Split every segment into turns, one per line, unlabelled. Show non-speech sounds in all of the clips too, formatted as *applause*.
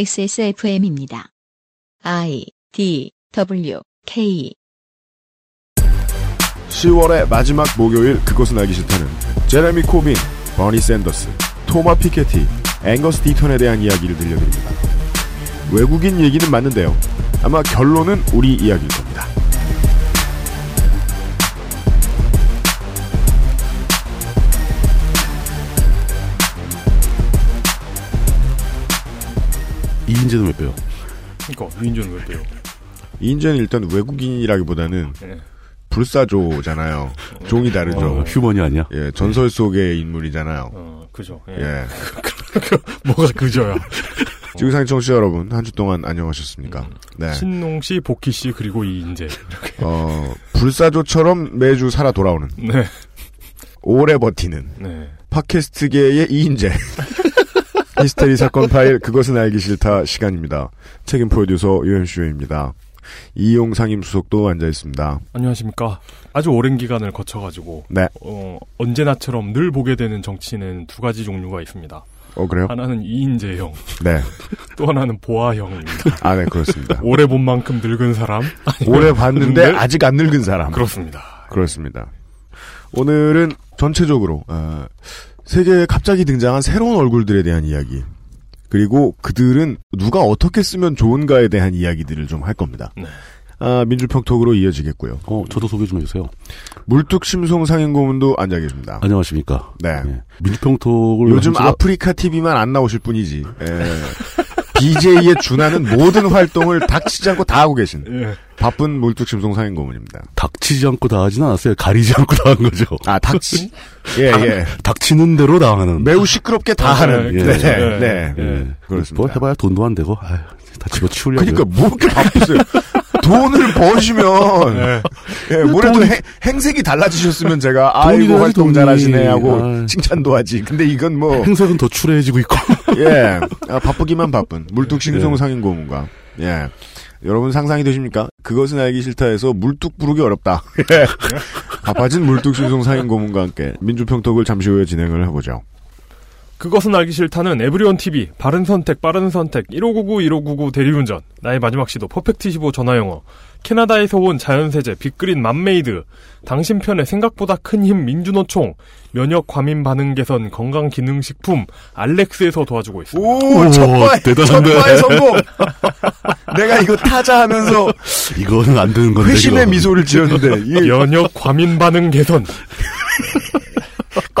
XSFM입니다. I D W K
10월의 마지막 목요일 그것은 알기 싫다는 제레미 코빈, 버니 샌더스, 토마 피케티, 앵거스 디턴에 대한 이야기를 들려드립니다. 외국인 얘기는 맞는데요. 아마 결론은 우리 이야기일 겁니다.
이인재는 왜 빼요?
그러니까 위인전을 왜 빼요?
인제는 일단 외국인이라기보다는
네.
불사조잖아요. 종이 다르죠.
어, 휴먼이 아니야?
예, 전설 속의 인물이잖아요.
어, 그죠. 예. *laughs*
예.
뭐가 그저야.
지구상 청취자 여러분, 한 주 동안
음.
안녕하셨습니까? 네.
신농 씨, 복희 씨, 그리고 이인재.
어, 불사조처럼 매주 살아 돌아오는,
네.
오래 버티는,
네.
팟캐스트계의 이인재. *laughs* 히스테리 사건 파일 그것은 알기 싫다 시간입니다. 책임 프로듀서 유현수입니다. 이용 상임수석도 앉아 있습니다.
안녕하십니까. 아주 오랜 기간을 거쳐가지고,
네.
어, 언제나처럼 늘 보게 되는 정치는 두 가지 종류가 있습니다.
어 그래요?
하나는 이인재형,
네.
또
*laughs*
하나는 보아형입니다.
아 네
*laughs*
그렇습니다.
오래 본 만큼 늙은 사람?
오래 봤는데
근데?
아직 안 늙은 사람.
네. *laughs* 그렇습니다.
그렇습니다. 오늘은 전체적으로 어, 세계에 갑자기 등장한 새로운 얼굴들에 대한 이야기 그리고 그들은 누가 어떻게 쓰면 좋은가에 대한 이야기들을 좀 할 겁니다.
네.
아, 민주평톡으로 이어지겠고요.
어, 저도 소개 좀 해주세요.
물뚝심송 상임고문도 앉아 계십니다.
안녕하십니까.
네.
예. 민주평톡을.
요즘
한 지가-
아프리카 TV만 안 나오실 뿐이지. 예. BJ의 준하는 모든 활동을 닥치지 않고 다 하고 계신
예.
바쁜 물뚝심송 상임고문입니다.
닥치지 않고 다 하진 않았어요. 가리지 않고 *laughs* 다 한 거죠.
아 닥치? *laughs* 예 예.
닥치는 대로 당하는.
매우 시끄럽게 다 하는.
예,
네,
예,
네.
예.
그렇습니다.
뭐 해봐야 돈도 안 되고, 아유, 다 집어치우려고.
그러니까 뭐 그렇게 바쁘세요? 돈을 버시면
네.
예, 뭐라도 행- 행색이 달라지셨으면 제가
돈이
아이고
돼야지,
활동
돈이.
잘하시네 하고
아유.
칭찬도 하지. 근데 이건 뭐
행색은 더 추레해지고 *laughs* 있고.
*laughs* 예. 아, 바쁘기만 바쁜. 물뚝심송
예.
상인고문과. 예. 여러분 상상이 되십니까? 그것은 알기 싫다에서 물뚝 부르기 어렵다. *laughs* 예. 바빠진 물뚝심송 상인고문과 함께 민주평톡을 잠시 후에 진행을 해보죠.
그것은 알기 싫다는 에브리온 TV, 바른 선택, 빠른 선택, 1599, 1599 대리운전, 나의 마지막 시도, 퍼펙트 15 전화영어, 캐나다에서 온 자연세제, 빅그린 맘메이드, 당신 편의 생각보다 큰 힘 민주노총, 면역 과민 반응 개선 건강기능식품, 알렉스에서 도와주고 있습니다.
오, 첫과의,
대단한데.
첫과의 성공! *laughs* 내가 이거 타자 하면서
이거는 안 되는 건데.
회심의
이거는.
미소를 지었는데, 이
면역 과민 반응 개선.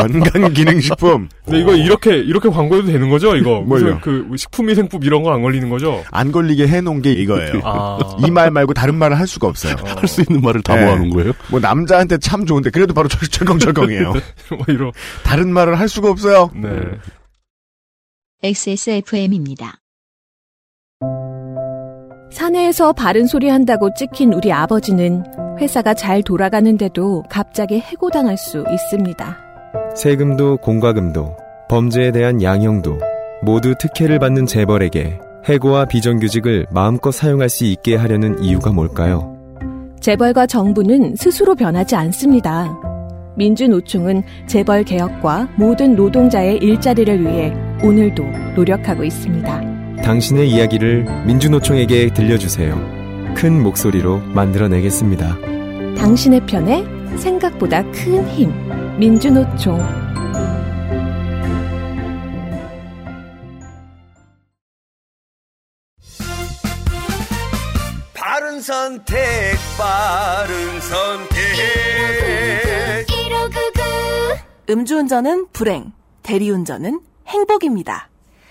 건강기능식품.
근데 이거 이렇게, 이렇게 광고해도 되는 거죠?
*laughs*
이거.
뭘요?
무슨 그 식품위생법 이런 거 안 걸리는 거죠? *laughs*
안 걸리게 해놓은 게 이거예요.
아.
이 말 말고 다른 말을 할 수가 없어요.
할 수 있는 말을 다
예.
모아놓은 거예요?
뭐 남자한테 참 좋은데, 그래도 바로 철- *laughs* 철컹철컹해요.
뭐 이런.
다른 말을 할 수가 없어요.
네.
XSFM입니다.
사내에서 바른 소리 한다고 찍힌 우리 아버지는 회사가 잘 돌아가는데도 갑자기 해고당할 수 있습니다.
세금도 공과금도 범죄에 대한 양형도 모두 특혜를 받는 재벌에게 해고와 비정규직을 마음껏 사용할 수 있게 하려는 이유가 뭘까요?
재벌과 정부는 스스로 변하지 않습니다. 민주노총은 재벌 개혁과 모든 노동자의 일자리를 위해 오늘도 노력하고 있습니다.
당신의 이야기를 민주노총에게 들려주세요. 큰 목소리로 만들어내겠습니다.
당신의 편에 생각보다 큰 힘. 민주노총.
바른 선택, 바른 선택.
음주운전은 불행, 대리운전은 행복입니다.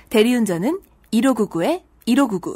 대리운전은 1599에 1599.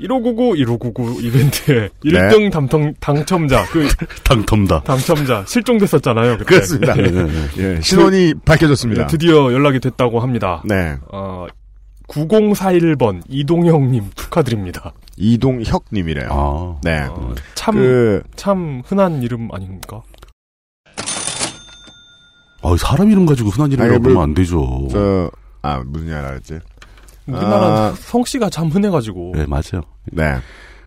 1599, 1599
네.
이벤트에 1등 당첨, 당첨자, 그,
당텀다.
당첨자, 실종됐었잖아요. 그때.
그렇습니다.
네, 네, 그 네.
예, 신원이 밝혀졌습니다.
예, 드디어 연락이 됐다고 합니다.
네.
어, 9041번 이동형님 축하드립니다.
이동혁님이래요.
아.
네.
어, 참,
그,
참 흔한 이름 아닙니까?
아, 사람 이름 가지고 흔한
아니,
이름이라고
뭐,
하면 안 되죠.
저, 아, 무슨 이야기 하랬지?
우리나라
아.
는 성씨가 참 흔해가지고.
네, 맞아요.
네.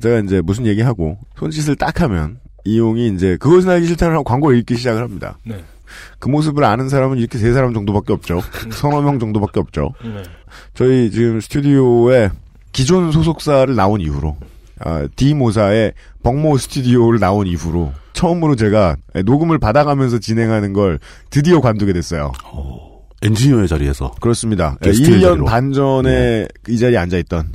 제가 이제 무슨 얘기하고, 손짓을 딱 하면, 이용이 이제, 그것은 알기 싫다는 하고 광고를 읽기 시작을 합니다.
네.
그 모습을 아는 사람은 이렇게 세 사람 정도밖에 없죠.
음.
서너 명 정도밖에 없죠.
네.
저희 지금 스튜디오에 기존 소속사를 나온 이후로 아, D모사의 벙모 스튜디오를 나온 이후로 처음으로 제가 녹음을 받아가면서 진행하는 걸 드디어 관두게 됐어요.
엔지니어의 자리에서.
그렇습니다.
게스트의
1년
자리로. 네.
반 전에 이 자리에 앉아있던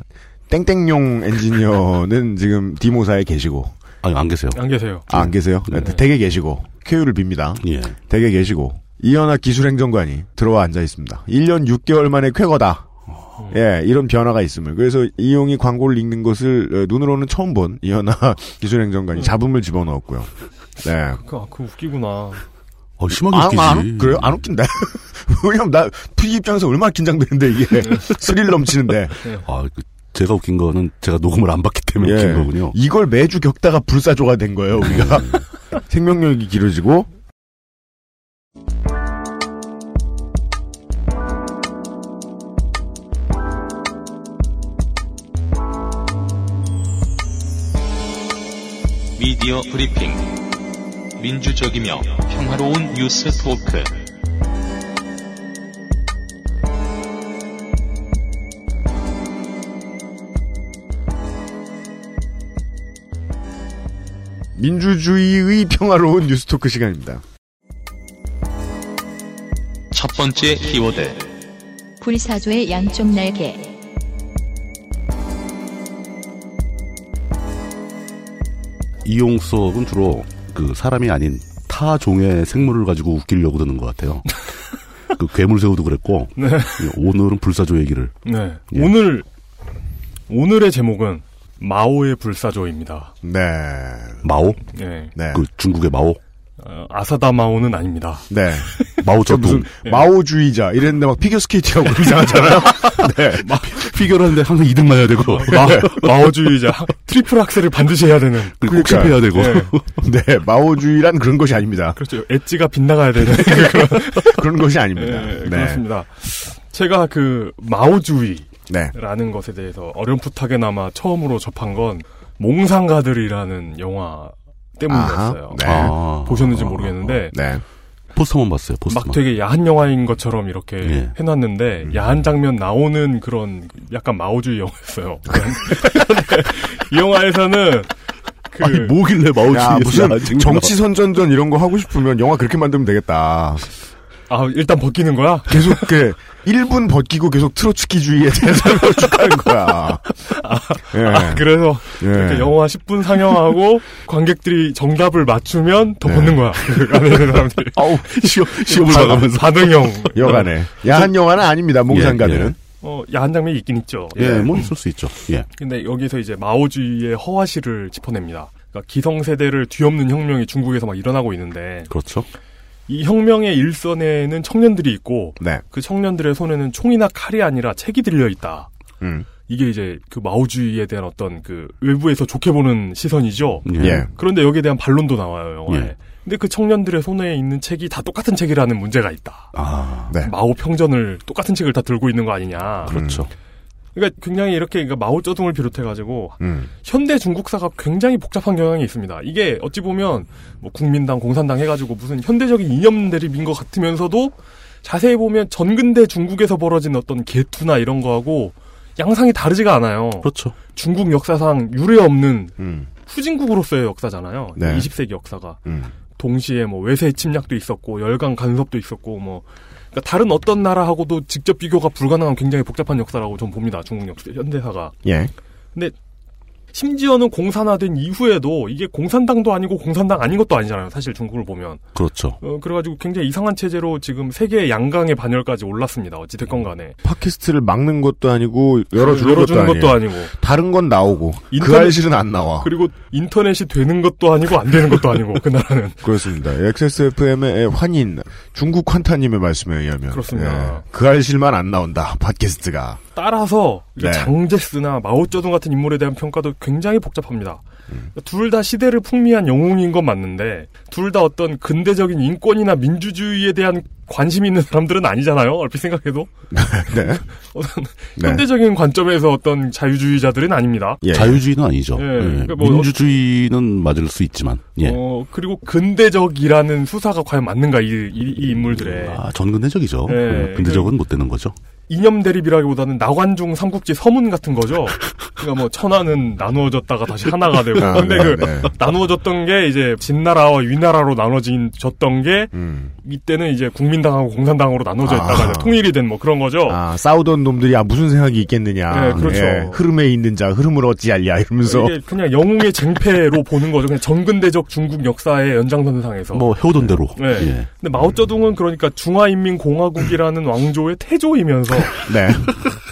땡땡용 엔지니어는 지금 D모사에 계시고
아니, 안 계세요.
안 계세요.
아, 안 계세요?
네.
댁에 계시고 쾌유를 빕니다.
예.
댁에 계시고 이현아 기술행정관이 들어와 앉아 있습니다. 1년 6개월 만에 쾌거다.
어.
예, 이런 변화가 있음을. 그래서 이용이 광고를 읽는 것을 어, 눈으로는 처음 본 이현아 *laughs* 기술행정관이 잡음을 집어넣었고요. 네.
그, 아, 그 웃기구나.
어, 심하게
안,
웃기지.
안, 아, 그래요? 안 웃긴다. *laughs* 왜냐면 나, PD 입장에서 얼마나 긴장되는데,
*laughs*
이게. 스릴 넘치는데.
아, 그, 제가 웃긴 거는 제가 녹음을 안 받기 때문에
예.
웃긴 거군요.
이걸 매주 겪다가 불사조가 된 거예요, 우리가.
음.
*laughs* 생명력이 길어지고.
미디어 브리핑. 민주적이며 평화로운 뉴스 토크.
민주주의의 평화로운 뉴스토크 시간입니다.
첫 번째 키워드.
불사조의 양쪽 날개.
이용 수업은 주로 그 사람이 아닌 타 종의 생물을 가지고 웃기려고 드는 것 같아요. 그 괴물새우도 그랬고
네.
예, 오늘은 불사조 얘기를
네.
예.
오늘, 오늘의 제목은 마오의 불사조입니다.
네.
마오
예.
네.
그 중국의 마오
어, 아사다 마오는 아닙니다.
네. 저
마오쩌둥
무슨 예. 마오주의자 이랬는데 막 피겨 스케이트하고 *laughs* 이상하잖아요.
피겨하는데 항상 2등 맞아야 되고
마, 마오주의자. 트리플 악셀을 반드시 해야 되는.
그리고 꼭 실패해야 되고
예.
네, 마오주의란 그런 것이 아닙니다.
그렇죠. 엣지가 빗나가야 되는.
그런 것이 아닙니다.
예,
네,
그렇습니다. 제가 그 마오주의라는
네,
것에 대해서 어렴풋하게나마 처음으로 접한 건 몽상가들이라는 영화 때문이었어요.
아하, 네.
아,
보셨는지 모르겠는데
네,
포스터만 봤어요 포스터만
막 되게 야한 영화인 것처럼 이렇게
예.
해놨는데
음.
야한 장면 나오는 그런 약간 마오주의
*laughs*
영화였어요. *laughs* 이 영화에서는 그
아니 뭐길래 마오주의
야, 무슨 정치 선전전 이런 거 하고 싶으면 영화 그렇게 만들면 되겠다.
아, 일단 벗기는 거야?
계속 그 1분 벗기고 계속 트로츠키주의에 대해서 *laughs* 쭉하는 거야. 예,
아,
네.
그래서
예.
이렇게 영화 10분 상영하고 *laughs* 관객들이 정답을 맞추면 더
네.
*laughs*
벗는 거야. 그 안에 있는 사람들이.
아우 시험 시험을
반-
나가면서
반응형.
여간에 야한 영화는 아닙니다. 몽상가들은
어, 야한 장면이 있긴 있죠.
예. 예뭐 있을 수 있죠 예
근데 여기서 이제 마오주의의 허화시를 짚어냅니다. 그러니까 기성세대를 뒤엎는 혁명이 중국에서 막 일어나고 있는데
그렇죠
이 혁명의 일선에는 청년들이 있고
네,
그 청년들의 손에는 총이나 칼이 아니라 책이 들려 있다.
음,
이게 이제 그 마오주의에 대한 어떤 그 외부에서 좋게 보는 시선이죠.
네.
예,
그런데 여기에 대한 반론도 나와요 영화에.
예.
근데 그 청년들의 손에 있는 책이 다 똑같은 책이라는 문제가 있다.
아
네,
마오 평전을 똑같은 책을 다 들고 있는 거 아니냐.
그렇죠
그러니까 굉장히 이렇게 그러니까 마오쩌둥을 비롯해가지고
음,
현대 중국사가 굉장히 복잡한 경향이 있습니다. 이게 어찌 보면 뭐 국민당, 공산당 해가지고 무슨 현대적인 이념 대립인 것 같으면서도 자세히 보면 전근대 중국에서 벌어진 어떤 개투나 이런 거하고 양상이 다르지가 않아요.
그렇죠
중국 역사상 유례 없는
음,
후진국으로서의 역사잖아요.
네.
20세기 역사가
음,
동시에 뭐 외세 침략도 있었고 열강 간섭도 있었고 뭐 그러니까 다른 어떤 나라하고도 직접 비교가 불가능한 굉장히 복잡한 역사라고 저는 봅니다. 중국 역사 현대사가
예,
심지어는 공산화된 이후에도 이게 공산당도 아니고 공산당 아닌 것도 아니잖아요. 사실 중국을 보면.
그렇죠.
어, 그래가지고 굉장히 이상한 체제로 지금 세계 양강의 반열까지 올랐습니다. 어찌됐건 간에.
팟캐스트를 막는 것도 아니고 열어주는,
열어주는 것도 아니고.
다른 건 나오고 그
인터넷-
알실은 안 나와.
그리고 인터넷이 되는 것도 아니고 안 되는 것도 아니고 그 나라는.
그렇습니다. XSFM의 환인 중국 환타님의 말씀에 의하면
그렇습니다.
예, 그 알실만 안 나온다 팟캐스트가.
따라서 이
네.
장제스나 마오쩌둥 같은 인물에 대한 평가도 굉장히 복잡합니다.
음.
그러니까 둘 다 시대를 풍미한 영웅인 건 맞는데 둘 다 어떤 근대적인 인권이나 민주주의에 대한 관심이 있는 사람들은 아니잖아요.
*laughs*
얼핏 생각해도
네.
*laughs* 어떤
네.
현대적인 관점에서 어떤 자유주의자들은 아닙니다.
자유주의는 아니죠.
예,
예.
그러니까 뭐
민주주의는 맞을 수 있지만. 예.
어, 그리고 근대적이라는 수사가 과연 맞는가 이, 이, 이 인물들의
아, 전근대적이죠.
예,
예, 근대적은 못 되는 거죠.
이념 대립이라기보다는 나관중 삼국지 서문 같은 거죠. 그러니까 뭐 천하는 나누어졌다가 다시 하나가 되고.
아,
근데
네,
그
네.
나누어졌던 게 이제 진나라와 위나라로 나눠진 졌던 게
음.
이때는 이제 국민당하고 공산당으로 나눠져 있다가
아.
이제 통일이 된 뭐 그런 거죠.
아, 싸우던 놈들이 아, 무슨 생각이 있겠느냐. 예.
네, 그렇죠.
흐름에 있는 자 흐름을 어찌 알랴 이러면서
이게 그냥 영웅의 쟁패로 보는 거죠. 그냥 전근대적 중국 역사의 연장선상에서.
뭐 해오던 대로. 예.
네. 근데 마오쩌둥은 그러니까 중화인민공화국이라는 왕조의 태조이면서
네.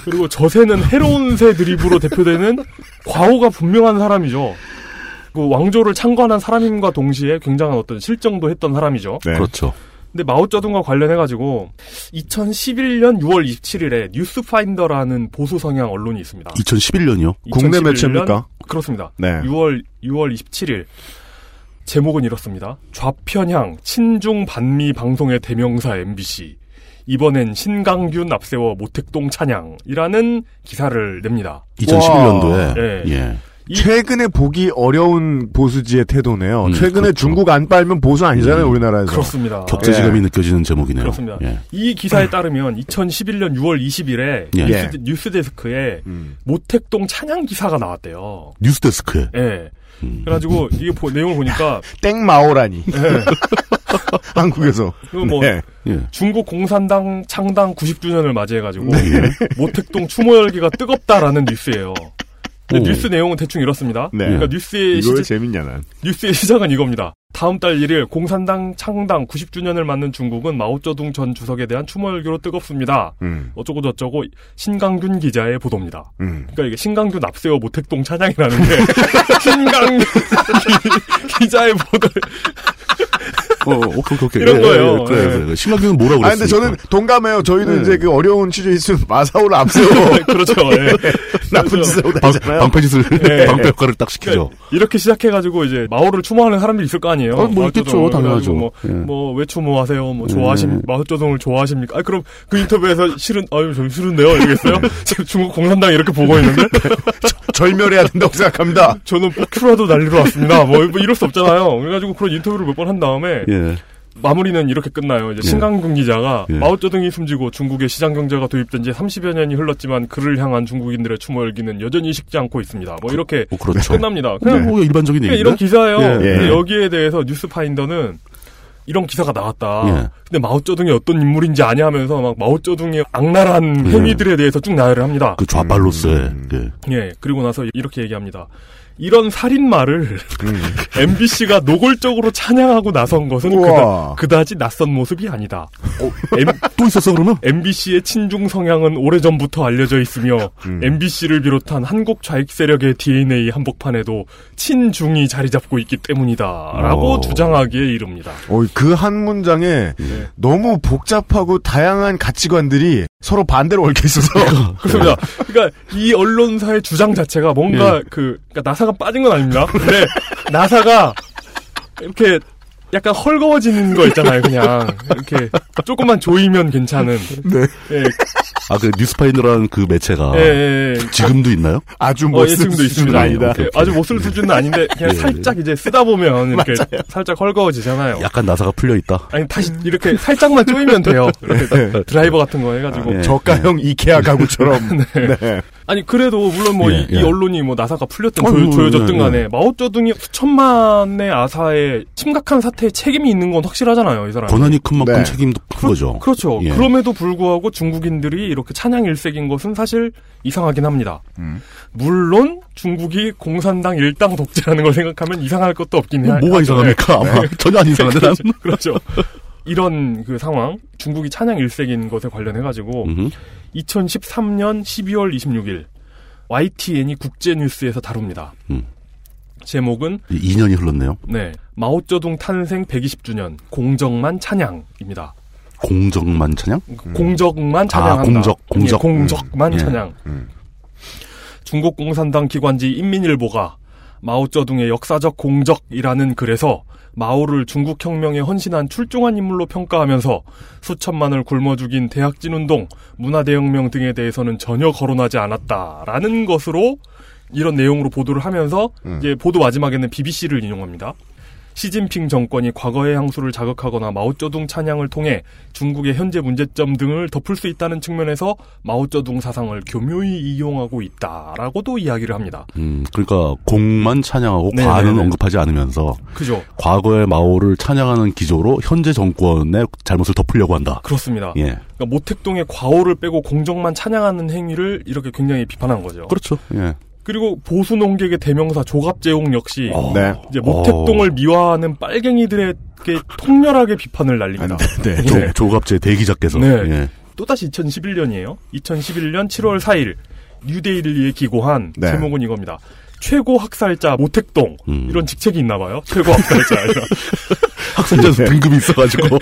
그리고 저세는 해로운 새 드립으로 대표되는 과오가 분명한 사람이죠. 그 왕조를 창관한 사람임과 동시에 굉장한 어떤 실정도 했던 사람이죠.
네.
그렇죠.
근데 마오쩌둥과 관련해가지고 2011년 6월 27일에 뉴스파인더라는 보수 성향 언론이 있습니다.
2011년이요.
2011년? 그렇습니다.
네.
6월 6월 27일 제목은 이렇습니다. 좌편향 친중 반미 방송의 대명사 MBC 이번엔 신강균 앞세워 모택동 찬양이라는 기사를 냅니다.
2011년도에
와.
에.
예.
최근에 보기 어려운 보수지의 태도네요. 최근에 중국 안 빨면 보수 아니잖아요, 우리나라에서.
음, 그렇죠. 그렇습니다.
격제지감이 느껴지는 제목이네요.
그렇습니다.
예.
이 기사에 따르면 2011년 6월 20일에
예.
뉴스, 뉴스데스크에
음.
모택동 찬양 기사가 나왔대요.
뉴스데스크에. 음.
예. 그래가지고 이게 보- 내용을 보니까
땡마오라니. *laughs* 한국에서.
네. 그리고 뭐
네.
예.
중국 공산당 창당 90주년을 맞이해가지고
네.
모택동 추모 열기가 뜨겁다라는 뉴스예요. 근데
오.
뉴스 내용은 대충 이렇습니다.
네.
그러니까 뉴스의
이거 왜
시작
재밌냐, 난.
뉴스의 시작은 이겁니다. 다음 달 1일 공산당 창당 90주년을 맞는 중국은 마오쩌둥 전 주석에 대한 추모 열기로 뜨겁습니다.
음.
어쩌고 저쩌고 신강균 기자의 보도입니다.
음.
그러니까 이게 신강균 납세어 모택동
*laughs*
찬양이라는 게 신강균 *laughs* 기- 기자의 보도
어, 오케이, 오케이. 오케이.
이런
예,
거예요.
예, 그래, 그래. 신라교는 뭐라고
아니,
그랬어요?
근데 저는 동감해요. 저희는
네.
이제 그 어려운 취재 있으면 *laughs* 마사오를
*laughs*
앞세워.
*laughs*
그렇죠.
네.
나쁜 짓을 하고 다니잖아요.
방패짓을,
예.
방패 역할을 딱 시키죠.
이렇게 시작해가지고 이제 마오를 추모하는 사람들이 있을 거 아니에요.
어, 뭐 있겠죠.
마오쩌둥을.
당연하죠.
그래가지고
예.
뭐 뭐 왜 추모하세요? 뭐 좋아하십
예.
마오쩌둥을 좋아하십니까? 아 그럼 그 인터뷰에서 싫은 아유 저 싫은데요 이러겠어요?
네.
*laughs* 지금 중국 공산당 이렇게 보고 있는데
절멸해야 된다고
*laughs*
생각합니다.
저는 뭐 포큐라도 날리러 왔습니다. 뭐, 뭐 이럴 수 없잖아요. 그래가지고 그런 인터뷰를 몇 번 한 다음에
예.
마무리는 이렇게 끝나요. 이제
예.
신강균 기자가
예.
마오쩌둥이 숨지고 중국의 시장 경제가 도입된 지 30여 년이 흘렀지만 그를 향한 중국인들의 추모 열기는 여전히 식지 않고 있습니다. 뭐 이렇게
그렇죠.
끝납니다.
그냥 뭐 일반적인
그냥
얘기인데?
이런 기사예요.
예.
근데
예.
여기에 대해서 뉴스파인더는 이런 기사가 나왔다.
예.
근데 마오쩌둥이 어떤 인물인지 아냐 하면서 막 마오쩌둥의
예.
악랄한 행위들에 대해서 쭉 나열을 합니다.
그 좌발로스의, 그,
예, 그리고 나서 이렇게 얘기합니다. 이런 살인마를
음.
*laughs* MBC가 노골적으로 찬양하고 나선 것은
우와.
그다, 지 낯선 모습이 아니다.
또 있었어 그러면?
MBC의 친중 성향은 오래전부터 알려져 있으며 MBC를 비롯한 한국 좌익 세력의 DNA 한복판에도 친중이 자리 잡고 있기 때문이다라고
오.
주장하기에 이릅니다.
그 한 문장에
네.
너무 복잡하고 다양한 가치관들이 서로 반대로 얽혀 있어서.
*laughs* 그렇습니다. 그러니까 이 언론사의 주장 자체가 뭔가 그 그러니까 나사가 빠진 건 아닙니다. 근데 나사가 이렇게 약간 헐거워지는 거 있잖아요. 그냥 이렇게 조금만 조이면 괜찮은. 예,
아, 그 뉴스파인더라는 그 매체가.
예, 예, 예.
지금도 있나요?
아주
어, 예, 지금도 있습니다. 예, 아주 못 쓸 수준은 아닌데 그냥
예, 예.
살짝 이제 쓰다 보면 이렇게
맞아요.
살짝 헐거워지잖아요.
약간 나사가 풀려 있다.
아니 다시 이렇게 살짝만 조이면 돼요. 이렇게
예.
드라이버 같은 거 해가지고
아, 예.
저가형 이케아 가구처럼. *laughs* 네.
아니 그래도 물론 뭐 이
예, 예.
언론이 뭐 나사가 풀렸든
아이고,
조여, 조여졌든
예,
간에
예.
마오쩌둥이 수천만의 아사의 심각한 사태에 책임이 있는 건 확실하잖아요, 이 사람.
권한이 큰 만큼 책임도 큰 거죠.
그렇죠.
그, 예.
그럼에도 불구하고 중국인들이 이렇게 찬양 일색인 것은 사실 이상하긴 합니다. 물론 중국이 공산당 일당 독재라는 걸 생각하면 이상할 것도
그,
없긴 해요.
뭐가 이상합니까? 아마 전혀 안 이상한데 난.
*laughs* 그렇죠. 이런 그 상황, 중국이 찬양 일색인 것에 관련해가지고
음.
2013년 12월 26일 YTN이 국제뉴스에서 다룹니다.
음.
제목은
2년이 흘렀네요.
네 마오쩌둥 탄생 120주년 공정만 찬양입니다.
공정만 찬양?
음. 공적만
아,
찬양한다.
공적, 공적.
예, 공적만
음. 예.
찬양. 중국 공산당 기관지 인민일보가 마오쩌둥의 역사적 공적이라는 글에서 마오를 중국 혁명에 헌신한 출중한 인물로 평가하면서 수천만을 굶어 죽인 대학진 운동, 문화대혁명 등에 대해서는 전혀 거론하지 않았다라는 것으로 이런 내용으로 보도를 하면서
음.
이제 보도 마지막에는 BBC를 인용합니다. 시진핑 정권이 과거의 향수를 자극하거나 마오쩌둥 찬양을 통해 중국의 현재 문제점 등을 덮을 수 있다는 측면에서 마오쩌둥 사상을 교묘히 이용하고 있다라고도 이야기를 합니다.
음, 그러니까 공만 찬양하고
네, 네,
과는
네.
언급하지 않으면서
그죠?
과거의 마오를 찬양하는 기조로 현재 정권의 잘못을 덮으려고 한다.
그렇습니다.
예.
그러니까 모택동의 과오를 빼고 공정만 찬양하는 행위를 이렇게 굉장히 비판한 거죠.
그렇죠. 예.
그리고 보수 농객의 대명사 조갑제옥 역시
어.
네.
이제 모택동을 미화하는 빨갱이들에게 통렬하게
*laughs*
비판을 날립니다.
네,
예.
조, 조갑제 대기자께서.
네.
예.
또다시 2011년이에요. 2011년 7월 4일 뉴데일리에 기고한
네.
제목은 이겁니다. 최고 학살자 모택동 이런 직책이 있나 봐요. 최고 학살자
학살자 등급이 있어가지고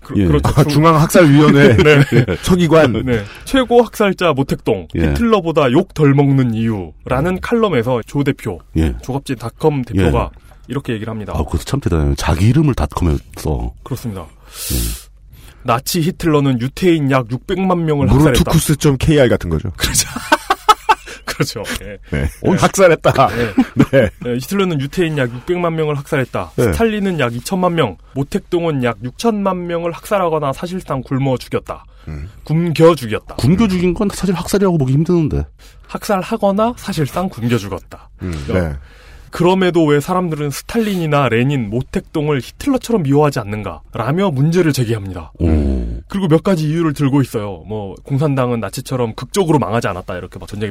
그, 그렇죠.
아, 중앙학살위원회
*laughs* 네.
*laughs* 서기관
네. 최고 학살자 모택동
예.
히틀러보다 욕 덜 먹는 이유라는 칼럼에서 조 대표
*laughs* 예.
조갑진닷컴 대표가 이렇게 얘기를 합니다.
아, 그것도 참 대단해요. 자기 이름을 닷컴에 써.
그렇습니다. 나치 히틀러는 유태인 약 600만 명을 학살했다. *laughs*
무르투쿠스.kr 같은 거죠.
그렇죠. 예.
네. 오늘 학살했다.
네. 네, 히틀러는 유태인 약 600만 명을 학살했다.
네.
스탈린은 약 2천만 명, 모택동은 약 6천만 명을 학살하거나 사실상 굶어 죽였다.
음.
굶겨 죽였다.
굶겨 죽인 건 사실 학살이라고 보기 힘드는데.
학살하거나 사실상 굶겨 죽었다.
네.
그럼에도 왜 사람들은 스탈린이나 레닌, 모택동을 히틀러처럼 미워하지 않는가? 라며 문제를 제기합니다. 그리고 몇 가지 이유를 들고 있어요. 뭐 공산당은 나치처럼 극적으로 망하지 않았다 이렇게 막 전쟁이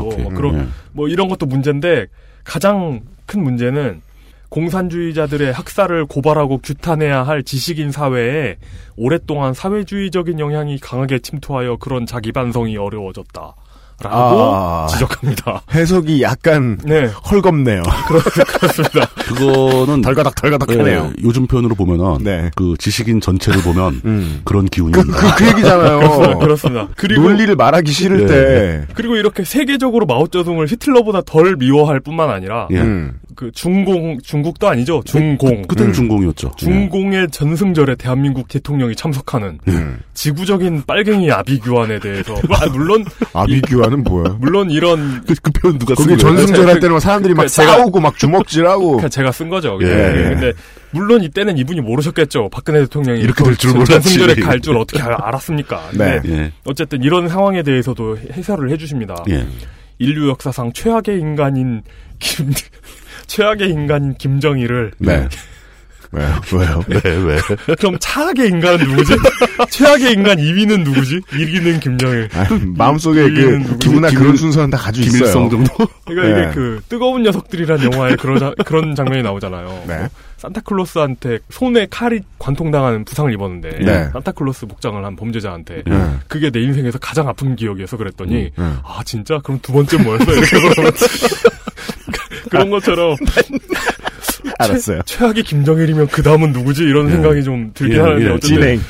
오케이, 오케이, 오케이.
뭐 그런
음, 예.
뭐 이런 것도 문제인데 가장 큰 문제는 공산주의자들의 학살을 고발하고 규탄해야 할 지식인 사회에 오랫동안 사회주의적인 영향이 강하게 침투하여 그런 자기 반성이 어려워졌다. 라고
아.
지적합니다.
해석이 약간 *laughs* 헐겁네요.
음.
그렇습니다.
그거는
*laughs*
덜가닥 덜가닥하네요. 네.
예, 요즘 표현으로 보면은
네.
그 지식인 전체를 보면
음.
그런 기운이 *laughs* 그,
그, 그 얘기잖아요.
어. 그렇습니다. 그렇습니다. 그리고
논리를 말하기 싫을
네.
때
그리고 이렇게 세계적으로 마오쩌둥을 히틀러보다 덜 미워할 뿐만 아니라
예.
음.
그 중공 중국도 아니죠 중공 음.
그, 때는 중공이었죠.
중공의 전승절에 대한민국 대통령이 참석하는
네.
지구적인 빨갱이 아비규환에 대해서 아, 물론
아비규환은 뭐야?
물론 이런
그, 표현 누가
거기 전승절 할 때는 막 사람들이
그
막
제가-
싸우고 막 주먹질하고
그냥 제가 쓴 거죠.
예,
예,
예.
근데 물론 이때는 이분이 모르셨겠죠. 박근혜 대통령이
이렇게
또
될줄
전-
몰랐지.
전승절에 갈 줄 어떻게 알- 알았습니까?
네.
근데
예.
어쨌든 이런 상황에 대해서도 해설을 해주십니다.
예.
아, 인류 역사상 최악의 인간인 김 *laughs* 최악의 인간인 김정일을
네. 왜, 왜요?
네, 왜, 왜?
네.
그럼 차악의 인간은 누구지? *laughs* 최악의 인간 2위는 누구지? 1위는 김정일.
*laughs* 마음속에
일리는
그
누구지?
기분나
김일-
그런 순서는 다 가지고 있어요.
김일성
*laughs*
정도?
그러니까
네.
이게 그 뜨거운 녀석들이란 영화에 그런 그런 장면이 나오잖아요.
네.
뭐 산타클로스한테 손에 칼이 관통당하는 부상을 입었는데
네.
산타클로스 목장을 한 범죄자한테
네.
그게 내 인생에서 가장 아픈 기억이어서 그랬더니
음, 네.
아 진짜 그럼 두 번째 뭐였어? 이렇게 물어보면서 그런 것처럼
알았어요.
최, 최악의 김정일이면 그 다음은 누구지 이런 생각이 좀 네. 들긴
예,
하는데
예,
어쨌든
진행.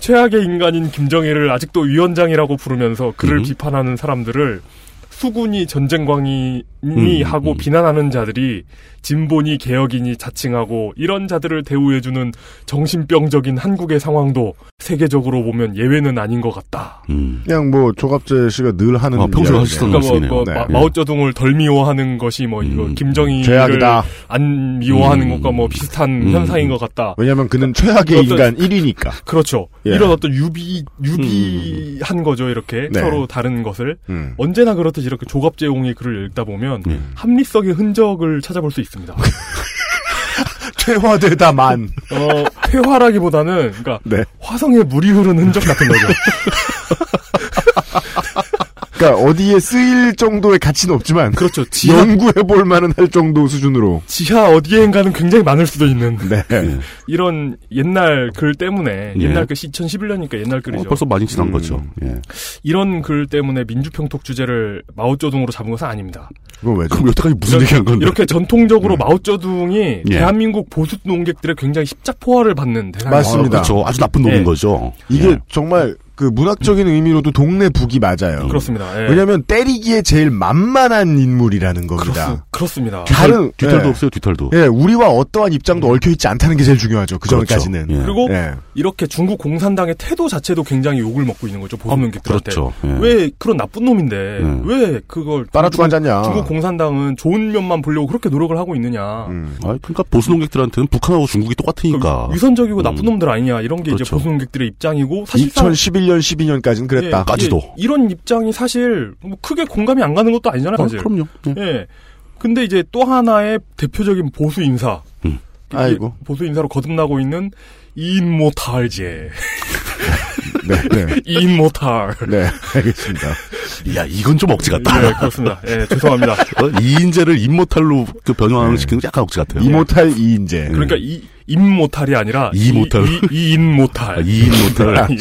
최악의 인간인 김정일을 아직도 위원장이라고 부르면서 그를
음.
비판하는 사람들을 수군이 전쟁광이니
음,
하고 비난하는 자들이 진보니 개혁이니 자칭하고 이런 자들을 대우해주는 정신병적인 한국의 상황도 세계적으로 보면 예외는 아닌 것 같다.
음.
그냥 뭐 조갑재 씨가 늘 하는
아, 평소에 하시던
그러니까 뭐, 뭐
네.
마, 마오쩌둥을 덜 미워하는 것이 뭐 이거
음.
김정일을
죄악이다.
안 미워하는 것과 뭐 비슷한
음.
현상인 것 같다.
왜냐하면 그는 최악의
어떤-
인간 1위니까.
그렇죠.
예.
이런 어떤 유비 유비한 거죠 이렇게
네.
서로 다른 것을
음.
*laughs*
언제나 그렇듯이 이렇게 조갑제공의 글을 읽다 보면 합리성의 흔적을 찾아볼 수 있습니다.
퇴화되다만.
어, 퇴화라기보다는 그러니까
네.
화성에 물이 흐른 흔적 같은 거죠.
그러니까 어디에 쓰일 정도의 가치는 없지만
그렇죠. 지하-
연구해 볼 만은 할 정도 수준으로
지하 어디에인가는 굉장히 많을 수도 있는
네.
이런 옛날 글 때문에
예.
옛날 글 2011년이니까 옛날 글이죠.
어, 벌써 많이
음.
지난 거죠. 예.
아, 이런 글 때문에 민주평통 주제를 마오쩌둥으로 잡은 것은 아닙니다.
그건 왜죠?
그럼 여태까지 무슨
이런-
얘기한 건데?
이렇게 전통적으로 마오쩌둥이
예.
대한민국 보수 농객들의 굉장히 십자포화를 받는 대상.
맞습니다.
그렇죠. 아주 나쁜 놈인
예.
거죠.
이게
예.
정말 그 문학적인 의미로도 동네 북이 맞아요.
그렇습니다. 예.
왜냐하면 때리기에 제일 만만한 인물이라는
그렇습,
겁니다.
그렇습니다.
다른
뒤털도
예.
없어요. 뒤털도.
예, 우리와 어떠한 입장도 얽혀 있지 않다는 게 제일 중요하죠. 그 전까지는.
그렇죠. 예.
음. 그리고
예.
이렇게 중국 공산당의 태도 자체도 굉장히 욕을 먹고 있는 거죠. 보수 농객들한테.
그렇죠. 예.
왜 그런 나쁜 놈인데
음.
왜 그걸
빨아주고
중-
앉았냐.
중국 공산당은 좋은 면만 보려고 그렇게 노력을 하고 있느냐. 그러니까
음.
아, 그러니까 보수 농객들한테는 북한하고 중국이 똑같으니까.
위선적이고
음.
나쁜 놈들 아니냐 이런 게 이제
그렇죠.
보수 농객들의 입장이고 사실상
2011년, 12년까지는 그랬다.
예,
까지도.
예, 이런 입장이 사실 뭐 크게 공감이 안 가는 것도 아니잖아요,
아,
사실.
그럼요. 예.
예. 근데 이제 또 하나의 대표적인 보수 인사.
음.
이게
아이고.
보수 인사로 거듭나고 있는 이인모탈제.
네, 네.
*laughs* 이인모탈.
네, 알겠습니다.
야, 이건 좀 억지
네.
같다.
예, 그렇습니다. 예, 죄송합니다.
어, 이 인재를 임모탈로 그 변형을
네.
시키는 게 약간 억지 같아요.
이모탈 이인재.
그러니까 이 인모탈이 아니라
음. 이모탈. 아,
이, 인모탈
이인모탈.
*laughs*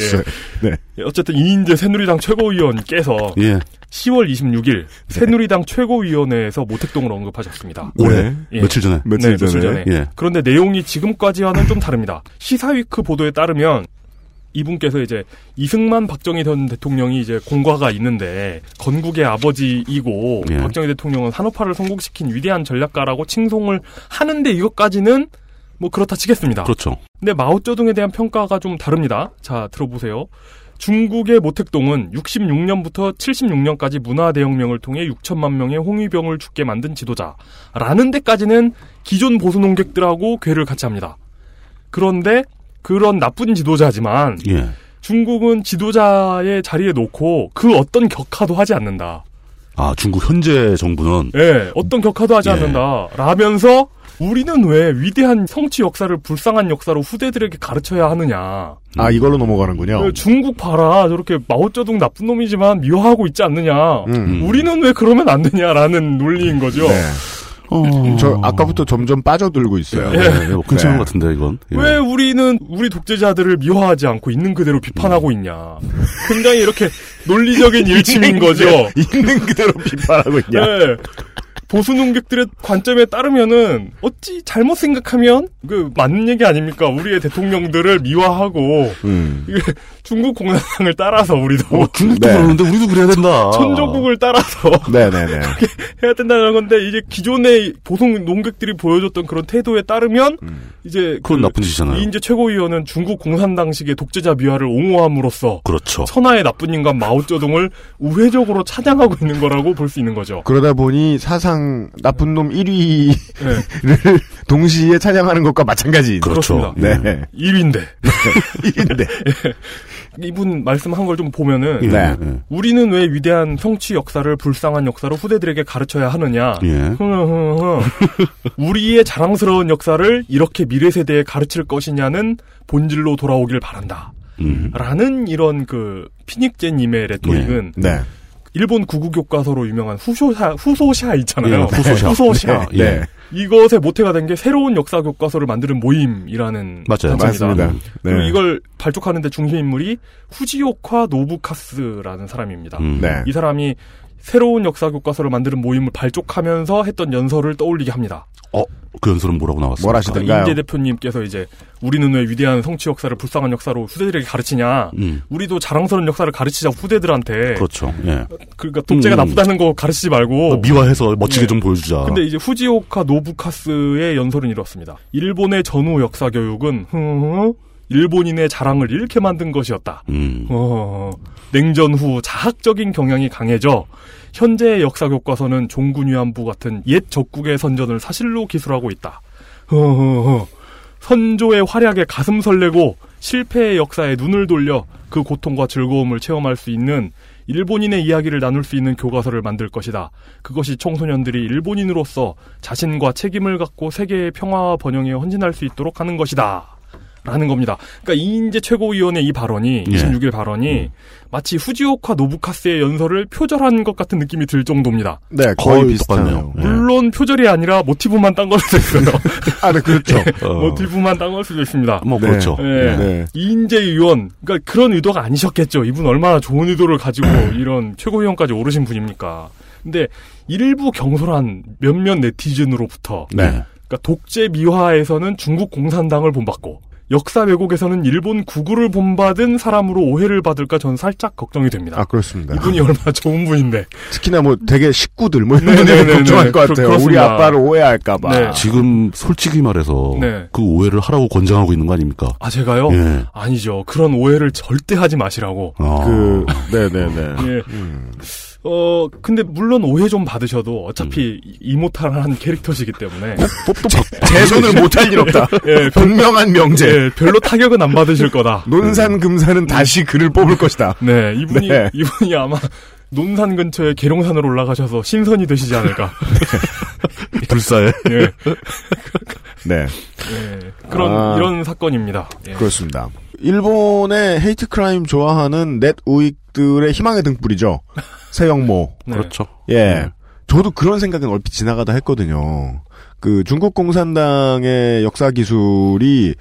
네.
예. 어쨌든 이인재 새누리당 최고위원께서
네.
예. 네.
10월 26일 새누리당 최고위원회에서 모택동을 언급하셨습니다.
올해
예.
며칠 전에.
며칠
네, 며칠
전에.
전에.
예.
그런데 내용이 지금까지와는 좀 다릅니다. 시사위크 보도에 따르면 이분께서 이제 이승만 박정희 전 대통령이 이제 공과가 있는데 건국의 아버지이고
예.
박정희 대통령은 산업화를 성공시킨 위대한 전략가라고 칭송을 하는데 이것까지는 뭐 그렇다 치겠습니다.
그렇죠.
근데 네, 마오쩌둥에 대한 평가가 좀 다릅니다. 자, 들어보세요. 중국의 모택동은 66년부터 76년까지 문화대혁명을 통해 6천만 명의 홍위병을 죽게 만든 지도자라는 데까지는 기존 보수 농객들하고 궤를 같이 합니다. 그런데 그런 나쁜 지도자지만
예.
중국은 지도자의 자리에 놓고 그 어떤 격하도 하지 않는다.
아, 중국 현재 정부는
예, 어떤 격하도 하지
예.
않는다. 라면서 우리는 왜 위대한 성취 역사를 불쌍한 역사로 후대들에게 가르쳐야 하느냐.
아, 이걸로 넘어가는군요.
왜 중국 봐라 저렇게 마오쩌둥 나쁜 놈이지만 미워하고 있지 않느냐
음.
우리는 왜 그러면 안 되냐라는 논리인 거죠
네.
어...
음, 저 아까부터 점점 빠져들고 있어요.
예. 예. 뭐 괜찮은
네.
것 같은데 이건. 예.
왜 우리는 우리 독재자들을 미워하지 않고 있는 그대로 비판하고 있냐 굉장히 이렇게
*laughs*
논리적인 일침인 거죠
*laughs* 있는 그대로 비판하고 있냐.
네. 보수 농객들의 관점에 따르면은 어찌 잘못 생각하면 그 맞는 얘기 아닙니까 우리의 대통령들을 미워하고
음.
이게 중국 공산당을 따라서 우리도
어, 중국도
네.
그러는데 우리도 그래야 된다.
*laughs* 천조국을 따라서
네네네.
해야 된다는 건데 이제 기존의 보통 농객들이 보여줬던 그런 태도에 따르면 이제
음. 그건 나쁜 짓이잖아요.
이인재 최고위원은 중국 공산당식의 독재자 미화를 옹호함으로써
그렇죠.
천하의 나쁜 인간 마오쩌둥을 우회적으로 찬양하고 있는 거라고 볼 수 있는 거죠.
그러다 보니 사상 나쁜 놈 1위를
네.
동시에 찬양하는 것과 마찬가지.
그렇죠.
그렇습니다.
*laughs* 네.
예.
1위인데
네.
이분 말씀한 걸 좀 보면은
예.
네.
예.
우리는 왜 위대한 성취 역사를 불쌍한 역사로 후대들에게 가르쳐야 하느냐?
예.
흥흥흥. 우리의 자랑스러운 역사를 이렇게 미래 세대에 가르칠 것이냐는 본질로 돌아오길 바란다.
음.
라는 이런 그 피닉제님의 레토릭은
네.
일본 구구 교과서로 유명한 후소샤 후소샤 있잖아요.
예, 후소샤.
후소샤.
예.
네.
이것의 모태가 된 게 새로운 역사 교과서를 만드는 모임이라는
맞아요.
단체입니다.
맞습니다.
그리고
네.
이걸 발족하는데 중심 인물이 후지오카 노부카스라는 사람입니다.
음.
네.
이 사람이 새로운 역사 교과서를 만드는 모임을 발족하면서 했던 연설을 떠올리게 합니다. 그러니까
어, 그 연설은 뭐라고 나왔어요?
뭘 하시던가요?
임재 대표님께서 이제 우리는 왜 위대한 성취 역사를 불쌍한 역사로 후대들에게 가르치냐?
음.
우리도 자랑스러운 역사를 가르치자
네.
후대들한테.
그렇죠. 예.
그러니까 독재가
음. 아,
나쁘다는 거 가르치지
어.
말고.
미화해서 멋지게
네.
예.
좀 보여주자.
근데 이제 후지오카 노부카스의 연설은 이렇습니다. 일본의 전후 역사 교육은 흐흐, 일본인의 자랑을 잃게 만든 것이었다.
음.
어, 냉전 후 자학적인 경향이 강해져 현재의 역사 교과서는 종군 위안부 같은 옛 적국의 선전을 사실로 기술하고 있다. 어, 어, 어. 선조의 활약에 가슴 설레고 실패의 역사에 눈을 돌려 그 고통과 즐거움을 체험할 수 있는 일본인의 이야기를 나눌 수 있는 교과서를 만들 것이다. 그것이 청소년들이 일본인으로서 자신과 책임을 갖고 세계의 평화와 번영에 헌신할 수 있도록 하는 것이다. 라는 겁니다. 그러니까 이인재 최고위원의 이 발언이
예.
26일 발언이 마치 후지오카 노부카스의 연설을 표절한 것 같은 느낌이 들 정도입니다.
네, 거의, 비슷하네요.
물론 표절이 아니라 모티브만 딴 걸 수도 있어요.
아, 네, 그렇죠.
모티브만 딴 걸 수도 있습니다.
어. 뭐 그렇죠.
예.
네.
이인재 의원, 그러니까 그런 의도가 아니셨겠죠. 이분 얼마나 좋은 의도를 가지고 이런 최고위원까지 오르신 분입니까. 근데 일부 경솔한 몇몇 네티즌으로부터,
네.
그러니까 독재 미화에서는 중국 공산당을 본받고, 역사 왜곡에서는 일본 구구를 본받은 사람으로 오해를 받을까 전 살짝 걱정이 됩니다.
아, 그렇습니다.
이분이 얼마나 좋은 분인데.
특히나 뭐 되게 식구들 뭐 이런
네, 네,
분들이
네,
걱정할
네.
것 같아요.
그렇-
우리
그렇습니다.
아빠를 오해할까봐.
네.
지금 솔직히 말해서
네.
그 오해를 하라고 권장하고 있는 거 아닙니까?
아, 제가요?
예.
아니죠. 그런 오해를 절대 하지 마시라고.
아.
그, 네네네.
예.
음.
어, 근데 물론 오해 좀 받으셔도
음.
어차피 이- 이모탈한 캐릭터시기 때문에.
뽑도 재선을 못할 일 없다.
예, 별,
분명한 명제.
예, 별로 타격은 안 받으실
*laughs*
거다.
논산 금산은 다시 그를 뽑을
*laughs*
것이다.
네, 이분이,
네.
이분이 아마 논산 근처에 계룡산으로 올라가셔서 신선이 되시지 않을까.
불사에.
예,
네,
예. 그런,
아.
이런 사건입니다. 예.
그렇습니다. 일본의 헤이트 크라임 좋아하는 넷 우익들의 희망의 등불이죠. 세영모.
네.
그렇죠.
예. 저도 그런 생각은 얼핏 지나가다 했거든요. 그 중국 공산당의 역사 기술이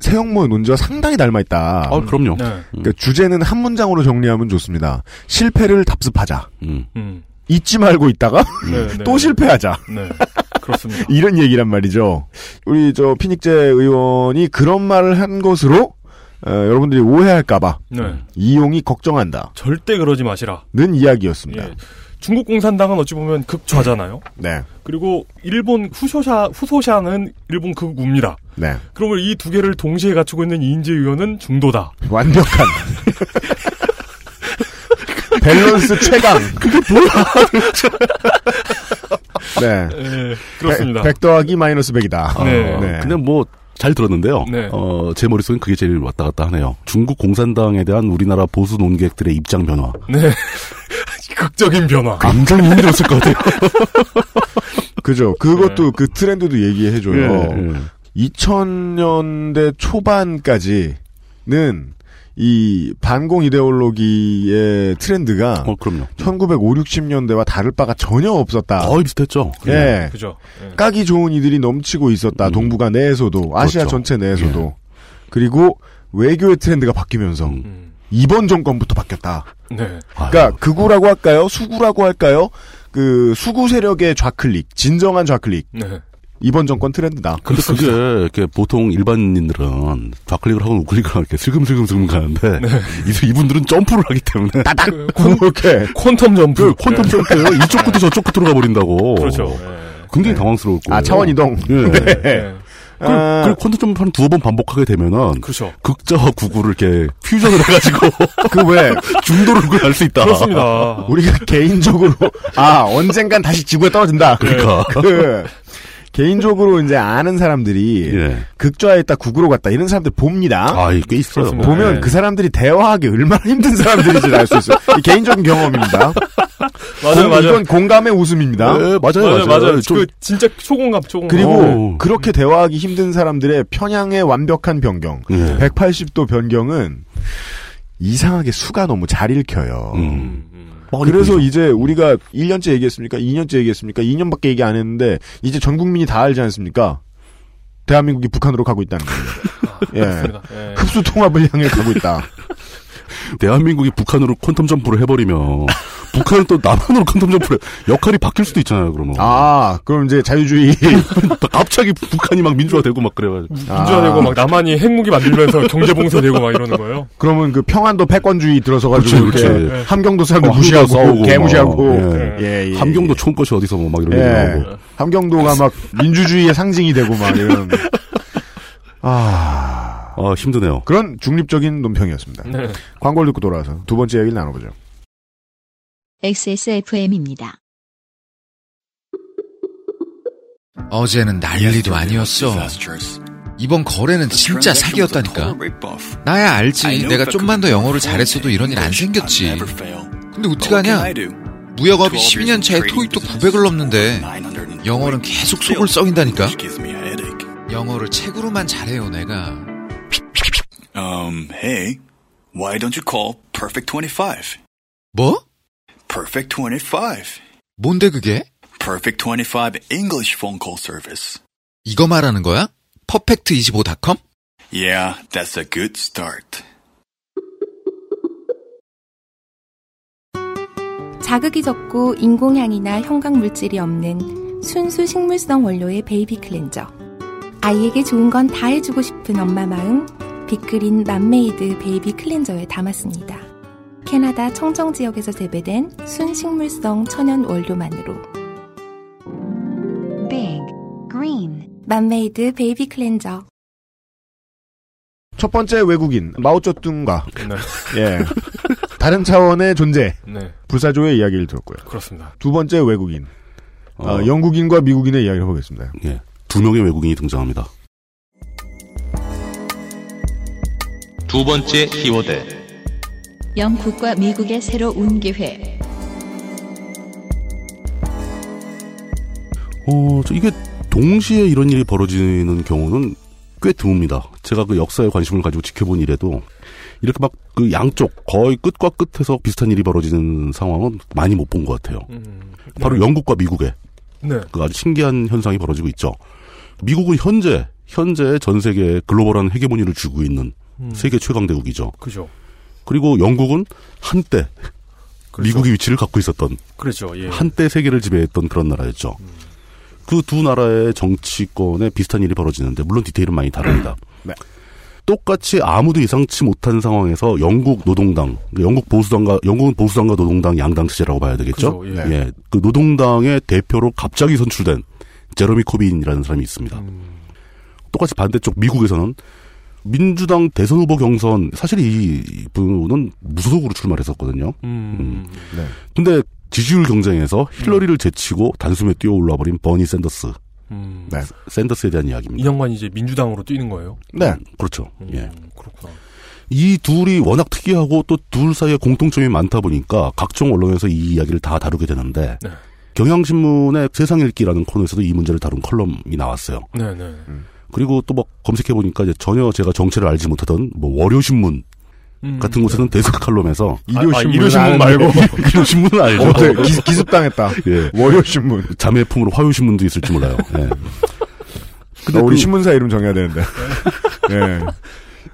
세영모의 논지와 상당히 닮아 있다.
아, 그럼요.
네.
그러니까 주제는 한 문장으로 정리하면 좋습니다. 실패를 답습하자.
음.
음.
잊지 말고 있다가 *laughs*
네, 네.
또 실패하자.
네.
*laughs*
그렇습니다.
이런 얘기란 말이죠. 우리 저 피닉제 의원이 그런 말을 한 것으로 어, 여러분들이 오해할까봐
네.
이용이 걱정한다.
절대 그러지 마시라.
는 이야기였습니다.
예. 중국 공산당은 어찌 보면 극좌잖아요.
네,
그리고 일본 후소샤, 후소샤는 일본 극우입니다.
네,
그러면 이 두 개를 동시에 갖추고 있는 이인재 의원은 중도다.
완벽한 *laughs* 밸런스 최강. 그게 뭐야? 네,
예, 그렇습니다.
100 더하기 마이너스 100이다.
네.
네.
근데 뭐, 잘 들었는데요.
네.
어, 제 머릿속엔 그게 제일 왔다 갔다 하네요. 중국 공산당에 대한 우리나라 보수 논객들의 입장 변화.
네. *laughs* 극적인 변화.
굉장히 힘들었을 것 같아요.
그죠.
네.
그것도 그 트렌드도 얘기해줘요.
*laughs* 예, 예.
2000년대 초반까지는 이 반공 이데올로기의 트렌드가
어, 그럼요.
1950, 60년대와 다를 바가 전혀 없었다.
거의 비슷했죠.
예.
그죠. 예.
까기 좋은 이들이 넘치고 있었다.
음.
동북아 내에서도, 아시아
그렇죠. 예.
전체 내에서도. 그리고 외교의 트렌드가 바뀌면서
음.
음.
이번 정권부터 바뀌었다.
네.
아유,
그러니까 극우라고 할까요? 수구라고 할까요? 그 수구 세력의 좌클릭, 진정한 좌클릭.
네.
이번 정권 트렌드다.
근데 그게 이렇게 보통 일반인들은 좌클릭을 하고 우클릭을 하고 이렇게 슬금슬금 슬금 가는데
네.
*laughs* 이- 이분들은 점프를 하기 때문에
따닥!
그
*laughs* 이렇게.
퀀텀
그
점프.
퀀텀 점프예요. 이쪽 끝에 저쪽 끝으로 가버린다고.
예. 네. 그렇죠.
네.
굉장히 당황스러울 거예요.
아, 차원 이동.
예.
예.
네.
예.
그리고, 그리고 퀀텀 점프 한 두어 번 반복하게 되면은
그렇죠.
극자와 구구를 이렇게 퓨전을 *laughs* 해가지고
그왜
중도를 할수 있다.
그렇습니다.
우리가 *laughs* 개인적으로 아 언젠간 다시 지구에 떨어진다.
그러니까.
그 개인적으로 이제 아는 사람들이
예.
극좌에 있다 구구로 갔다 이런 사람들 봅니다.
아, 이게 꽤 있어요.
그렇습니다.
보면
네.
그 사람들이 대화하기 얼마나 힘든 사람들인지 알 수 있어요. 이 개인적인
*laughs*
경험입니다.
맞아요,
공-
맞아요.
이건 공감의 웃음입니다.
예, 맞아요, 맞아요.
맞아요, 맞아요.
좀
그 진짜 초공감, 초공감. 어.
그리고
오.
그렇게 대화하기 힘든 사람들의 편향의 완벽한 변경,
그
예.
180도 변경은 이상하게 수가 너무 잘 읽혀요.
음.
음, 음.
뻔히
그래서
보이죠.
이제 우리가 1년째 얘기했습니까? 2년째 얘기했습니까? 2년밖에 얘기 안 했는데 이제 전 국민이 다 알지 않습니까? 대한민국이 북한으로 가고 있다는
*laughs*
거예요. 예.
그렇습니다. 예.
흡수 통합을 향해 가고 있다.
대한민국이 북한으로 퀀텀 점프를
*laughs*
해버리면 북한은 또 남한으로 퀀텀 점프를 해. 역할이 바뀔 수도 있잖아요. 그러면 예,
아, 그럼 이제 자유주의.
갑자기 북한이 막 민주화되고 막 그래가지고
민주화되고 막 남한이 핵무기 만들면서 경제봉쇄되고 막 이러는 거예요.
그러면 그 평안도 패권주의 들어서가지고
그렇지,
이렇게
그렇지.
예.
함경도 사람들
어,
무시하고
함경도 싸우고
개무시하고.
막, 예.
예, 예.
함경도 총것이 어디서 뭐 막 이런
예.
얘기하고
함경도가 막 민주주의의 상징이 되고 막 이런. 아.
아 힘드네요.
그런 중립적인 논평이었습니다.
네.
광고를 듣고 돌아와서 두 번째 얘기를 나눠보죠.
XSFM입니다.
어제는 난리도 아니었어. 이번 거래는 진짜 사기였다니까. 나야 알지. 내가 좀만 더 영어를 잘했어도 이런 일 안 생겼지. 근데 어떡하냐? 무역업이 12년 차에 토익도 900을 넘는데 영어는 계속 속을 썩인다니까. 영어를 책으로만 잘해요, 내가.
Um, hey, why don't you call Perfect 25?
뭐?
Perfect 25.
뭔데 그게?
Perfect 25 English phone call service.
이거 말하는 거야? 퍼펙트25.com?
아,
Yeah, that's a good start.
자극이 적고 인공향이나 형광물질이 없는 순수 식물성 원료의 베이비 클렌저. 아이에게 좋은 건 다 해주고 싶은 엄마 마음, 빅그린 맘메이드 베이비 클렌저에 담았습니다. 캐나다 청정 지역에서 재배된 순식물성 천연 원료만으로. Big Green 맘메이드 베이비 클렌저.
첫 번째 외국인 마오쩌둥과 예 다른 차원의 존재
네.
불사조의 이야기를 들었고요.
그렇습니다.
두 번째 외국인 어, 영국인과 미국인의 이야기를 해보겠습니다.
예. 아, 두 명의 외국인이 등장합니다.
두 번째 키워드
영국과 미국의 새로운 기회.
어, 저 이게 동시에 이런 일이 벌어지는 경우는 꽤 드뭅니다. 제가 그 역사에 관심을 가지고 지켜본 일에도 이렇게 막 그 양쪽 거의 끝과 끝에서 비슷한 일이 벌어지는 상황은 많이 못 본 것 같아요. 바로 영국과 미국에
네.
그 아주 신기한 현상이 벌어지고 있죠. 미국은 현재 현재 전 세계 글로벌한 헤게모니를 쥐고 있는
음.
세계 최강 대국이죠.
그죠.
그리고 영국은 한때 미국의 위치를 갖고 있었던
그렇죠. 예.
한때 세계를 지배했던 그런 나라였죠.
음.
그 두 나라의 정치권에 비슷한 일이 벌어지는데 물론 디테일은 많이 다릅니다.
음. 네.
똑같이 아무도 예상치 못한 상황에서 영국 노동당, 영국 보수당과 영국은 보수당과 노동당 양당 체제라고 봐야 되겠죠.
그죠, 예.
그 노동당의 대표로 갑자기 선출된 제러미 코빈이라는 사람이 있습니다. 똑같이 반대쪽 미국에서는 민주당 대선 후보 경선 사실 이 분은 무소속으로 출마했었거든요.
음.
네.
근데 지지율 경쟁에서 힐러리를 제치고 단숨에 뛰어 올라 버린 버니 샌더스.
음.
샌더스에 대한 이야기입니다.
이 양반 이제 민주당으로 뛰는 거예요.
아, 네.
음, 그렇죠. 예. 이 둘이 워낙 특이하고 또 둘 사이에 공통점이 많다 보니까 각종 언론에서 이 이야기를 다 다루게 되는데
네.
경향신문의 세상 읽기라는 코너에서도 이 문제를 다룬 컬럼이 나왔어요.
네, 네.
그리고 또 막 검색해 보니까 이제 전혀 제가 정체를 알지 못하던 뭐 월요신문
음.
같은 곳에는 대서 칼럼에서
일요신문은 아, 아, 일요신문 아는데. 말고.
일요신문은 알죠. 예.
어, 네, 기- 기습당했다. 월요신문
자매품으로 화요신문도 있을지 몰라요. 예.
근데 어,
그
우리 신문사 이름 정해야
*laughs*
되는데. 예.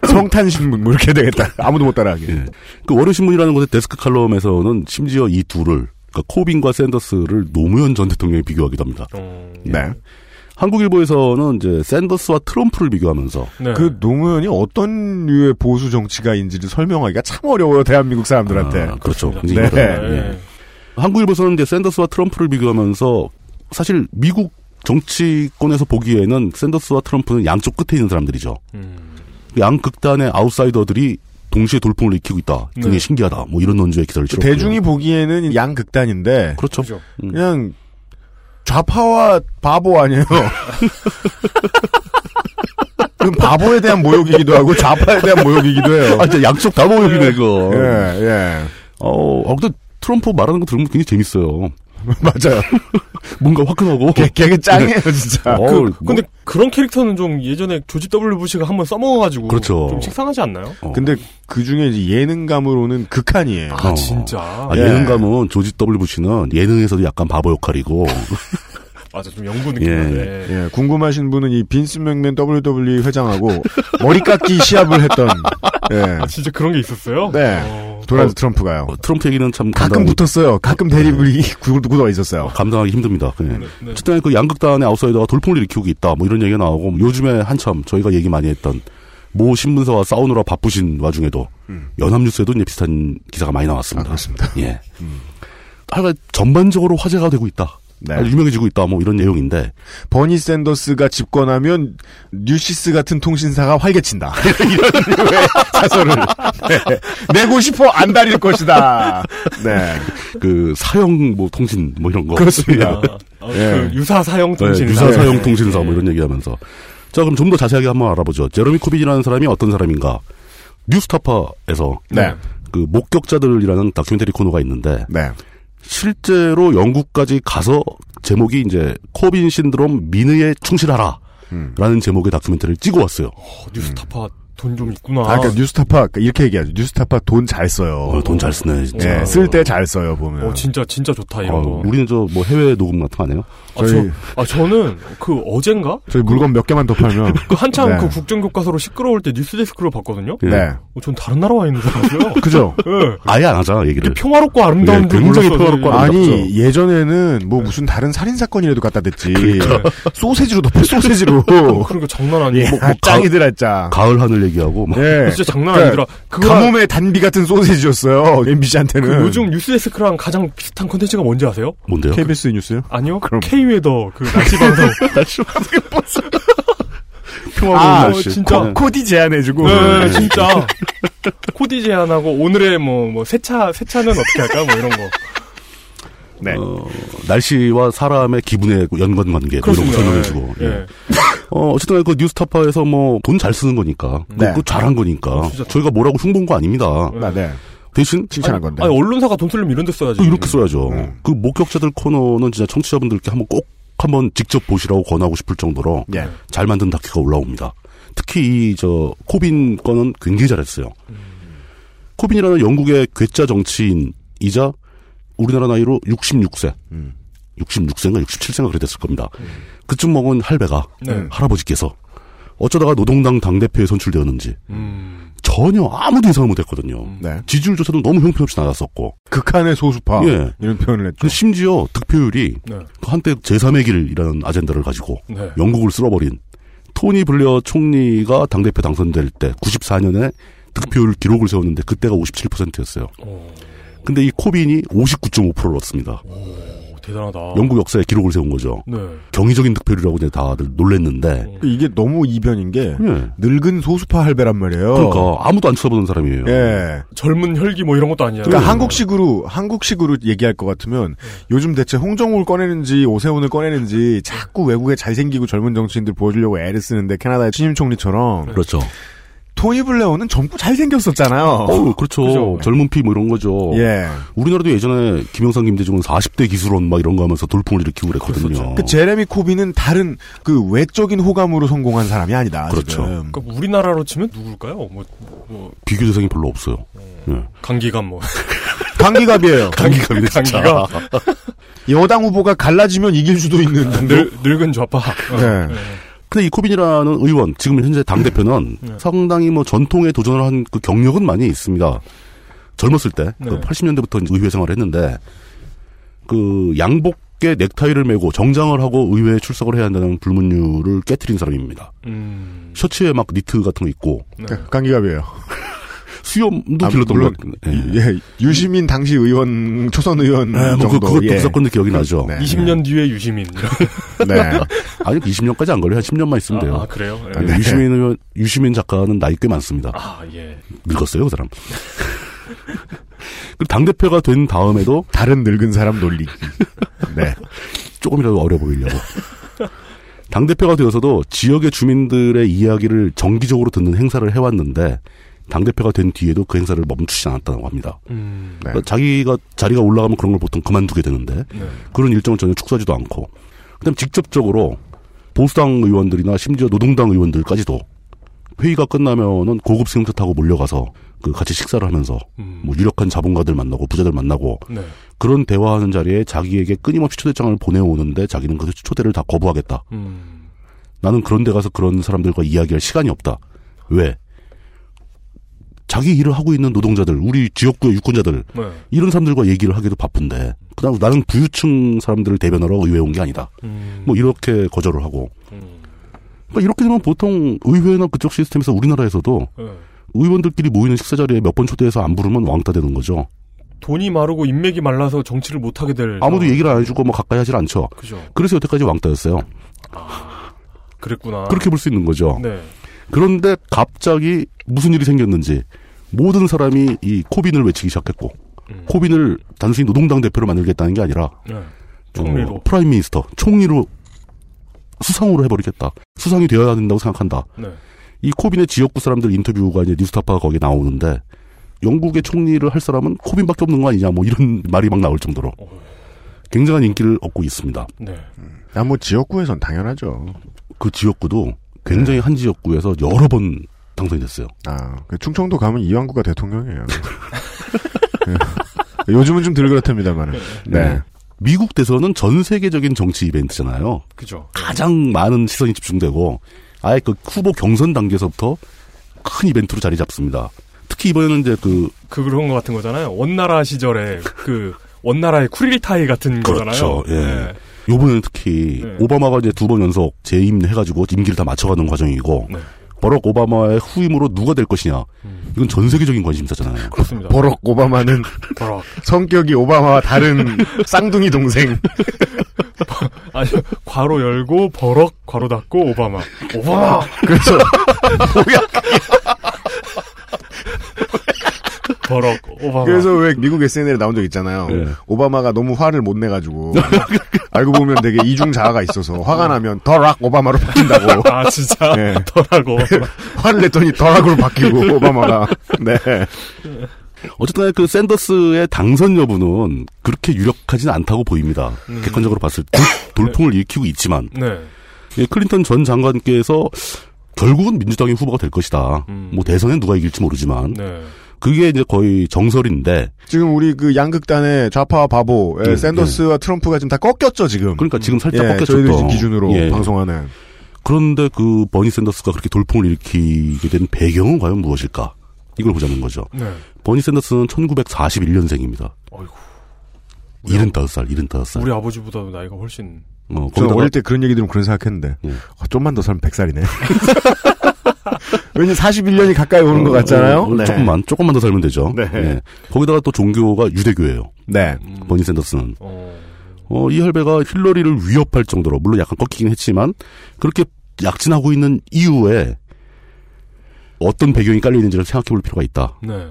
성탄신문, 뭐 이렇게 되겠다. 아무도 못 따라하게.
그 월요신문이라는 곳의 데스크 칼럼에서는 심지어 이 둘을 그러니까 코빈과 샌더스를 노무현 전 대통령이 비교하기도 합니다.
어.
네.
한국일보에서는 이제 샌더스와 트럼프를 비교하면서
네.
그 노무현이 어떤 류의 보수 정치가인지를 설명하기가 참 어려워요, 대한민국 사람들한테.
아, 그렇죠.
네.
예. 한국일보에서는 이제 샌더스와 트럼프를 비교하면서 사실 미국 정치권에서 보기에는 샌더스와 트럼프는 양쪽 끝에 있는 사람들이죠.
음.
양 극단의 아웃사이더들이 동시에 돌풍을 일으키고 있다. 굉장히
네.
신기하다. 뭐 이런 논조의 기사를 실었고
그 대중이 보기에는 양극단인데.
그렇죠.
그냥 좌파와 바보 아니에요. *laughs* 그럼 바보에 대한 모욕이기도 하고 좌파에 대한 모욕이기도 해요.
아, 진짜 양쪽 다 모욕이네, 그거.
예, 예.
어, 아, 근데 트럼프 말하는 거 들으면 굉장히 재밌어요.
*laughs* 맞아요.
*laughs* 뭔가 화끈하고. 어, 뭐,
걔- 걔가 짱이에요, 진짜.
그, 근데 그런 캐릭터는 좀 예전에 조지 W 부시가 한번 써먹어가지고
그렇죠.
좀 식상하지 않나요?
어.
근데 그 중에 이제 예능감으로는 극한이에요.
아, 진짜.
아, 예능감은 조지 W 부시는 예능에서도 약간 바보 역할이고.
맞아, 좀 연구 느낌. 예.
예, 궁금하신 분은 이 빈스 맥맨 WWE 회장하고 *laughs* 머리 깎기 시합을 했던 예.
아, 진짜 그런 게 있었어요?
네. 도널드 트럼프가요.
트럼프 얘기는 참
가끔 붙었어요. 네. 가끔 대립이 *laughs* 구도가 있었어요.
감당하기 힘듭니다.
네,
예. 어쨌든 그 양극단의 아웃사이더가 돌풍을 일으키고 있다. 뭐 이런 얘기가 나오고 요즘에 한참 저희가 얘기 많이 했던 모 신문사와 싸우느라 바쁘신 와중에도 연합뉴스에도 이제 비슷한 기사가 많이
음. 아,
나왔습니다.
그렇습니다.
예.
음.
하여간 전반적으로 화제가 되고 있다.
네.
아주 유명해지고 있다. 뭐 이런 내용인데
버니 샌더스가 집권하면 뉴시스 같은 통신사가 활개친다. *laughs* 이런 류의 사설을 네. 내고 싶어 안 다릴 것이다. 네.
그 사형 뭐 통신 뭐 이런 거
그렇습니다. 네.
아, 그
예.
유사 사형 통신사.
유사 사형
네.
통신사 뭐 이런 얘기하면서 자 그럼 좀 더 자세하게 한번 알아보죠. 제러미 코빈이라는 사람이 어떤 사람인가? 뉴스타파에서
네.
그 목격자들이라는 다큐멘터리 코너가 있는데 실제로 영국까지 가서 제목이 이제 코빈 신드롬 민의에 충실하라. 라는 제목의 다큐멘터리를 찍어왔어요.
어, 뉴스타파 돈 좀 있구나.
아, 그러니까 뉴스타파 그러니까 이렇게 얘기하죠. 뉴스타파 돈 잘 써요.
어, 돈 잘 쓰네 진짜.
예, 쓸 때 잘 써요 보면.
어, 진짜 진짜 좋다 이런
어,
거.
우리는 저 뭐 해외 녹음 같은 거 안 해요?
아, 저, 아 저는 그 어젠가
저희 물건 몇 개만 더
*laughs*
팔면
그 한참
네.
그 국정교과서로 시끄러울 때 뉴스데스크로 봤거든요.
네.
어, 전 다른 나라 와 있는 줄 알았어요. *laughs*
그죠?
예.
아예 안 하잖아 얘기를.
평화롭고 아름다운 줄 몰랐어요, 저는.
예, 아니 예전에는 뭐
네.
무슨 다른 살인 사건이라도 갖다 댔지. *laughs*
예.
소세지로 덮어
*laughs*
소세지로.
그러니까 장난
예,
아니에요.
뭐, 뭐 짱이더라 짱.
가을 하늘 얘기하고
네.
막.
예.
*laughs* 진짜 장난 아니더라. 그거랑-
가뭄의 단비 같은 소세지였어요. MBC한테는.
그 요즘 뉴스데스크랑 가장 비슷한 컨텐츠가 뭔지 아세요?
뭔데요?
KBS 뉴스요?
아니요. K웨더 그 날씨 방송.
날씨 방송이
평화로운
아,
날씨.
진짜.
어, 코- 코디 제안해주고.
네,
네.
진짜. 코디 제안하고 오늘의 뭐, 뭐, 세차, 세차는 어떻게 할까? 뭐 이런 거.
네.
어, 날씨와 사람의 기분의 연관 관계 뭐 이런 거
그렇습니다.
설명해주고.
예.
예. 어, 어쨌든 간에 그 뉴스타파에서 뭐 돈 잘 쓰는 거니까, 그
네.
그 잘한 거니까 저희가 뭐라고 흉본 거 아닙니다.
네.
대신
음.
칭찬한 건데.
네. 아니, 어. 언론사가 돈 쓰려면 이런 데 써야지.
또 어, 이렇게 써야죠.
네.
그 목격자들 코너는 진짜 청취자분들께 한번 꼭 한번 직접 보시라고 권하고 싶을 정도로
예.
잘 만든 다큐가 올라옵니다. 특히 이 저 코빈 건은 굉장히 잘했어요. 코빈이라는 영국의 괴짜 정치인이자 우리나라 나이로 66세.
음.
66세인가 67세인가 그래 됐을 겁니다. 그쯤 먹은 할배가
네.
할아버지께서 어쩌다가 노동당 당대표에 선출되었는지
음.
전혀 아무도 이상을 못했거든요.
음.
지지율 조사도 너무 형편없이 나갔었고
네. 극한의 소수파
예.
이런 표현을
그
했죠.
심지어 득표율이
그렇죠. 네.
그 한때 제3의 길이라는 아젠다를 가지고
네.
영국을 쓸어버린 토니 블레어 총리가 당대표 당선될 때 94년에 득표율 기록을 세웠는데 그때가 57%였어요. 근데 이 코빈이 59.5%를 얻습니다.
오, 어, 대단하다.
영국 역사에 기록을 세운 거죠.
네.
경이적인 득표율이라고 이제 다들 놀랬는데
이게 너무 이변인 게
늙은 소수파 할배란 말이에요. 그러니까 아무도 안 쳐다보는 사람이에요.
예.
젊은 혈기 뭐 이런 것도 아니잖아요.
그러니까 한국식으로 한국식으로 얘기할 것 같으면 요즘 대체 홍정우를 꺼내는지 오세훈을 꺼내는지 자꾸 외국에 잘생기고 젊은 정치인들 보여주려고 애를 쓰는데 캐나다의 신임 총리처럼
그렇죠.
토니 블레어는 젊고 잘생겼었잖아요.
어우, 그렇죠. 젊은 피 뭐 이런 거죠.
예.
우리나라도 예전에 김영삼, 김대중은 40대 기술원 막 이런 거 하면서 돌풍을 일으키고 그렇죠. 그랬거든요.
그 제레미 코비는 다른 그 외적인 호감으로 성공한 사람이 아니다.
그렇죠.
지금.
그러니까 우리나라로 치면 누굴까요? 뭐, 뭐,
비교 대상이 별로 없어요. 예.
강기감 뭐.
그 강기갑이에요.
강기갑이네, 진짜.
강기갑.
여당 후보가 갈라지면 이길 수도 예. 있는
늙, 늙은 좌파. 어, 네.
근데 이 코빈이라는 의원, 지금 현재 당대표는
네.
상당히 뭐 전통에 도전을 한 그 경력은 많이 있습니다. 젊었을 때,
네.
그 80년대부터 의회 생활을 했는데, 그 양복에 넥타이를 메고 정장을 하고 의회에 출석을 해야 한다는 불문율을 깨뜨린 사람입니다.
음.
음.
셔츠에 막 니트 같은 거 입고.
강기갑이에요.
수염도
아,
길렀던
물론,
것 같은데.
예, 유시민 당시 의원 초선 의원
네,
정도.
뭐
예.
그, 그것도 무조건도 기억이 나죠.
20년 뒤에 유시민.
네.
아니 그 20년까지 안 걸려요. 한 10년만 있으면 돼요.
아, 그래요? 예.
아니,
네.
유시민 의원, 유시민 작가는 나이 꽤 많습니다.
아, 예.
늙었어요, 그 사람. *laughs* 당 대표가 된 다음에도
다른 늙은 사람 놀리기. 네.
조금이라도 어려 보이려고. 당 대표가 되어서도 지역의 주민들의 이야기를 정기적으로 듣는 행사를 해왔는데 당 대표가 된 뒤에도 그 행사를 멈추지 않았다고 합니다. 그러니까 자기가 자리가 올라가면 그런 걸 보통 그만두게 되는데 그런 일정을 전혀 축소하지도 않고 그다음 직접적으로 보수당 의원들이나 심지어 노동당 의원들까지도 회의가 끝나면은 고급 승용차 타고 몰려가서 그 같이 식사를 하면서 뭐 유력한 자본가들 만나고 부자들 만나고
네.
그런 대화하는 자리에 자기에게 끊임없이 초대장을 보내오는데 자기는 그 초대를 다 거부하겠다. 음. 나는 그런 데 가서 그런 사람들과 이야기할 시간이 없다. 왜? 자기 일을 하고 있는 노동자들, 우리 지역구의 유권자들,
네.
이런 사람들과 얘기를 하기도 바쁜데, 그다음 나는 부유층 사람들을 대변하러 의회에 온 게 아니다. 뭐 이렇게 거절을 하고. 그러니까 이렇게 되면 보통 의회나 그쪽 시스템에서 우리나라에서도 의원들끼리 모이는 식사 자리에 몇 번 초대해서 안 부르면 왕따 되는 거죠.
돈이 마르고 인맥이 말라서 정치를 못하게 될.
아무도
상황.
얘기를 안 해주고 뭐 가까이 하질 않죠.
그죠.
래서 여태까지 왕따였어요.
그랬구나.
그렇게 볼 수 있는 거죠.
네.
그런데 갑자기 무슨 일이 생겼는지 모든 사람이 이 코빈을 외치기 시작했고
음.
코빈을 단순히 노동당 대표로 만들겠다는 게 아니라
네. 총리로.
어, 프라임 미니스터 총리로 수상으로 해버리겠다. 수상이 되어야 된다고 생각한다.
네.
이 코빈의 지역구 사람들 인터뷰가 이제 뉴스타파가 거기에 나오는데 영국의 총리를 할 사람은 코빈밖에 없는 거 아니냐 뭐 이런 *laughs* 말이 막 나올 정도로
어.
굉장한 인기를 얻고 있습니다.
네.
아, 뭐 지역구에선 당연하죠.
그 지역구도 굉장히 한 지역구에서 여러 번 당선이 됐어요.
아, 그 충청도 가면 이왕구가 대통령이에요. 네. 요즘은 좀 덜 그렇답니다만. 네.
미국 대선은 전 세계적인 정치 이벤트잖아요.
그죠.
가장 많은 시선이 집중되고 아예 그 후보 경선 단계에서부터 큰 이벤트로 자리 잡습니다. 특히 이번에는 이제 그
그 그런 것 같은 거잖아요. 원나라 시절에 그 원나라의 쿠릴타이 같은 거잖아요. 네.
그렇죠. 예. 요번에는 특히 오바마가 이제 두 번 연속 재임해가지고 임기를 다 맞춰가는 과정이고 버럭 오바마의 후임으로 누가 될 것이냐 이건 전 세계적인 관심사잖아요.
그렇습니다.
버럭 오바마는
버럭.
성격이 오바마와 다른 쌍둥이 동생.
아니 괄호 열고 버럭 괄호 닫고 오바마. 오바마.
그래서
뭐야? 버럭
*laughs*
오바마.
그래서 왜 미국 SNL에 나온 적 있잖아요. 오바마가 너무 화를 못 내가지고 알고 보면 되게 이중 자아가 있어서 화가 나면 더락 오바마로 바뀐다고.
아 진짜
네.
예.
더라고.
화를 냈더니 더락으로
*laughs*
바뀌고 오바마가. 네.
어쨌든 그 샌더스의 당선 여부는 그렇게 유력하진 않다고 보입니다.
음.
객관적으로 봤을 때
*laughs*
돌, 풍을 일으키고 있지만
네.
예, 클린턴 전 장관께서 결국은 민주당의 후보가 될 것이다.
음.
뭐 대선에 누가 이길지 모르지만
네.
그게 이제 거의 정설인데
지금 우리 그 양극단의 좌파와 바보, 예,
예,
샌더스와 트럼프가 지금 다 꺾였죠 지금.
그러니까 지금 살짝
예,
꺾였죠.
저희들
또.
지금 기준으로
예.
방송하는.
그런데 그 버니 샌더스가 그렇게 돌풍을 일으키게 된 배경은 과연 무엇일까? 이걸 보자는 거죠.
네.
버니 샌더스는 1941년생입니다.
어이구.
75살, 75살.
우리 아버지보다도 나이가 훨씬.
어,
저는
거기다가- 예.
어릴 때 그런 얘기 들으면 그런 생각했는데 어, 좀만 더 살면
*laughs*
100살이네. 왠지 41년이 가까이 오는 것 같잖아요.
어,
네.
조금만 조금만 더 살면 되죠.
네.
예. 거기다가 또 종교가 유대교예요.
네.
버니 샌더스는. 어, 이 혈배가 힐러리를 위협할 정도로 물론 약간 꺾이긴 했지만 그렇게 약진하고 있는 이유에 어떤 배경이 깔려 있는지를 생각해 볼 필요가 있다.
네.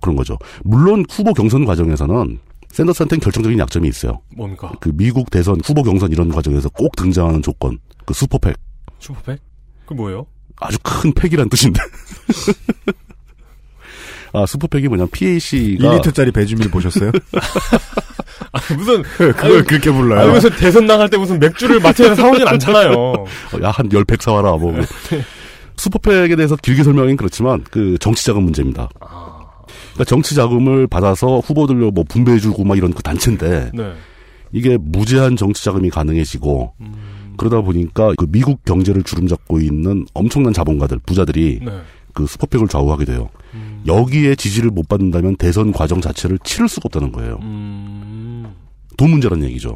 그런 거죠. 물론 후보 경선 과정에서는 샌더스한테는 결정적인 약점이 있어요.
뭡니까?
그 미국 대선 후보 경선 이런 과정에서 꼭 등장하는 조건, 그 슈퍼팩.
슈퍼백? 그 뭐예요?
아주 큰 팩이란 뜻인데. *laughs* 아, 슈퍼팩이 뭐냐면 PAC가
1리터짜리 배주밀
*laughs*
보셨어요?
아, *laughs* 무슨
그걸 그렇게 불러요.
아니, 무슨 대선 나갈 때 무슨 맥주를 마트에서 *laughs* 사오진 않잖아요.
어, 야, 한 열 팩 사와라, 뭐.
네.
슈퍼팩에 대해서 길게 설명하긴 그렇지만, 그, 정치자금 문제입니다.
아.
그러니까 정치자금을 받아서 후보들로 뭐 분배해주고 막 이런 그 단체인데,
네.
이게 무제한 정치자금이 가능해지고,
음.
그러다 보니까 그 미국 경제를 주름잡고 있는 엄청난 자본가들, 부자들이
네.
그 슈퍼팩을 좌우하게 돼요.
음.
여기에 지지를 못 받는다면 대선 과정 자체를 치를 수가 없다는 거예요.
음,
돈 문제라는 얘기죠.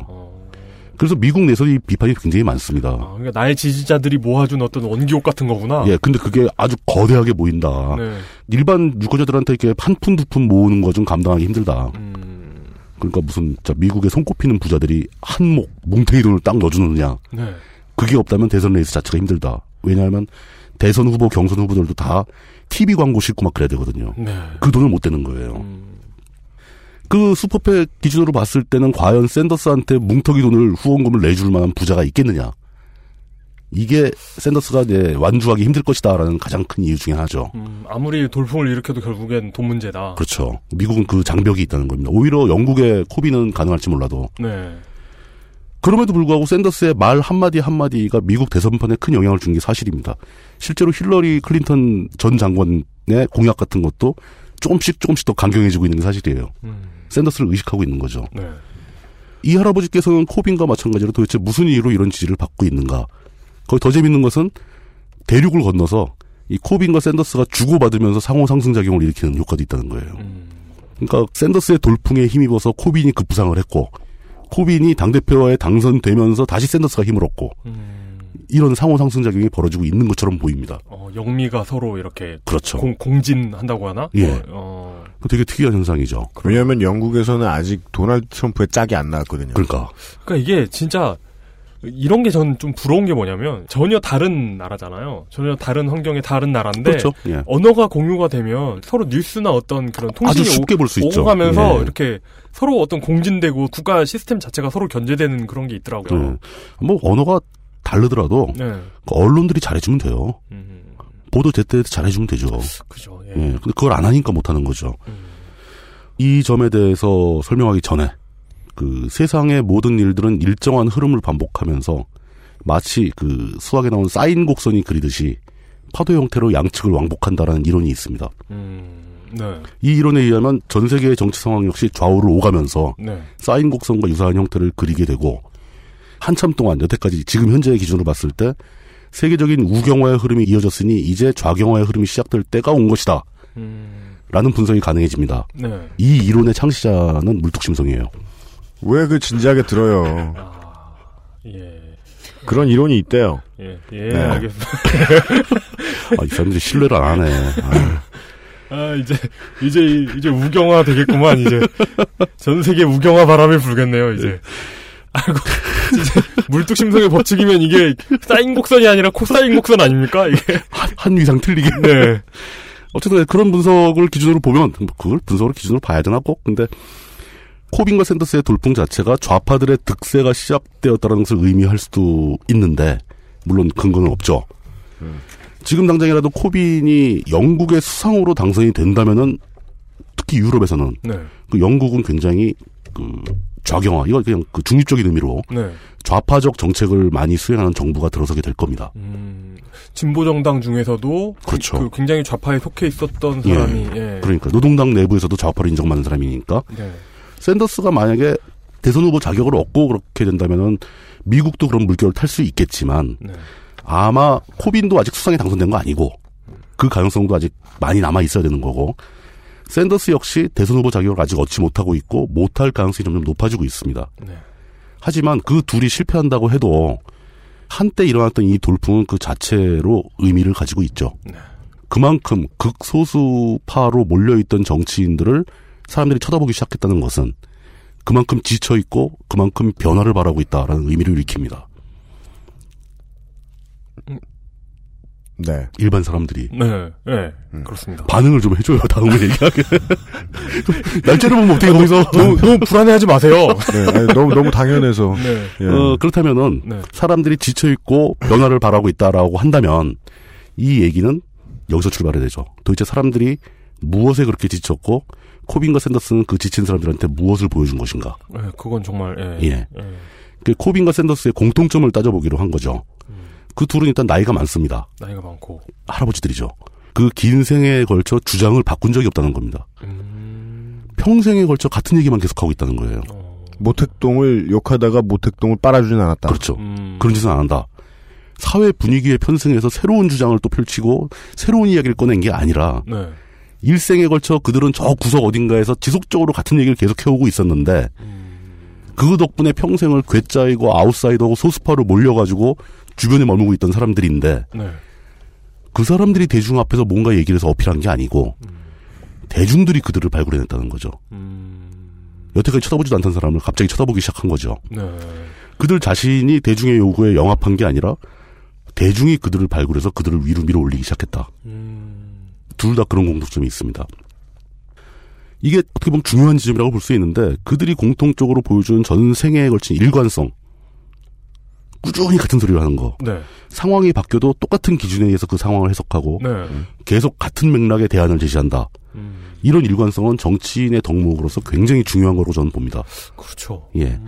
그래서 미국 내에서 이 비판이 굉장히 많습니다.
어. 아, 그러니까 나의 지지자들이 모아준 어떤 원기옥 같은 거구나.
예, 근데 그게 아주 거대하게 보인다.
네.
일반 유권자들한테 이렇게 한 푼 두 푼 모으는 거 좀 감당하기 힘들다.
음.
그러니까 무슨 진짜 미국에 손꼽히는 부자들이 한몫 뭉탱이 돈을 딱 넣어주느냐.
네.
그게 없다면 대선 레이스 자체가 힘들다. 왜냐하면 대선 후보, 경선 후보들도 다 TV 광고 싣고 막 그래야 되거든요.
네.
그 돈을 못 대는 거예요. 그 슈퍼팩 기준으로 봤을 때는 과연 샌더스한테 뭉텅이 돈을 후원금을 내줄 만한 부자가 있겠느냐. 이게 샌더스가 이제 완주하기 힘들 것이다라는 가장 큰 이유 중에 하나죠.
음, 아무리 돌풍을 일으켜도 결국엔 돈 문제다.
그렇죠. 미국은 그 장벽이 있다는 겁니다. 오히려 영국의 코비는 가능할지 몰라도
네.
그럼에도 불구하고 샌더스의 말 한마디 한마디가 미국 대선판에 큰 영향을 준 게 사실입니다. 실제로 힐러리 클린턴 전 장관의 공약 같은 것도 조금씩 조금씩 더 강경해지고 있는 게 사실이에요. 샌더스를 의식하고 있는 거죠.
네.
이 할아버지께서는 코빈과 마찬가지로 도대체 무슨 이유로 이런 지지를 받고 있는가. 거기 더 재밌는 것은 대륙을 건너서 이 코빈과 샌더스가 주고받으면서 상호 상승작용을 일으키는 효과도 있다는 거예요.
음.
그러니까 샌더스의 돌풍에 힘입어서 코빈이 급부상을 했고 코빈이 당대표에 당선되면서 다시 샌더스가 힘을 얻고
음.
이런 상호 상승작용이 벌어지고 있는 것처럼 보입니다.
어, 영미가 서로 이렇게
그렇죠.
공, 공진한다고 하나?
예.
어, 어,
되게 특이한 현상이죠.
네.
왜냐하면 영국에서는 아직 도널드 트럼프의 짝이 안 나왔거든요.
그러니까
그러니까 이게 진짜 이런 게 전 좀 부러운 게 뭐냐면 전혀 다른 나라잖아요. 전혀 다른 환경의 다른 나라인데
그렇죠. 예.
언어가 공유가 되면 서로 뉴스나 어떤 그런 통신이
아주 쉽게 볼수
오고
있죠.
가면서
예.
이렇게 서로 어떤 공진되고 국가 시스템 자체가 서로 견제되는 그런 게 있더라고요.
예. 뭐 언어가 다르더라도
네. 음.
그 언론들이 잘해주면 돼요. 보도 제때 잘해주면 되죠.
그죠. 예.
예. 근데 그걸 안 하니까 못하는 거죠. 이 점에 대해서 설명하기 전에 그 세상의 모든 일들은 일정한 흐름을 반복하면서 마치 그 수학에 나온 사인 곡선이 그리듯이 파도 형태로 양측을 왕복한다라는 이론이 있습니다.
네.
이 이론에 의하면 전 세계의 정치 상황 역시 좌우를 오가면서
네.
쌓인 곡선과 유사한 형태를 그리게 되고 한참 동안 여태까지 지금 현재의 기준으로 봤을 때 세계적인 우경화의 흐름이 이어졌으니 이제 좌경화의 흐름이 시작될 때가 온 것이다. 라는 분석이 가능해집니다.
네.
이 이론의 창시자는 물뚝심성이에요.
왜 그 진지하게 들어요? 그런 이론이 있대요.
예, 예,
네.
알겠습니다.
아, 이 사람들이 신뢰를 안 하네. 아.
아, 이제, 이제, 이제 우경화 되겠구만, 이제. 전 세계 우경화 바람이 불겠네요, 이제. 아이고, 진짜, 물뚝심성의 법칙이면 이게 사인 곡선이 아니라 코사인 곡선 아닙니까? 이게.
한 위상 틀리게.
네.
어쨌든 그런 분석을 기준으로 보면 뭐 그걸 분석을 기준으로 봐야 되나 꼭 근데 코빈과 샌더스의 돌풍 자체가 좌파들의 득세가 시작되었다는 것을 의미할 수도 있는데 물론 근거는 없죠. 지금 당장이라도 코빈이 영국의 수상으로 당선이 된다면은 특히 유럽에서는
네.
그 영국은 굉장히 그 좌경화 이거 그냥 그 중립적인 의미로
네.
좌파적 정책을 많이 수행하는 정부가 들어서게 될 겁니다.
음, 진보 정당 중에서도
그렇죠.
그 굉장히 좌파에 속해 있었던 사람이 예.
그러니까 노동당 내부에서도 좌파를 인정받는 사람이니까
네.
샌더스가 만약에 대선 후보 자격을 얻고 그렇게 된다면은 미국도 그런 물결을 탈 수 있겠지만
네.
아마 코빈도 아직 수상에 당선된 거 아니고 그 가능성도 아직 많이 남아 있어야 되는 거고 샌더스 역시 대선 후보 자격을 아직 얻지 못하고 있고 못할 가능성이 점점 높아지고 있습니다.
네.
하지만 그 둘이 실패한다고 해도 한때 일어났던 이 돌풍은 그 자체로 의미를 가지고 있죠. 그만큼 극소수파로 몰려있던 정치인들을 사람들이 쳐다보기 시작했다는 것은 그만큼 지쳐있고 그만큼 변화를 바라고 있다라는 의미를 일으킵니다.
네.
일반 사람들이.
네, 예, 그렇습니다.
반응을 좀 해줘요, 다음에 얘기하게. *laughs* 날짜를 보면 어떻게 거기서.
너무, 너무 뭐 불안해하지 마세요.
네, 아니, 너무, 너무 당연해서.
*laughs* 네.
예.
어, 그렇다면은
네.
사람들이 지쳐있고 변화를 바라고 있다라고 한다면 이 얘기는 여기서 출발해야 되죠. 도대체 사람들이 무엇에 그렇게 지쳤고 코빈과 샌더스는 그 지친 사람들한테 무엇을 보여준 것인가.
예, 그건 정말 예.
예. 그 코빈과 샌더스의 공통점을 따져보기로 한 거죠. 그 둘은 일단 나이가 많습니다.
나이가 많고
할아버지들이죠. 그 긴 생애에 걸쳐 주장을 바꾼 적이 없다는 겁니다.
음,
평생에 걸쳐 같은 얘기만 계속하고 있다는 거예요.
어,
모택동을 욕하다가 모택동을 빨아주진 않았다.
그렇죠.
음.
그런 짓은 안 한다. 사회 분위기에 편승해서 새로운 주장을 또 펼치고 새로운 이야기를 꺼낸 게 아니라
네.
일생에 걸쳐 그들은 저 구석 어딘가에서 지속적으로 같은 얘기를 계속 해오고 있었는데 그 덕분에 평생을 괴짜이고 아웃사이더고 소수파로 몰려가지고 주변에 머물고 있던 사람들인데
네.
그 사람들이 대중 앞에서 뭔가 얘기를 해서 어필한 게 아니고 대중들이 그들을 발굴해냈다는 거죠. 여태까지 쳐다보지도 않던 사람을 갑자기 쳐다보기 시작한 거죠.
음, 네.
그들 자신이 대중의 요구에 영합한 게 아니라 대중이 그들을 발굴해서 그들을 위로 밀어 올리기 시작했다.
음,
둘 다 그런 공통점이 있습니다. 이게 어떻게 보면 중요한 지점이라고 볼 수 있는데 그들이 공통적으로 보여준 전 생애에 걸친 일관성 꾸준히 같은 소리를 하는 거
네.
상황이 바뀌어도 똑같은 기준에 의해서 그 상황을 해석하고
네.
계속 같은 맥락의 대안을 제시한다
음,
이런 일관성은 정치인의 덕목으로서 굉장히 중요한 거로 저는 봅니다
그렇죠.
예.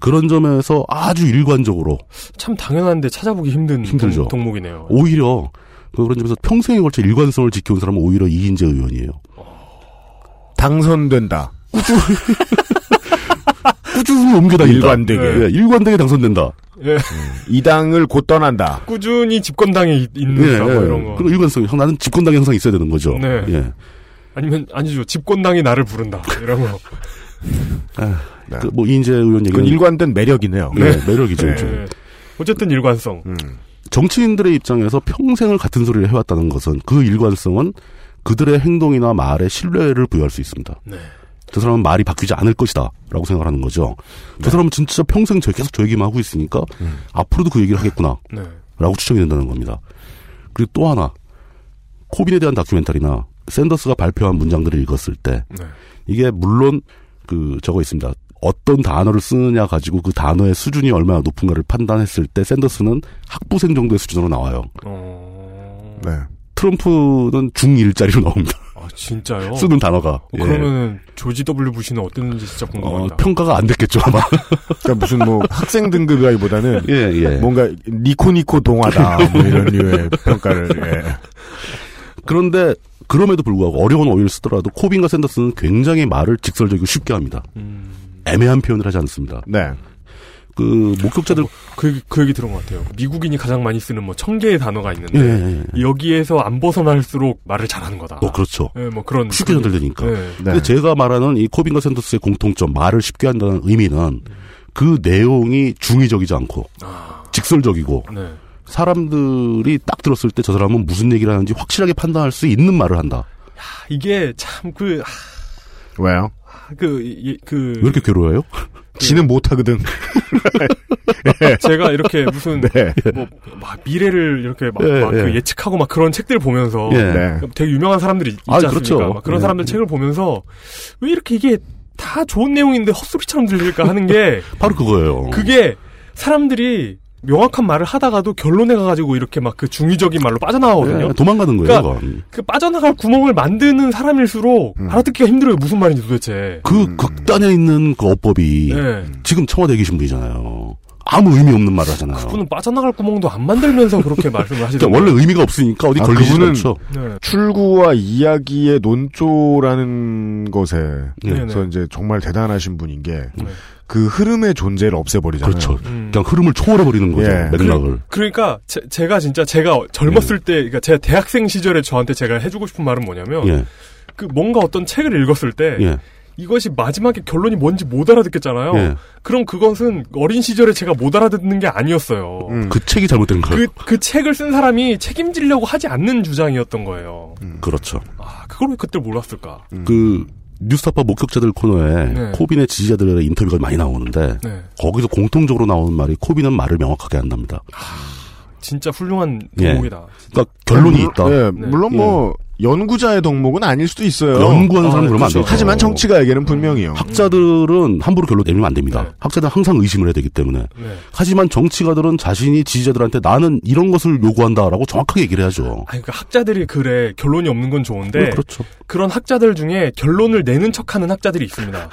그런 점에서 아주 일관적으로
참 당연한데 찾아보기 힘든
힘들죠.
동, 목이네요
오히려 그런 점에서 평생에 걸쳐 일관성을 지켜온 사람은 오히려 이인재 의원이에요.
당선된다.
꾸준히 옮겨다닌다.
일관되게.
예, 일관되게 당선된다.
예.
이 당을 곧 떠난다.
꾸준히 집권당에 있- 있는
예,
거뭐
예.
이런 거.
그리고 일관성이 항상- 나는 집권당이 항상 있어야 되는 거죠.
네.
예.
아니면 아니죠. 집권당이 나를 부른다. 이런
*laughs*
거.
아, 그, 뭐, 이인재 의원 얘기.
그건 일관된 매력이네요.
네, 매력이죠. 음.
네.
좀.
어쨌든 일관성.
정치인들의 입장에서 평생을 같은 소리를 해왔다는 것은 그 일관성은 그들의 행동이나 말에 신뢰를 부여할 수 있습니다.
네.
저 사람은 말이 바뀌지 않을 것이다. 라고 생각하는 거죠. 저 사람은 진짜 평생 저, 계속 저 얘기만 하고 있으니까 앞으로도 그 얘기를 하겠구나.
네.
라고 추정이 된다는 겁니다. 그리고 또 하나, 코빈에 대한 다큐멘터리나 샌더스가 발표한 문장들을 읽었을 때,
네.
이게 물론 그 저거 있습니다. 어떤 단어를 쓰느냐 가지고 그 단어의 수준이 얼마나 높은가를 판단했을 때 샌더스는 학부생 정도의 수준으로 나와요.
네.
트럼프는 중1짜리로 나옵니다.
어, 아, 진짜요?
쓰는 단어가. 예.
그러면 조지 W 부시는 어땠는지 진짜
어,
궁금합니다.
평가가 안 됐겠죠
*laughs*
아마.
그러니까 무슨 뭐 학생 등급이라기보다는
예,
뭐,
뭔가 니코니코 *laughs* 동화다 뭐 이런 류의 평가를 예.
그런데 그럼에도 불구하고 어려운 어휘를 쓰더라도 코빈과 샌더스는 굉장히 말을 직설적이고 쉽게 합니다.
음.
애매한 표현을 하지 않습니다.
네.
그 목격자들
그, 얘기- 그 얘기 들은 것 같아요. 미국인이 가장 많이 쓰는 뭐 네. 천 개의 단어가 있는데
예,
여기에서 안 벗어날수록 말을 잘하는 거다.
어, 그렇죠.
예, 뭐 그런
쉽게 전달되니까.
예.
그러니까.
근데 그 제가 말하는 이 코빈과 샌더스의 공통점 말을 쉽게 한다는 의미는 그 내용이 중의적이지 않고
아.
직설적이고
네.
사람들이 딱 들었을 때 저 사람은 무슨 얘기를 하는지 확실하게 판단할 수 있는 말을 한다.
아, 이게 참그그그
왜요?
그, 그-
왜 이렇게 괴로워요? *laughs*
지는 못하거든. *laughs*
제가 이렇게 무슨
네.
뭐, 막 미래를 이렇게 막,
예,
막 그
예.
예측하고 막 그런 책들 보면서 그
예. 네.
되게 유명한 사람들이 있지
아,
않습니까?
그렇죠.
막 그런
예.
사람들 책을 보면서 왜 이렇게 이게 다 좋은 내용인데 헛소리처럼 들릴까
*laughs*
하는 게
바로
어.
그거예요.
그게 사람들이 명확한 말을 하다가도 결론에 가가지고 이렇게 막 그 중의적인 말로 빠져나가거든요.
네.
예, 도망가는 거예요.
그러니까
그건.
그 빠져나갈 구멍을 만드는 사람일수록
음.
알아듣기가 힘들어요. 무슨 말인지 도대체.
그 극단에 있는 그
예.
어법이
음.
음.
네.
지금 청와대 계신 분이잖아요. 아무 의미 없는 말을 하잖아요.
그분은 빠져나갈 구멍도 안 만들면서
*laughs*
그렇게 말씀을 하시죠.
그러니까 원래 의미가 없으니까 어디
아,
걸리지
그분은
않죠.
네.
출구와 이야기의 논조라는 것에서
네, 네.
이제 정말 대단하신 분인 게 그 흐름의 존재를 없애버리잖아요.
그렇죠.
음.
그냥 흐름을 초월해버리는 거죠.
예.
맥락을. 네.
그러니까 제, 가 진짜 제가 젊었을 때, 그러니까 제가 대학생 시절에 저한테 제가 해주고 싶은 말은 뭐냐면
예.
그 뭔가 어떤 책을 읽었을 때
예.
이것이 마지막에 결론이 뭔지 못 알아듣겠잖아요.
예.
그럼 그것은 어린 시절에 제가 못 알아듣는 게 아니었어요.
그 책이 잘못된
그,
거예요.
그 책을 쓴 사람이 책임지려고 하지 않는 주장이었던 거예요.
그, 렇죠
아, 그걸 왜 그때 몰랐을까?
그 뉴스타파 목격자들 코너에
네.
코빈의 지지자들의 인터뷰가 많이 나오는데
네.
거기서 공통적으로 나오는 말이 코빈은 말을 명확하게 한답니다.
진짜 훌륭한
예.
대목이다.
그러니까 결론이
물-
있다.
예, 물론 뭐 연구자의 덕목은 아닐 수도 있어요.
연구하는
아,
사람 그러면 안
그렇죠.
되죠.
하지만 정치가에게는 분명히요.
학자들은 함부로 결론 내리면 안 됩니다. 학자들은 항상 의심을 해야 되기 때문에.
네.
하지만 정치가들은 자신이 지지자들한테 나는 이런 것을 요구한다라고 정확하게 얘기를 해야죠.
아니, 그 학자들이 그래 결론이 없는 건 좋은데
네, 그렇죠.
런 학자들 중에 결론을 내는 척하는 학자들이 있습니다.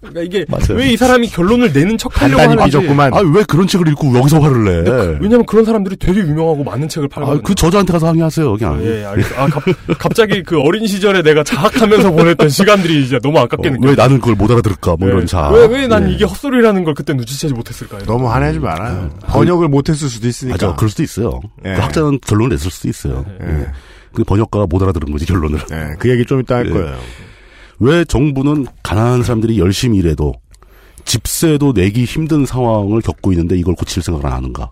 그러니까 이게
맞아요.
왜 이 사람이 결론을 내는 척하려고 하는지 아,
아왜 그런 책을 읽고 여기서 화를 내?
왜냐면 그런 사람들이 되게 유명하고 많은 책을 팔거든요.
네. 아, 그 저자한테 가서 항의하세요. 그냥.
예, 알겠어. 아, 갑, 갑자기 그 어린 시절에 내가 자학하면서 보냈던 시간들이 이제 너무 아깝게 느껴.
어, 왜 나는 그걸 못 알아들을까? 뭐 이런 자.
네.
어?
왜, 왜 난 이게 헛소리라는 걸 그때 눈치채지 못했을까요?
너무 화내지 말아요. 번역을 못했을 수도 있으니까.
음, 그 맞아, 그럴 수도 있어요.
예.
그 학자는 결론을 냈을 수도 있어요. 예. 그 번역가가 못 알아들은 거지 결론을.
그 얘기 좀 이따 할 거예요.
왜 정부는 가난한 사람들이 열심히 일해도 집세도 내기 힘든 상황을 겪고 있는데 이걸 고칠 생각을 안 하는가?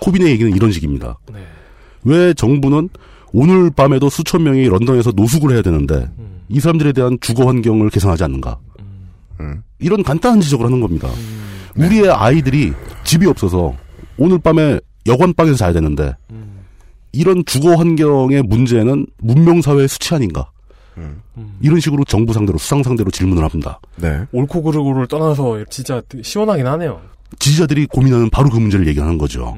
코빈의 얘기는 이런 식입니다. 왜 정부는 오늘 밤에도 수천 명이 런던에서 노숙을 해야 되는데 이 사람들에 대한 주거 환경을 개선하지 않는가? 이런 간단한 지적을 하는 겁니다. 우리의 아이들이 집이 없어서 오늘 밤에 여관방에서 자야 되는데 이런 주거 환경의 문제는 문명 사회의 수치 아닌가? 이런 식으로 정부 상대로 수상 상대로 질문을 합니다.
네.
옳고 그르고를 떠나서 진짜 시원하긴 하네요.
지지자들이 고민하는 바로 그 문제를 얘기하는 거죠.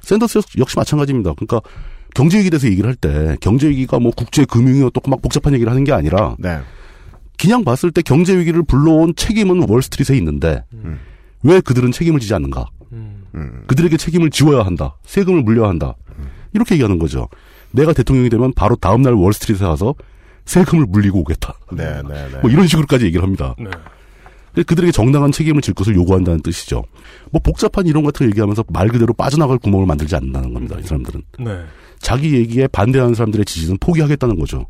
샌더스 역- 역시 마찬가지입니다. 그러니까 경제 위기에 대해서 얘기를 할 때 경제 위기가 뭐 국제 금융이 어떻고 막 복잡한 얘기를 하는 게 아니라
네.
그냥 봤을 때 경제 위기를 불러온 책임은 월스트리트에 있는데 왜 그들은 책임을 지지 않는가?
음.
그들에게 책임을 지워야 한다. 세금을 물려야 한다. 이렇게 얘기하는 거죠. 내가 대통령이 되면 바로 다음 날 월스트리트에 가서 세금을 물리고 오겠다.
네, 네, 네.
뭐 이런 식으로까지 얘기를 합니다.
네.
근데 그들에게 정당한 책임을 질 것을 요구한다는 뜻이죠. 뭐 복잡한 이론 같은 걸 얘기하면서 말 그대로 빠져나갈 구멍을 만들지 않는다는 겁니다. 이 사람들은
네.
자기 얘기에 반대하는 사람들의 지지는 포기하겠다는 거죠.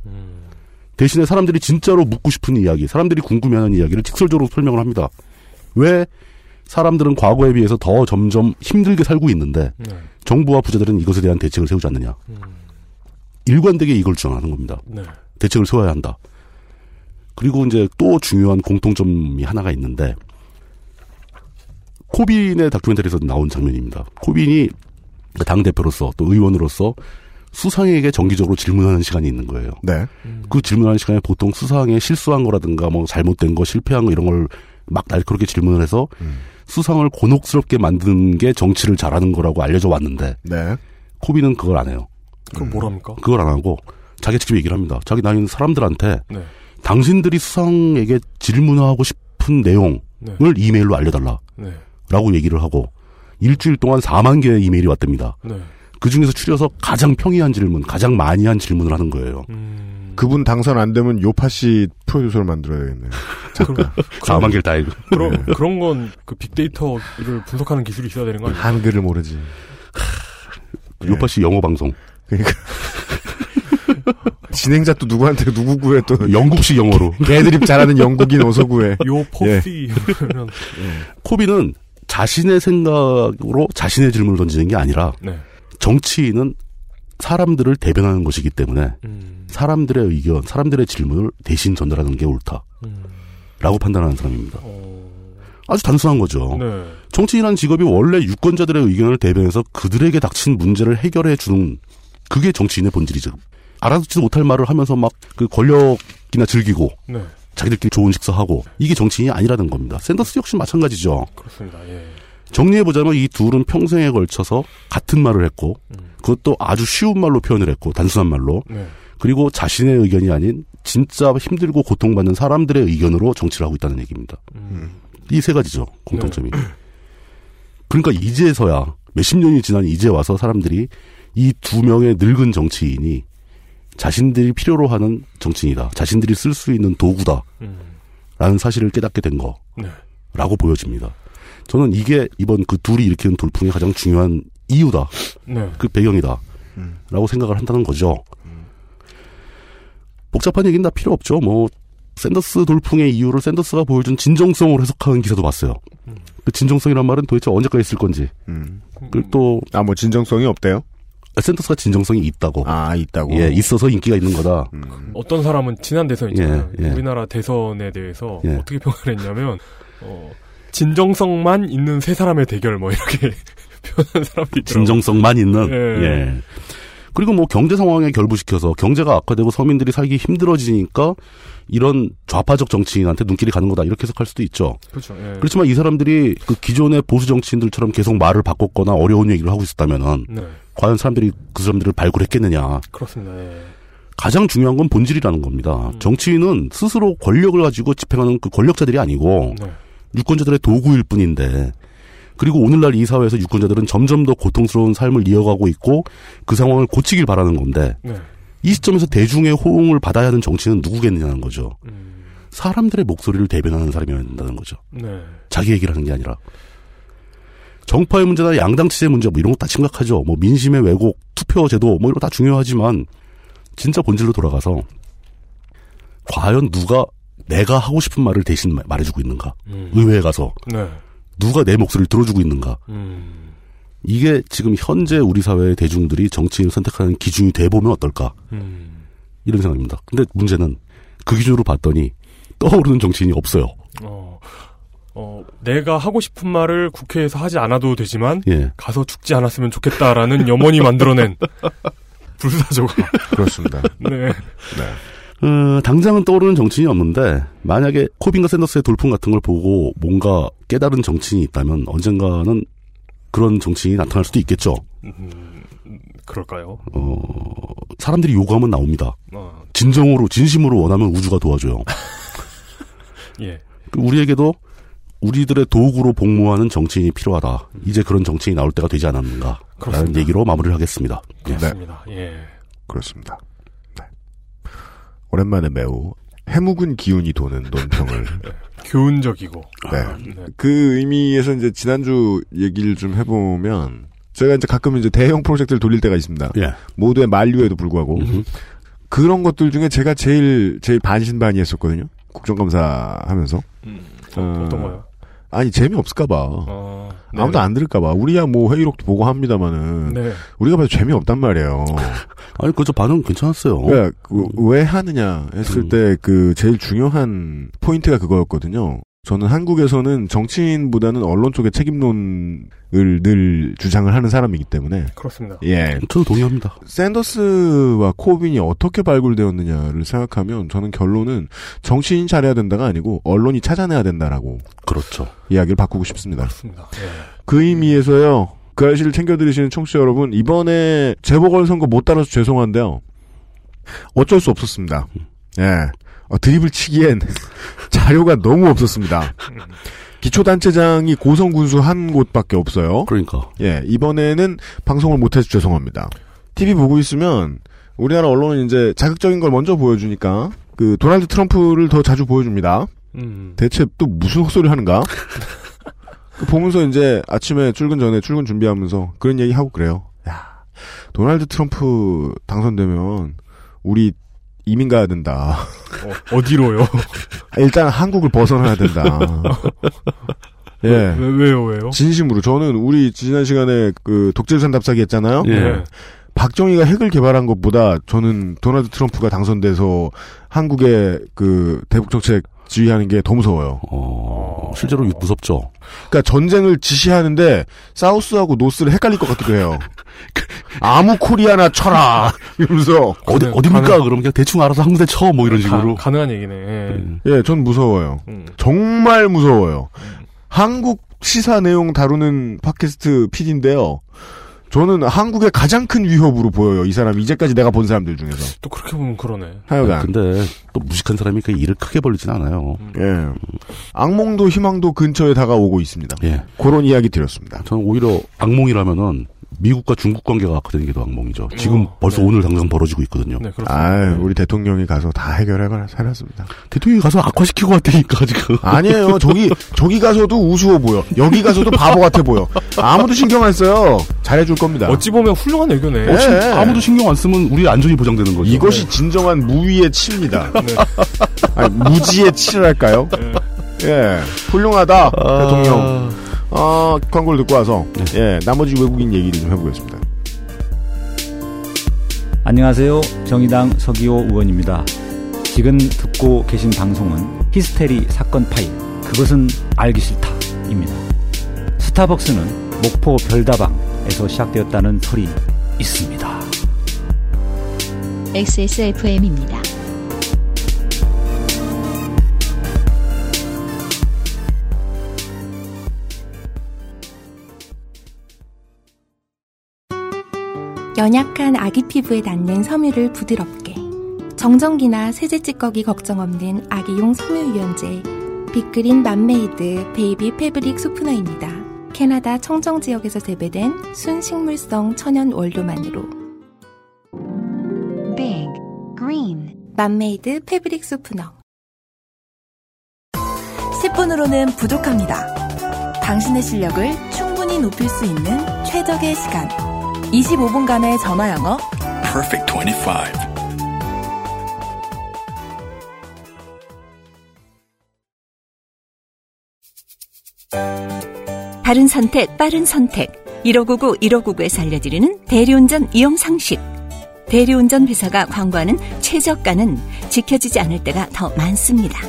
대신에 사람들이 진짜로 묻고 싶은 이야기, 사람들이 궁금해하는 이야기를 직설적으로 설명을 합니다. 왜 사람들은 과거에 비해서 더 점점 힘들게 살고 있는데 정부와 부자들은 이것에 대한 대책을 세우지 않느냐. 일관되게 이걸 주장하는 겁니다.
네.
대책을 세워야 한다. 그리고 이제 또 중요한 공통점이 하나가 있는데 코빈의 다큐멘터리에서 나온 장면입니다. 코빈이 그 당 대표로서 또 의원으로서 수상에게 정기적으로 질문하는 시간이 있는 거예요.
네.
그 질문하는 시간에 보통 수상에 실수한 거라든가 뭐 잘못된 거 실패한 거 이런 걸 막 날카롭게 질문을 해서 수상을 곤혹스럽게 만드는 게 정치를 잘하는 거라고 알려져 왔는데
네.
코빈은 그걸 안 해요.
그럼 뭐랍니까?
그걸 안 하고 자기 직접 얘기를 합니다. 자기 나이는 사람들한테
네.
당신들이 수상에게 질문하고 싶은 내용을
네.
이메일로 알려달라.
네.
라고 얘기를 하고 일주일 동안 4만 개의 이메일이 왔답니다.
네.
그 중에서 추려서 가장 평이한 질문, 가장 많이 한 질문을 하는 거예요.
음.
그분 당선 안 되면 요파 씨 프로듀서를 만들어야겠네요. 네.
그럼-
4만 개를 다 읽고.
그런 그런 건 그 빅데이터를 분석하는 기술이 있어야 되는 거 아니에요?
한글을 모르지.
네. 요파 씨 영어 방송.
그러니까 진행자 또 누구한테 누구 구해
*laughs*
또
네. 영국식 영어로
개드립 잘하는 영국인 어서 구해. 예.
*laughs*
코비는 자신의 생각으로 자신의 질문을 던지는 게 아니라
네.
정치인은 사람들을 대변하는 것이기 때문에 사람들의 의견, 사람들의 질문을 대신 전달하는 게 옳다라고 판단하는 사람입니다. 아주 단순한 거죠.
어. 네.
정치인이라는 직업이 원래 유권자들의 의견을 대변해서 그들에게 닥친 문제를 해결해 주는 그게 정치인의 본질이죠. 알아듣지도 못할 말을 하면서 막 그 권력이나 즐기고
네.
자기들끼리 좋은 식사하고 이게 정치인이 아니라는 겁니다. 샌더스 역시 마찬가지죠.
그렇습니다. 예.
정리해보자면 이 둘은 평생에 걸쳐서 같은 말을 했고 그것도 아주 쉬운 말로 표현을 했고 단순한 말로
네.
그리고 자신의 의견이 아닌 진짜 힘들고 고통받는 사람들의 의견으로 정치를 하고 있다는 얘기입니다. 이 세 가지죠 공통점이. 그러니까 이제서야 몇십 년이 지난 이제 와서 사람들이 이 두 명의 늙은 정치인이 자신들이 필요로 하는 정치인이다. 자신들이 쓸 수 있는 도구다. 라는 사실을 깨닫게 된 거.
네.
라고 보여집니다. 저는 이게 이번 그 둘이 일으키는 돌풍의 가장 중요한 이유다.
네.
그 배경이다. 라고 생각을 한다는 거죠. 복잡한 얘기는 다 필요 없죠. 뭐, 샌더스 돌풍의 이유를 샌더스가 보여준 진정성으로 해석하는 기사도 봤어요. 그 진정성이란 말은 도대체 언제까지 쓸 건지. 그리고 또.
음. 아, 뭐, 진정성이 없대요?
샌더스가 진정성이 있다고.
아, 있다고?
예, 있어서 인기가 있는 거다.
어떤 사람은 지난 대선 있잖아요.
예, 예.
우리나라 대선에 대해서
예.
어떻게 평을 했냐면 어, 진정성만 있는 세 사람의 대결 뭐 이렇게 *laughs* 표현한 사람도 있더라고요.
그 진정성만 있는.
예.
예. 그리고 뭐 경제 상황에 결부시켜서 경제가 악화되고 서민들이 살기 힘들어지니까 이런 좌파적 정치인한테 눈길이 가는 거다 이렇게 해석할 수도 있죠.
그렇죠. 예.
그렇지만 이 사람들이 그 기존의 보수 정치인들처럼 계속 말을 바꿨거나 어려운 얘기를 하고 있었다면은
네.
과연 사람들이 그 사람들을 발굴했겠느냐.
그렇습니다. 예.
가장 중요한 건 본질이라는 겁니다. 정치인은 스스로 권력을 가지고 집행하는 그 권력자들이 아니고 유권자들의 도구일 뿐인데 그리고 오늘날 이 사회에서 유권자들은 점점 더 고통스러운 삶을 이어가고 있고 그 상황을 고치길 바라는 건데
네.
이 시점에서 대중의 호응을 받아야 하는 정치는 누구겠느냐는 거죠. 사람들의 목소리를 대변하는 사람이어야 된다는 거죠.
음. 네.
자기 얘기를 하는 게 아니라 정파의 문제나 양당 체제 문제 뭐 이런 거 다 심각하죠. 뭐 민심의 왜곡, 투표 제도 뭐 이런 거 다 중요하지만 진짜 본질로 돌아가서 과연 누가 내가 하고 싶은 말을 대신 마- 말해주고 있는가? 의회에 가서
음. 네. 음.
누가 내 목소리를 들어주고 있는가? 이게 지금 현재 우리 사회의 대중들이 정치인을 선택하는 기준이 돼 보면 어떨까?
음.
이런 생각입니다. 근데 문제는 그 기준으로 봤더니 떠오르는 정치인이 없어요.
어, 어, 내가 하고 싶은 말을 국회에서 하지 않아도 되지만
예.
가서 죽지 않았으면 좋겠다라는 염원이 *laughs* 만들어낸 불사조가
그렇습니다.
네.
어, 당장은 떠오르는 정치인이 없는데 만약에 코빈과 샌더스의 돌풍 같은 걸 보고 뭔가 깨달은 정치인이 있다면 언젠가는 그런 정치인이 나타날 수도 있겠죠.
*laughs* 그럴까요?
어, 사람들이 요구하면 나옵니다.
어,
진정으로 진심으로 원하면 우주가 도와줘요.
예.
그 우리에게도 우리들의 도구로 복무하는 정치인이 필요하다. 이제 그런 정치인이 나올 때가 되지 않았는가라는
그렇습니다.
얘기로 마무리를 하겠습니다.
그렇습니다. 예.
그렇습니다. 네. 오랜만에 매우 해묵은 기운이 도는
*laughs*
논평을.
교훈적이고. 아,
네. 그 의미에서 이제 지난주 얘기를 좀 해보면, 저희가 이제 가끔 이제 대형 프로젝트를 돌릴 때가 있습니다.
예.
어,
모두의 만류에도 불구하고.
음.
그런 것들 중에 제가 제일, 제일 반신반의했었거든요. 국정감사 하면서. 어,
음, 어떤 거요?
아니, 재미없을까봐.
네.
아무도 안 들을까봐. 우리야 뭐 회의록도 보고 합니다마는.
네. 어,
우리가 봐도 재미없단 말이에요.
아니, 그저 반응 괜찮았어요.
예.
음.
그왜 하느냐 했을 때 그 제일 중요한 포인트가 그거였거든요. 저는 한국에서는 정치인보다는 언론 쪽의 책임론을 늘 주장을 하는 사람이기 때문에.
그렇습니다.
예.
저도 동의합니다.
샌더스와 코빈이 어떻게 발굴되었느냐를 생각하면 저는 결론은 정치인 잘해야 된다가 아니고 언론이 찾아내야 된다라고.
그렇죠.
이야기를 바꾸고 싶습니다.
예.
그 의미에서요. 그 아저씨를 챙겨드리시는 청취자 여러분, 이번에 재보궐선거 못 따라서 죄송한데요. 어쩔 수 없었습니다. 예. 어, 드립을 치기엔 *laughs* 자료가 너무 없었습니다. 기초단체장이 고성군수 한 곳밖에 없어요.
그러니까.
예, 이번에는 방송을 못해서 죄송합니다. TV 보고 있으면 우리나라 언론은 이제 자극적인 걸 먼저 보여주니까 그 도널드 트럼프를 더 자주 보여줍니다.
음.
대체 또 무슨 헛소리를
*laughs*
하는가? 그 보면서 이제 아침에 출근 전에 출근 준비하면서 그런 얘기 하고 그래요. 야, 도널드 트럼프 당선되면 우리 이민 가야 된다. *laughs*
어, 디로요
일단 한국을 벗어나야
*laughs*
된다. 예.
왜, 요 왜요?
진심으로 저는 우리 지난 시간에 그 독재유산 답사기 했잖아요.
예.
박정희가 핵을 개발한 것보다 저는 도널드 트럼프가 당선돼서 한국의 그 대북 정책 지휘하는 게 더 무서워요.
어,
어.
실제로 무섭죠.
그러니까 전쟁을 지시하는데 사우스하고 노스를 헷갈릴 것 같기도 해요. 아무 코리아나 쳐라 이러면서
어디 어디입니까? 그럼 그냥 대충 알아서 한국에 쳐뭐 이런 식으로. 음.
가, 능한 얘기네. 예. 음.
예, 전 무서워요. 정말 무서워요. 한국 시사 내용 다루는 팟캐스트 PD인데요. 저는 한국의 가장 큰 위협으로 보여요. 이 사람 이제까지 내가 본 사람들 중에서.
또 그렇게 보면 그러네.
하여간.
아, 근데 또 무식한 사람이 그 일을 크게 벌리진 않아요.
예. 악몽도 희망도 근처에 다가오고 있습니다.
예.
그런 이야기 드렸습니다.
저는 오히려 악몽이라면은 미국과 중국 관계가 악화되는 게 더 악몽이죠. 지금
어,
벌써
네.
오늘 당장 벌어지고 있거든요.
네,
아, 우리 대통령이 가서 다 해결해가 살았습니다.
대통령이 가서 악화시키고 왔다니까 지금. *laughs*
*laughs*
아니에요. 저기 저기 가서도 우스워 보여. 여기 가서도 바보 같아 보여. 아무도 신경 안 써요. 잘해줄 겁니다.
어찌 보면 훌륭한 애교네.
어, 신- 아무도
신경 안 쓰면 우리 안전이 보장되는 거죠.
네.
이것이 진정한 무위의
*laughs*
치입니다. 아니, 무지의 치랄까요?
네.
예, 훌륭하다
아.
대통령. 어, 광고를 듣고 와서
네.
예 나머지 외국인 얘기를 좀 해보겠습니다.
안녕하세요. 정의당 서기호 의원입니다. 지금 듣고 계신 방송은 히스테리 사건 파일. 그것은 알기 싫다입니다. 스타벅스는 목포 별다방에서 시작되었다는 설이 있습니다.
XSFM입니다.
연약한 아기 피부에 닿는 섬유를 부드럽게 정전기나 세제 찌꺼기 걱정 없는 아기용 섬유 유연제 빅그린 맘메이드 베이비 패브릭 소프너입니다. 캐나다 청정 지역에서 재배된 순식물성 천연 원료만으로 Big Green 맘메이드 패브릭 소프너
10분으로는 부족합니다. 당신의 실력을 충분히 높일 수 있는 최적의 시간. 25분간의 전화 영어
Perfect 25.
바른 선택, 빠른 선택. 1599, 1599에서 알려드리는 대리운전 이용 상식. 대리운전 회사가 광고하는 최저가는 지켜지지 않을 때가 더 많습니다.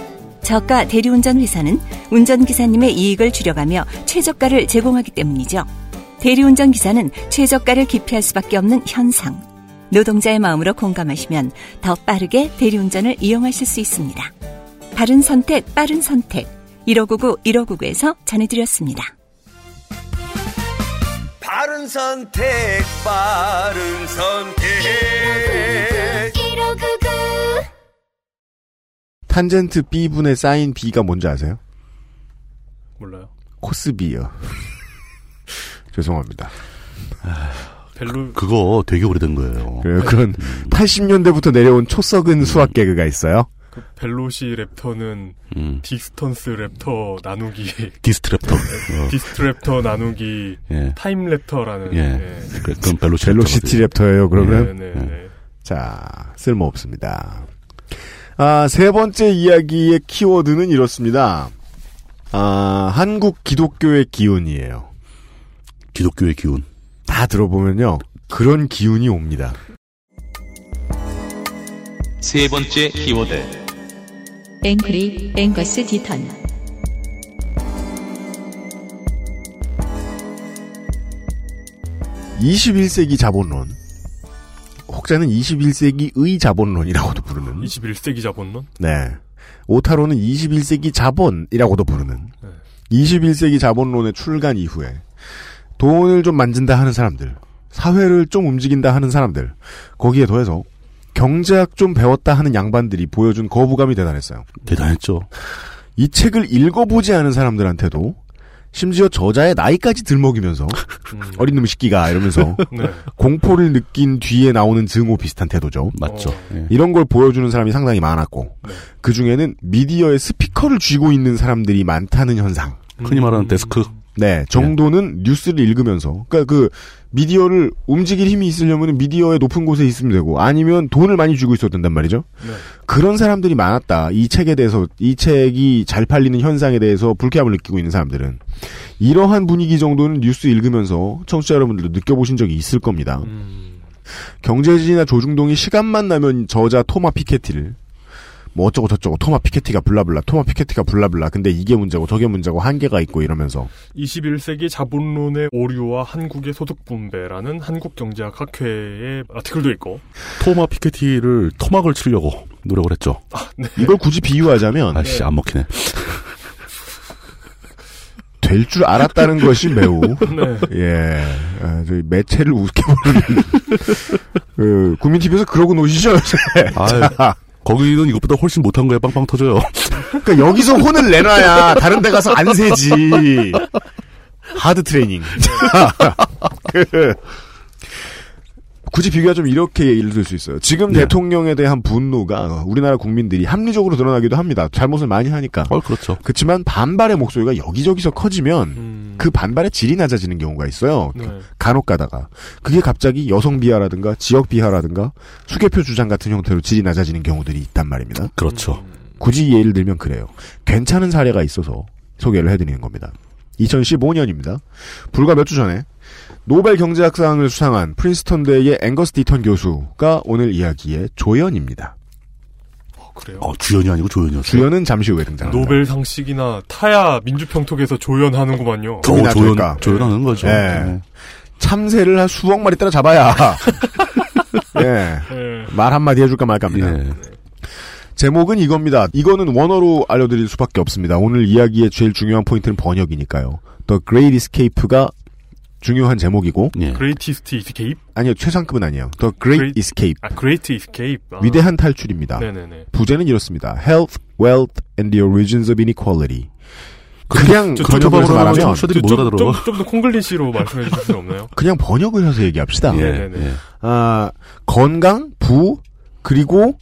저가 대리운전 회사는 운전기사님의 이익을 줄여가며 최저가를 제공하기 때문이죠. 대리운전 기사는 최저가를 기피할 수밖에 없는 현상. 노동자의 마음으로 공감하시면 더 빠르게 대리운전을 이용하실 수 있습니다. 바른 선택, 빠른 선택. 1599, 1599에서 전해드렸습니다.
바른 선택, 바른 선택.
탄젠트 B 분의 사인 B가 뭔지 아세요?
몰라요.
코스비요. *laughs* 죄송합니다.
별로
그거 되게 오래된 거예요.
그래요. 그런
음.
80년대부터 내려온 초석은 수학 개그가 있어요.
벨로시 랩터는
음.
디스턴스 랩터 나누기 *laughs*
디스트랩터.
네,
어.
디스트랩터 나누기
예.
타임 랩터라는
예. 그- 그럼 벨로시
벨로시티 랩터예요. 그러면
네, 네, 네.
자 쓸모 없습니다. 아, 세 번째 이야기의 키워드는 이렇습니다. 아, 한국 기독교의 기운이에요.
기독교의 기운.
다 들어보면요. 그런 기운이 옵니다.
세 번째 키워드.
앵크리, 앵거스 디턴.
음. 21세기 자본론. 혹자는 21세기의 자본론이라고도 부르는.
21세기 자본론?
네. 오타로는 21세기 자본이라고도 부르는. 21세기 자본론의 출간 이후에 돈을 좀 만진다 하는 사람들, 사회를 좀 움직인다 하는 사람들, 거기에 더해서 경제학 좀 배웠다 하는 양반들이 보여준 거부감이 대단했어요.
대단했죠.
이 책을 읽어보지 않은 사람들한테도 심지어 저자의 나이까지 들먹이면서
음.
어린 놈 시끼가 이러면서 공포를 느낀 뒤에 나오는 증오 비슷한 태도죠.
맞죠. 예.
네. 이런 걸 보여주는 사람이 상당히 많았고 그 중에는 미디어의 스피커를 쥐고 있는 사람들이 많다는 현상.
흔히
음.
말하는 데스크.
네, 정도는 뉴스를 읽으면서 그러니까 그 미디어를 움직일 힘이 있으려면 미디어의 높은 곳에 있으면 되고 아니면 돈을 많이 주고 있어야 된단 말이죠. 그런 사람들이 많았다. 이 책에 대해서 이 책이 잘 팔리는 현상에 대해서 불쾌함을 느끼고 있는 사람들은 이러한 분위기 정도는 뉴스 읽으면서 청취자 여러분들도 느껴보신 적이 있을 겁니다. 경제지나 조중동이 시간만 나면 저자 토마 피케티를 뭐 어쩌고 저쩌고 토마 피케티가 블라블라 토마 피케티가 블라블라 근데 이게 문제고 저게 문제고 한계가 있고 이러면서
21세기 자본론의 오류와 한국의 소득 분배라는 한국 경제학 학회의 아티클도 있고
토마 피케티를 토막을 치려고 노력을 했죠.
이걸 굳이 비유하자면
아씨 안 먹히네.
될 줄 알았다는 것이 *laughs* 매우
네.
예 아, 저희 매체를 우습게 보는 *laughs* 그 국민TV에서 그러고 노시죠 요새. 자,
거기는 이것보다 훨씬 못한 거에 빵빵 터져요. *laughs*
그러니까 여기서 혼을 내놔야 다른 데 가서 안 세지. 하드 *laughs* 트레이닝. 그, 굳이 비교하자면 이렇게 예를 들 수 있어요. 지금 대통령에 대한 분노가 우리나라 국민들이 합리적으로 드러나기도 합니다. 잘못을 많이 하니까.
어, 그렇죠.
그렇지만 반발의 목소리가 여기저기서 커지면
음.
그 반발의 질이 낮아지는 경우가 있어요.
네.
간혹 가다가. 그게 갑자기 여성 비하라든가 지역 비하라든가 수개표 주장 같은 형태로 질이 낮아지는 경우들이 있단 말입니다.
그렇죠.
굳이 예를 들면 그래요. 괜찮은 사례가 있어서 소개를 해드리는 겁니다. 2015년입니다. 불과 몇 주 전에 노벨 경제학상을 수상한 프린스턴대의 앵거스 디턴 교수가 오늘 이야기의 조연입니다.
아, 그래요.
어, 주연이 아니고 조연이었어요.
주연은 잠시 후에 등장합니다.
노벨상식이나 타야 민주평톡에서 조연하는구만요.
돈이나 될까?
조연하는 거죠. 네.
예. 참새를 한 수억 마리 때려잡아야. *laughs* 예.
네.
말 한마디 해줄까 말까입니다.
예,
제목은 이겁니다. 이거는 원어로 알려드릴 수밖에 없습니다. 오늘 이야기의 제일 중요한 포인트는 번역이니까요. The Great Escape가 중요한 제목이고.
그레이티스트 이스케이프?
아니요, 최상급은 아니에요. The Great Escape.
아, 그레이트 이스케이프. 아.
위대한 탈출입니다.
네네네.
부제는 이렇습니다. Health, Wealth, and the Origins of Inequality. 그냥 번역을
저-
해서
저쪽으로 하면
말하면
청취자들이 못 알아들어. 좀- 좀더 콩글리시로 말씀해 주실 수 없나요?
그냥 번역을 해서 얘기합시다.
예, 네, 네.
아, 건강, 부, 그리고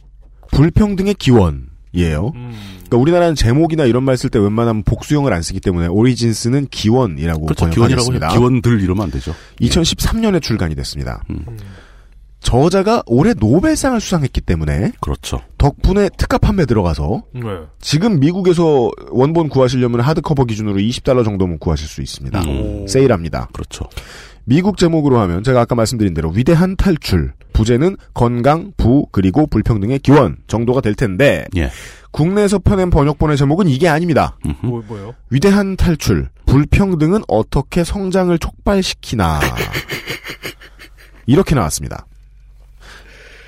불평등의 기원이에요.
음.
그러니까 우리나라는 제목이나 이런 말 쓸 때 웬만하면 복수형을 안 쓰기 때문에 오리진스는 기원이라고
그렇죠. 기원이라고 예.
번역하겠습니다.
해요. 기원들 이러면 안 되죠.
2013년에 출간이 됐습니다.
음.
저자가 올해 노벨상을 수상했기 때문에
그렇죠.
덕분에 특가 판매 들어가서
네.
지금 미국에서 원본 구하시려면 하드커버 기준으로 20달러 정도면 구하실 수 있습니다.
음.
세일합니다.
그렇죠.
미국 제목으로 하면 제가 아까 말씀드린 대로 위대한 탈출, 부제는 건강, 부, 그리고 불평등의 기원 정도가 될 텐데
예.
국내에서 펴낸 번역본의 제목은 이게 아닙니다.
뭐, 뭐요?
위대한 탈출, 불평등은 어떻게 성장을 촉발시키나. 이렇게 나왔습니다.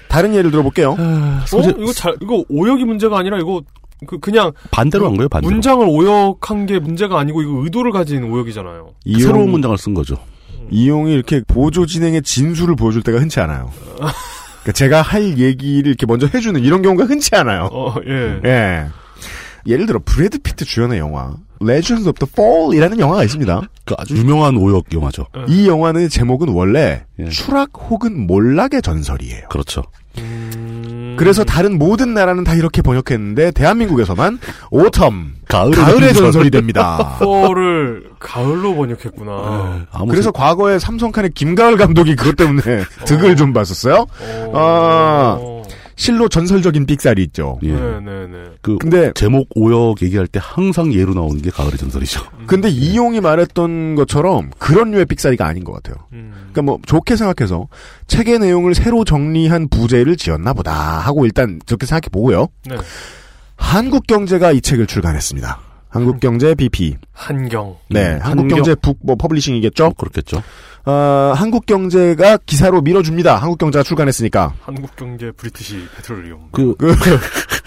다른 예를
아,
들어볼게요.
그
어? 이거 잘, 이거 오역이 문제가 아니라 이거 그, 그냥
반대로 한 거예요, 반대로.
문장을 오역한 게 문제가 아니고 이거 의도를 가진 오역이잖아요.
새로운 문장을 쓴 거죠.
이용이 이렇게 보조 진행의 진수를 보여줄 때가 흔치 않아요. 그러니까 제가 할 얘기를 이렇게 먼저 해주는 이런 경우가 흔치 않아요.
어, 예.
예. 예를 들어 브래드 피트 주연의 영화 Legends of the Fall이라는 영화가 있습니다.
그
음.
아주 유명한 오역 영화죠.
이 영화는 제목은 원래
예.
추락 혹은 몰락의 전설이에요.
그렇죠.
음,
그래서 다른 모든 나라는 다 이렇게 번역했는데 대한민국에서만 오텀 가을의, 전설. 이 *laughs* 됩니다.
를 가을로
예,
번역했구나.
그래서 과거에 삼성칸의 김가을 감독이 그것 때문에 *laughs* 득을 좀 봤었어요. 네. 아, 실로 전설적인 삑살이 있죠.
네,
예. 그 제목 오역 얘기할 때 항상 예로 나오는 게 가을의 전설이죠.
근데 이용이 말했던 것처럼 그런 류의 삑사리가 아닌 것 같아요.
음.
그러니까 뭐 좋게 생각해서 책의 내용을 새로 정리한 부제를 지었나 보다 하고 일단 좋게 생각해 보고요.
네.
한국경제가 이 책을 출간했습니다. 한국경제 BP.
한경.
네, 한국경제 북 뭐 퍼블리싱이겠죠.
그렇겠죠.
아, 한국경제가 기사로 밀어줍니다. 한국경제가 출간했으니까.
한국경제 브리티시 페트롤리움. 네.
그,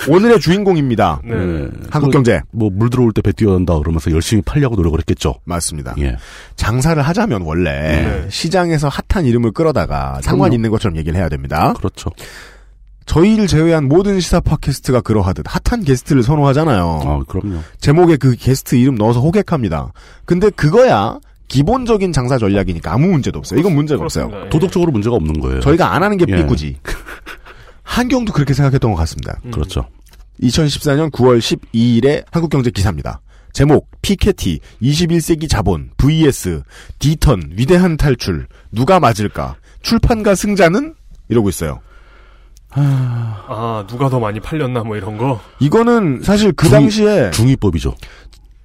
오늘의 주인공입니다. 네. 한국경제.
네. 뭐 물 들어올 때 배 뛰어난다 그러면서 열심히 팔려고 노력을 했겠죠.
맞습니다.
예.
장사를 하자면 원래 아? 시장에서 핫한 이름을 끌어다가 상관 있는 것처럼 얘기를 해야 됩니다.
그렇죠.
저희를 제외한 모든 시사 팟캐스트가 그러하듯 핫한 게스트를 선호하잖아요.
아, 그럼요.
제목에 그 게스트 이름 넣어서 호객합니다. 근데 그거야 기본적인 장사 전략이니까 아무 문제도 없어요. 이건 문제가 없어요.
예.
도덕적으로 문제가 없는 거예요.
저희가 안 하는 게
예.
삐꾸지.
*laughs*
한경도 그렇게 생각했던 것 같습니다.
그렇죠.
음. 2014년 9월 12일에 한국경제 기사입니다. 제목 피케티 21세기 자본 vs 디턴 위대한 탈출 누가 맞을까 출판가 승자는 이러고 있어요.
아, 누가 더 많이 팔렸나 뭐 이런 거.
이거는 사실 그
중-
당시에
중위법이죠.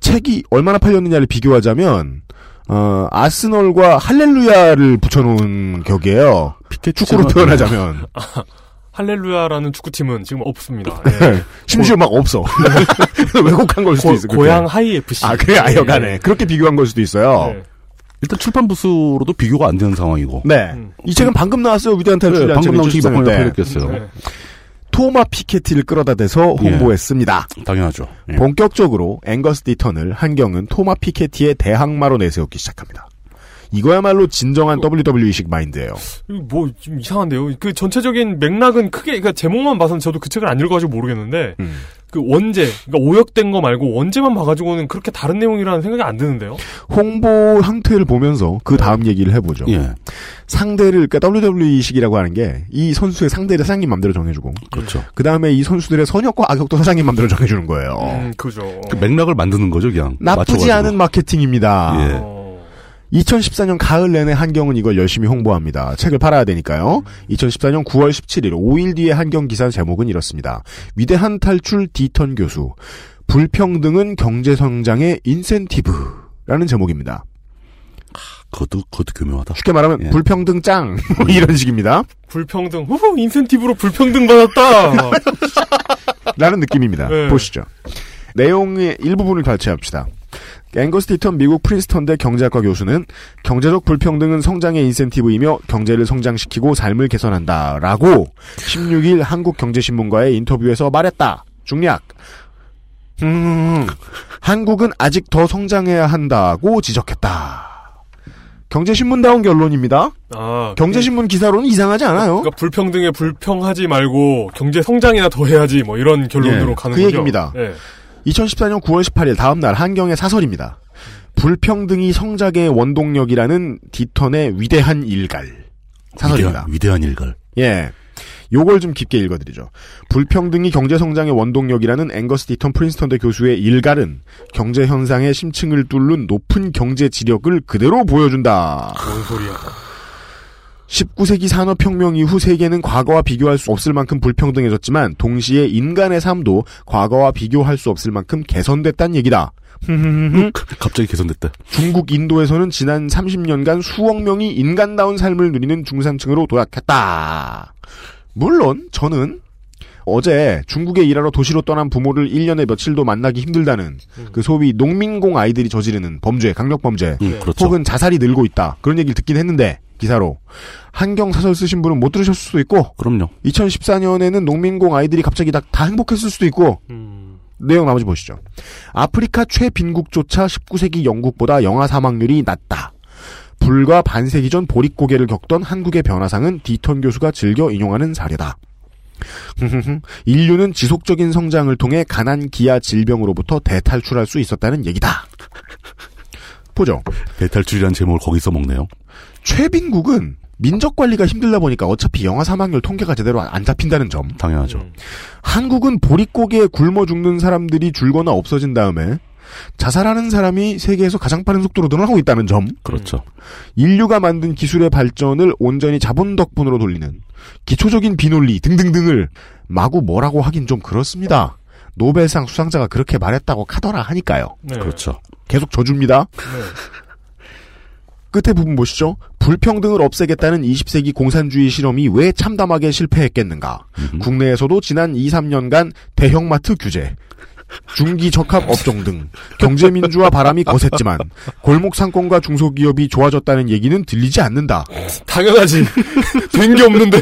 책이 얼마나 팔렸느냐를 비교하자면 어, 아스널과 할렐루야를 붙여놓은 격이에요. 축구로 표현하자면
아, 할렐루야라는 축구팀은 지금 없습니다. 예.
심지어 막 없어. *laughs* 왜곡한 걸 네. 수도
고-
있어. 그렇게.
고향 하이 FC.
아 그래 아여간에
예. 네.
그렇게 비교한 걸 수도 있어요.
일단 출판 부수로도 비교가 안 되는 상황이고.
네. 이 책은 방금 나왔어요. 위대한 탈출이
음. 네, 방금 나온 책이 몇 번이나 팔렸겠어요. 네.
토마 피케티를 끌어다 대서 홍보했습니다.
당연하죠. 예.
본격적으로 앵거스 디턴을 한경은 토마 피케티의 대항마로 내세우기 시작합니다. 이거야말로 진정한 E WWE식 마인드예요.
뭐 좀 이상한데요. 그 전체적인 맥락은 크게 그러니까 제목만 봐서는 저도 그 책을 안 읽어가지고 모르겠는데
음.
그 원제 그러니까 오역된 거 말고 원제만 봐가지고는 그렇게 다른 내용이라는 생각이 안 드는데요.
홍보 형태를 보면서
네.
그 다음 얘기를 해보죠.
예.
상대를 그러니까 WWE식이라고 하는 게 이 선수의 상대를 사장님 마음대로 정해주고
그렇죠.
다음에 이 선수들의 선역과 악역도 사장님 마음대로 정해주는 거예요.
그죠.
그 맥락을 만드는 거죠, 그냥.
음. 나쁘지
맞춰가지고. 예.
않은 마케팅입니다.
어.
2014년 가을 내내 한경은 이걸 열심히 홍보합니다. 책을 팔아야 되니까요. 2014년 9월 17일 5일 뒤에 한경 기사 제목은 이렇습니다. 위대한 탈출 디턴 교수 불평등은 경제 성장의 인센티브라는 제목입니다.
그것도 그것도 교묘하다.
쉽게 말하면 불평등 짱 *laughs* 뭐 이런 식입니다.
불평등 후후 인센티브로 불평등 받았다.
라는 느낌입니다.
네.
보시죠. 내용의 일부분을 발췌합시다. 앵거스 디턴 미국 프린스턴대 경제학과 교수는 경제적 불평등은 성장의 인센티브이며 경제를 성장시키고 삶을 개선한다. 라고 16일 한국경제신문과의 인터뷰에서 말했다. 중략. 음, 한국은 아직 더 성장해야 한다고 지적했다. 경제신문다운 결론입니다.
아,
경제신문 기사로는 이상하지 않아요.
그러니까 불평등에 불평하지 말고 경제 성장이나 더 해야지 뭐 이런 결론으로
예,
가는
그
거죠.
얘기입니다.
예.
2014년 9월 18일 다음 날 한경의 사설입니다. 불평등이 성작의 원동력이라는 디턴의 위대한 일갈 사설입니다.
위대한, 위대한 일걸.
예. 요걸 좀 깊게 읽어드리죠. 불평등이 경제성장의 원동력이라는 앵거스 디턴 프린스턴대 교수의 일갈은 경제현상의 심층을 뚫는 높은 경제 지력을 그대로 보여준다.
뭔 소리야.
19세기 산업혁명 이후 세계는 과거와 비교할 수 없을 만큼 불평등해졌지만 동시에 인간의 삶도 과거와 비교할 수 없을 만큼 개선됐단 얘기다.
*laughs*
*laughs*
갑자기 개선됐다.
중국 인도에서는 지난 30년간 수억 명이 인간다운 삶을 누리는 중산층으로 도약했다. 물론 저는 어제 중국에 일하러 도시로 떠난 부모를 1년에 며칠도 만나기 힘들다는 그 소위 농민공 아이들이 저지르는 범죄, 강력 범죄,
그렇죠.
네. 혹은 자살이 늘고 있다. 그런 얘기를 듣긴 했는데 기사로 한경 사설 쓰신 분은 못 들으셨을 수도 있고
그럼요.
2014년에는 농민공 아이들이 갑자기 다, 다 행복했을 수도 있고 내용 나머지 보시죠. 아프리카 최빈국조차 19세기 영국보다 영아 사망률이 낮다. 불과 반세기 전 보릿고개를 겪던 한국의 변화상은 디턴 교수가 즐겨 인용하는 사례다. *laughs* 인류는 지속적인 성장을 통해 가난 기아 질병으로부터 대탈출할 수 있었다는 얘기다. 보죠.
배탈출이라는 제목을 거기서 먹네요.
최빈국은 민족 관리가 힘들다 보니까 어차피 영아 사망률 통계가 제대로 안- 안 잡힌다는 점.
당연하죠.
한국은 보릿고개에 굶어 죽는 사람들이 줄거나 없어진 다음에 자살하는 사람이 세계에서 가장 빠른 속도로 늘어나고 있다는 점.
그렇죠.
인류가 만든 기술의 발전을 온전히 자본 덕분으로 돌리는 기초적인 비논리 등등등을 마구 뭐라고 하긴 좀 그렇습니다. 노벨상 수상자가 그렇게 말했다고 카더라 하니까요.
네.
그렇죠. 네.
계속 져줍니다. *laughs* 끝에 부분 보시죠. 불평등을 없애겠다는 20세기 공산주의 실험이 왜 참담하게 실패했겠는가. 국내에서도 지난 2, 3년간 대형마트 규제, 중기 적합 업종 등 경제 민주화 바람이 거셌지만 골목 상권과 중소기업이 좋아졌다는 얘기는 들리지
*laughs*
않는다.
당연하지. *laughs* 된
*laughs*
게 없는데.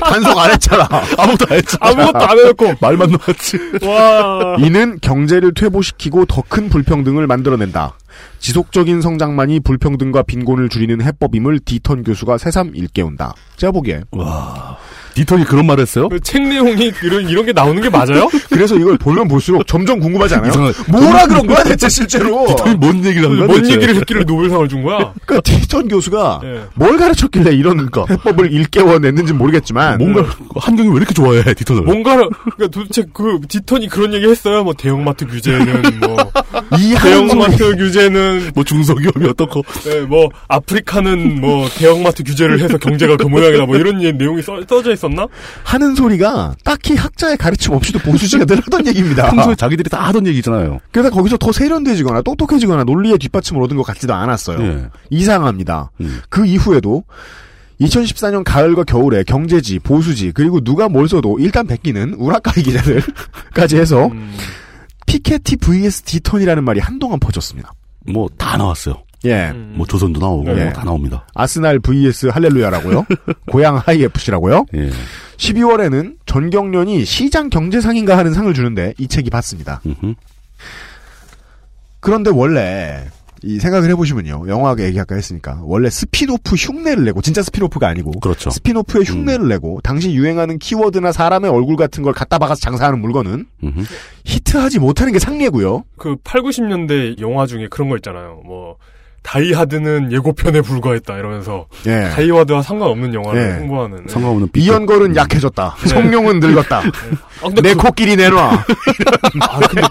반성 안 했잖아.
아무도 안 했잖아.
아무것도 안 해놓고.
말만 놓았지.
와.
*laughs* 이는 경제를 퇴보시키고 더 큰 불평등을 만들어낸다. 지속적인 성장만이 불평등과 빈곤을 줄이는 해법임을 디턴 교수가 새삼 일깨운다. 제가 보기에.
와. 디턴이 그런 말을 했어요?
책 내용이 이런, 이런 게 나오는 게 맞아요?
그래서 이걸 보면 볼수록 점점 궁금하지 않아요? 뭐라 그런 거야 대체 실제로?
디턴이 뭔 얘기를 한 거야?
그 뭔
대체?
얘기를 했기를 노벨상을 준 거야?
그러니까 디턴 교수가
예.
뭘 가르쳤길래 이런 해법을 일깨워냈는지 모르겠지만
뭔가 한경이 왜 이렇게 좋아해 디턴을?
뭔가를 그러니까 도대체 그 디턴이 그런 얘기 했어요. 뭐 대형마트 규제는 뭐
이
대형마트 규제는
뭐 중소기업이 어떻고
예, 뭐 아프리카는 뭐 대형마트 규제를 해서 경제가 그 모양이다 뭐 이런 예- 내용이 써, 써져 있었나?
하는 소리가 딱히 학자의 가르침 없이도 보수지가 늘 하던 *laughs* 얘기입니다.
평소에 자기들이 다 하던 얘기잖아요.
그래서 거기서 더 세련되지거나 똑똑해지거나 논리의 뒷받침을 얻은 것 같지도 않았어요.
예.
이상합니다. 그 이후에도 2014년 가을과 겨울에 경제지, 보수지, 그리고 누가 뭘 써도 일단 베끼는 우라카이 기자들까지 해서 피케티 vs 디턴이라는 말이 한동안 퍼졌습니다.
뭐 다 나왔어요.
예.
뭐 조선도 나오고
네.
뭐다 나옵니다.
아스날 vs 할렐루야라고요. 고향 하이 FC라고요.
예.
12월에는 전경련이 시장 경제상인가 하는 상을 주는데 이 책이 받습니다. 그런데 원래 이 생각을 해보시면요. 영화 얘기 아까 했으니까 원래 스피노프 흉내를 내고 진짜 스피노프가 아니고
그렇죠.
그렇죠.
스피노프의
음.
흉내를 내고 당시 유행하는 키워드나 사람의 얼굴 같은 걸 갖다 박아서 장사하는 물건은 히트하지 못하는 게 상례고요.
그 8, 90년대 영화 중에 그런 거 있잖아요. 뭐 다이하드는 예고편에 불과했다 이러면서
예.
다이하드와 상관없는 영화를
예.
홍보하는 예.
이연걸은 약해졌다.
네.
성룡은 늙었다.
아, *laughs* 근데
내
*laughs* 그-
코끼리 내놔.
근데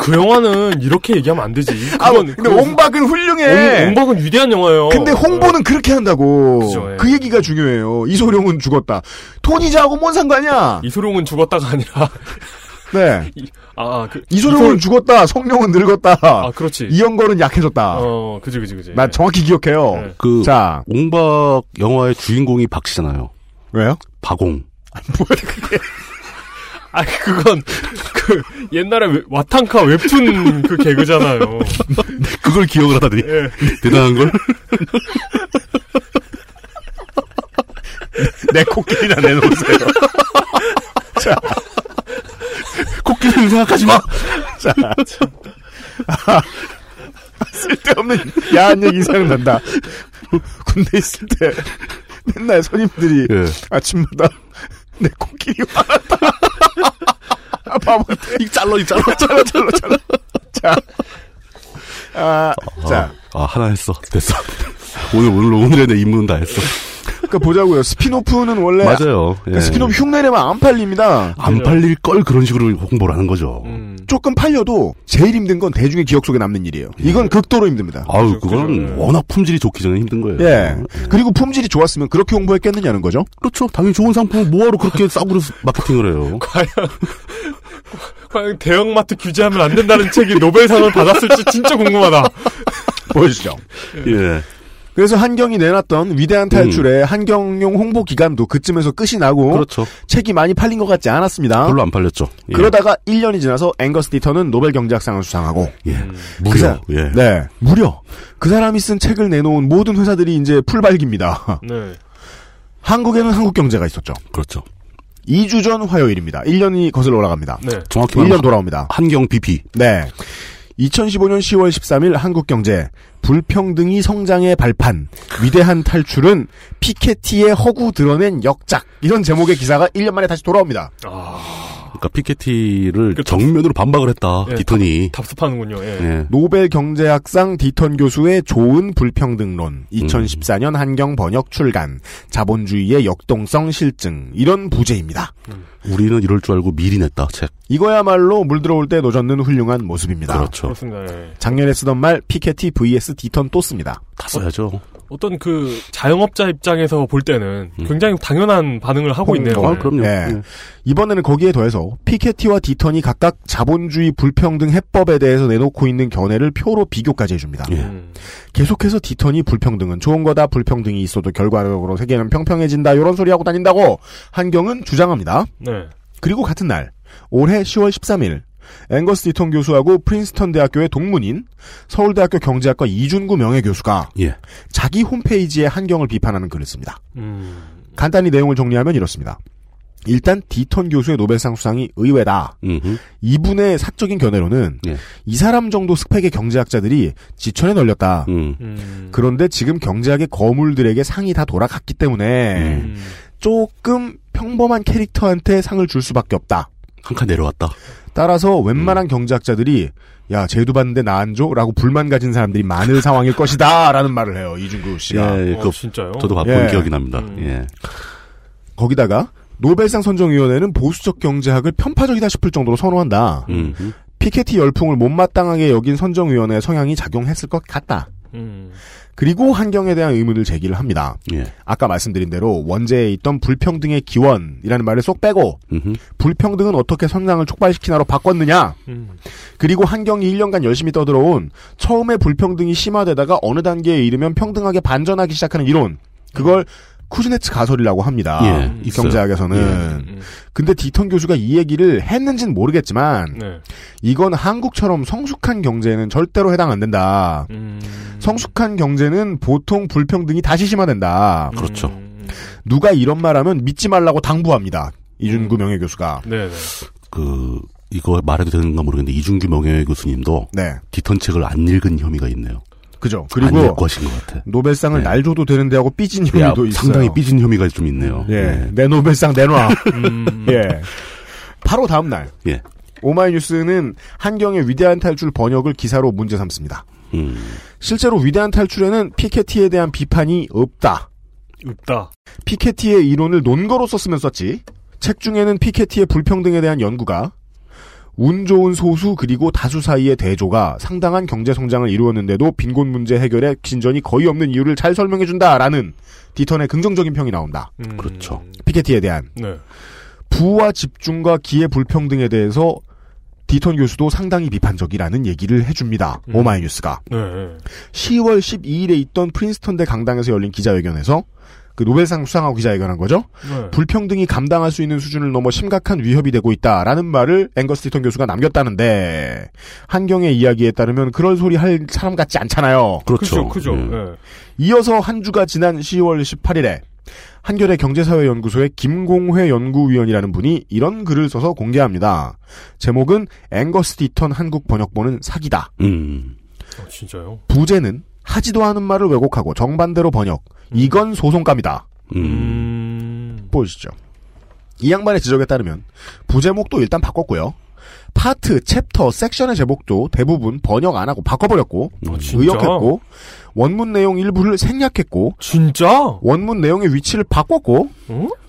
그 영화는 이렇게 얘기하면 안 되지.
아, 뭐,
그건-
근데
그건-
옹박은 훌륭해.
옹- 옹박은 위대한 영화예요.
예.
어.
근데 홍보는 그렇게 한다고.
그죠, 예.
그 얘기가 중요해요. 이소룡은 죽었다. 토니자하고 뭔 상관이야?
이소룡은 죽었다가 아니라 *laughs*
네.
아, 그,
이소룡은
이솔-
죽었다. 성룡은 늙었다.
아, 그렇지.
이영걸은 아. 약해졌다.
어, 네. 그지, 그지, 그지.
난 정확히 기억해요.
그
자.
옹박 영화의 주인공이 박씨잖아요.
왜요?
박옹.
아, 그건, *laughs* 그, 옛날에 웨- 와탕카 웹툰 그
*laughs*
개그잖아요.
그걸 기억을 하다니
예.
대단한 걸.
내 코끼리나 내놓으세요. *laughs* 자.
코끼리는 생각하지 마.
자. 아, 쓸데없는 야한 얘기 생각난다. 군대 있을 때 맨날 선임들이
예.
아침마다 내 코끼리 화났다. 아, 바보.
이 잘라, 이 잘라,
*laughs* 잘라, 잘라, 잘라. 자. 아, 자.
아, 아, 하나 했어. *laughs* 됐어. 오늘 오늘 오늘의 내 임무는 다 했어.
그러니까 보자고요. 스피노프는 원래
맞아요. 예.
그 스피노프 흉내내면 안 팔립니다.
안 팔릴 걸 그런 식으로 홍보를 하는 거죠.
조금 팔려도 제일 힘든 건 대중의 기억 속에 남는 일이에요. 이건 극도로 힘듭니다.
아유, 그렇죠, 그건 워낙 품질이 좋기 전에 힘든 거예요.
예. 그리고 품질이 좋았으면 그렇게 홍보했겠느냐는 거죠.
그렇죠. 당연히 좋은 상품을 뭐하러 그렇게 *laughs* 싸구려
*laughs*
마케팅을 해요.
과연 대형마트 규제하면 안 된다는 책이 노벨상을 받았을지 진짜 궁금하다.
보여주죠.
예.
그래서 한경이 내놨던 위대한 탈출의 한경용 홍보 기간도 음. 그쯤에서 끝이 나고
그렇죠.
책이 많이 팔린 것 같지 않았습니다.
별로 안 팔렸죠. 예.
아? 그러다가 1년이 지나서 앵거스 디터는 노벨 경제학상을 수상하고
예.
그
무려.
사-
예.
네 무려 그 사람이 쓴 책을 내놓은 모든 회사들이 이제 풀발기입니다. *laughs*
네.
한국에는 한국 경제가 있었죠.
그렇죠.
2주 전 화요일입니다. 1년이 거슬러 올라갑니다.
네.
정확히
1년
말하면
돌아옵니다.
한경 BP.
네. 2015년 10월 13일 한국경제 불평등이 성장의 발판 위대한 탈출은 피케티의 허구 드러낸 역작 이런 제목의 기사가 1년 만에 다시 돌아옵니다.
그러니까 피케티를 정면으로 반박을 했다.
예,
디턴이.
답습하는군요, 예.
네,
예.
노벨 경제학상 디턴 교수의 좋은 불평등론 2014년 한경 번역 출간 자본주의의 역동성 실증 이런 부제입니다.
우리는 이럴 줄 알고 미리 냈다. 책.
이거야말로 물들어올 때 노젓는 훌륭한 모습입니다.
그렇죠.
그렇습니다, 예.
작년에 쓰던 말 피케티 vs 디턴 또 씁니다.
다 써야죠.
어떤 그 자영업자 입장에서 볼 때는 굉장히 당연한 반응을 하고 있네요.
음. 어,
예.
예. 이번에는 거기에 더해서 피케티와 디턴이 각각 자본주의 불평등 해법에 대해서 내놓고 있는 견해를 표로 비교까지 해줍니다.
예. 음.
계속해서 디턴이 불평등은 좋은 거다 불평등이 있어도 결과적으로 세계는 평평해진다 이런 소리 하고 다닌다고 한경은 주장합니다.
네.
그리고 같은 날 올해 10월 13일 앵거스 디턴 교수하고 프린스턴 대학교의 동문인 서울대학교 경제학과 이준구 명예교수가
예.
자기 홈페이지에 한경을 비판하는 글을 씁니다.
음.
간단히 내용을 정리하면 이렇습니다. 일단 디턴 교수의 노벨상 수상이 의외다. 이분의 사적인 견해로는 이 사람 정도 스펙의 경제학자들이 지천에
음.
널렸다.
음.
그런데 지금 경제학의 거물들에게 상이 다 돌아갔기 때문에
음.
조금 평범한 캐릭터한테 상을 줄 수밖에 없다.
한 칸 내려왔다.
따라서 웬만한 경제학자들이 야 제도 받는데 나 안 줘? 라고 불만 가진 사람들이 많은 상황일 것이다 *laughs* 라는 말을 해요 이준구 씨가
어,
예, 그, 저도 바쁜 기억이 납니다. 예.
거기다가 노벨상 선정위원회는 보수적 경제학을 편파적이다 싶을 정도로
음.
선호한다. 피케티 열풍을 못마땅하게 여긴 선정위원회 성향이 작용했을 것 같다.
음.
그리고 환경에 대한 의문을 제기를 합니다.
예.
아까 말씀드린 대로 원제에 있던 불평등의 기원이라는 말을 쏙 빼고 불평등은 어떻게 성장을 촉발시키나로 바꿨느냐.
음.
그리고 환경이 1년간 열심히 떠들어온 처음에 불평등이 심화되다가 어느 단계에 이르면 평등하게 반전하기 시작하는 이론. 그걸 쿠즈네츠 가설이라고 합니다.
예,
이
있어요. 예.
경제학에서는. 근데 디턴 교수가 이 얘기를 했는지는 모르겠지만
네.
이건 한국처럼 성숙한 경제에는 절대로 해당 안 된다.
음.
성숙한 경제는 보통 불평등이 다시 심화된다.
그렇죠.
음.
누가 이런 말하면 믿지 말라고 당부합니다.
음.
이준구 명예 교수가.
네.
그 이거 말해도 되는가 모르겠는데 이준규 명예 교수님도
네.
디턴 책을 안 읽은 혐의가 있네요.
그죠.
안
그리고
읽을 것인 것 같아.
노벨상을 날 줘도 되는데 하고 삐진
네, 야,
혐의도 있어요.
상당히 삐진 혐의가 좀 있네요.
예.
예.
내 노벨상 내놔. *laughs*
음.
예. 바로 다음 날.
예.
오마이뉴스는 한경의 위대한 탈출 번역을 기사로 문제 삼습니다.
음.
실제로 위대한 탈출에는 피케티에 대한 비판이 없다.
없다.
피케티의 이론을 논거로 썼으면 썼지. 책 중에는 피케티의 불평등에 대한 연구가 운 좋은 소수 그리고 다수 사이의 대조가 상당한 경제 성장을 이루었는데도 빈곤 문제 해결에 진전이 거의 없는 이유를 잘 설명해 준다라는 디턴의 긍정적인 평이 나온다.
그렇죠.
피케티에 대한
음. 네.
부와 집중과 기회 불평등에 대해서 디턴 교수도 상당히 비판적이라는 얘기를 해줍니다. 오마이뉴스가.
네.
10월 12일에 있던 프린스턴대 강당에서 열린 기자회견에서 그 노벨상 수상하고 기자회견한 거죠.
네.
불평등이 감당할 수 있는 수준을 넘어 심각한 위협이 되고 있다라는 말을 앵거스 디턴 교수가 남겼다는데 한경의 이야기에 따르면 그럴 소리 할 사람 같지 않잖아요.
그렇죠.
그죠, 그죠. 예.
이어서 한 주가 지난 10월 18일에 한겨레 경제사회연구소의 김공회 연구위원이라는 분이 이런 글을 써서 공개합니다. 제목은 앵거스 디턴 한국 번역본은 사기다.
음.
어, 진짜요?
부제는 하지도 않은 말을 왜곡하고 정반대로 번역. 이건 소송감이다.
음.
음.
보시죠. 이 양반의 지적에 따르면 부제목도 일단 바꿨고요. 파트, 챕터, 섹션의 제목도 대부분 번역 안 하고 바꿔버렸고
아,
의역했고 원문 내용 일부를 생략했고
진짜
원문 내용의 위치를 바꿨고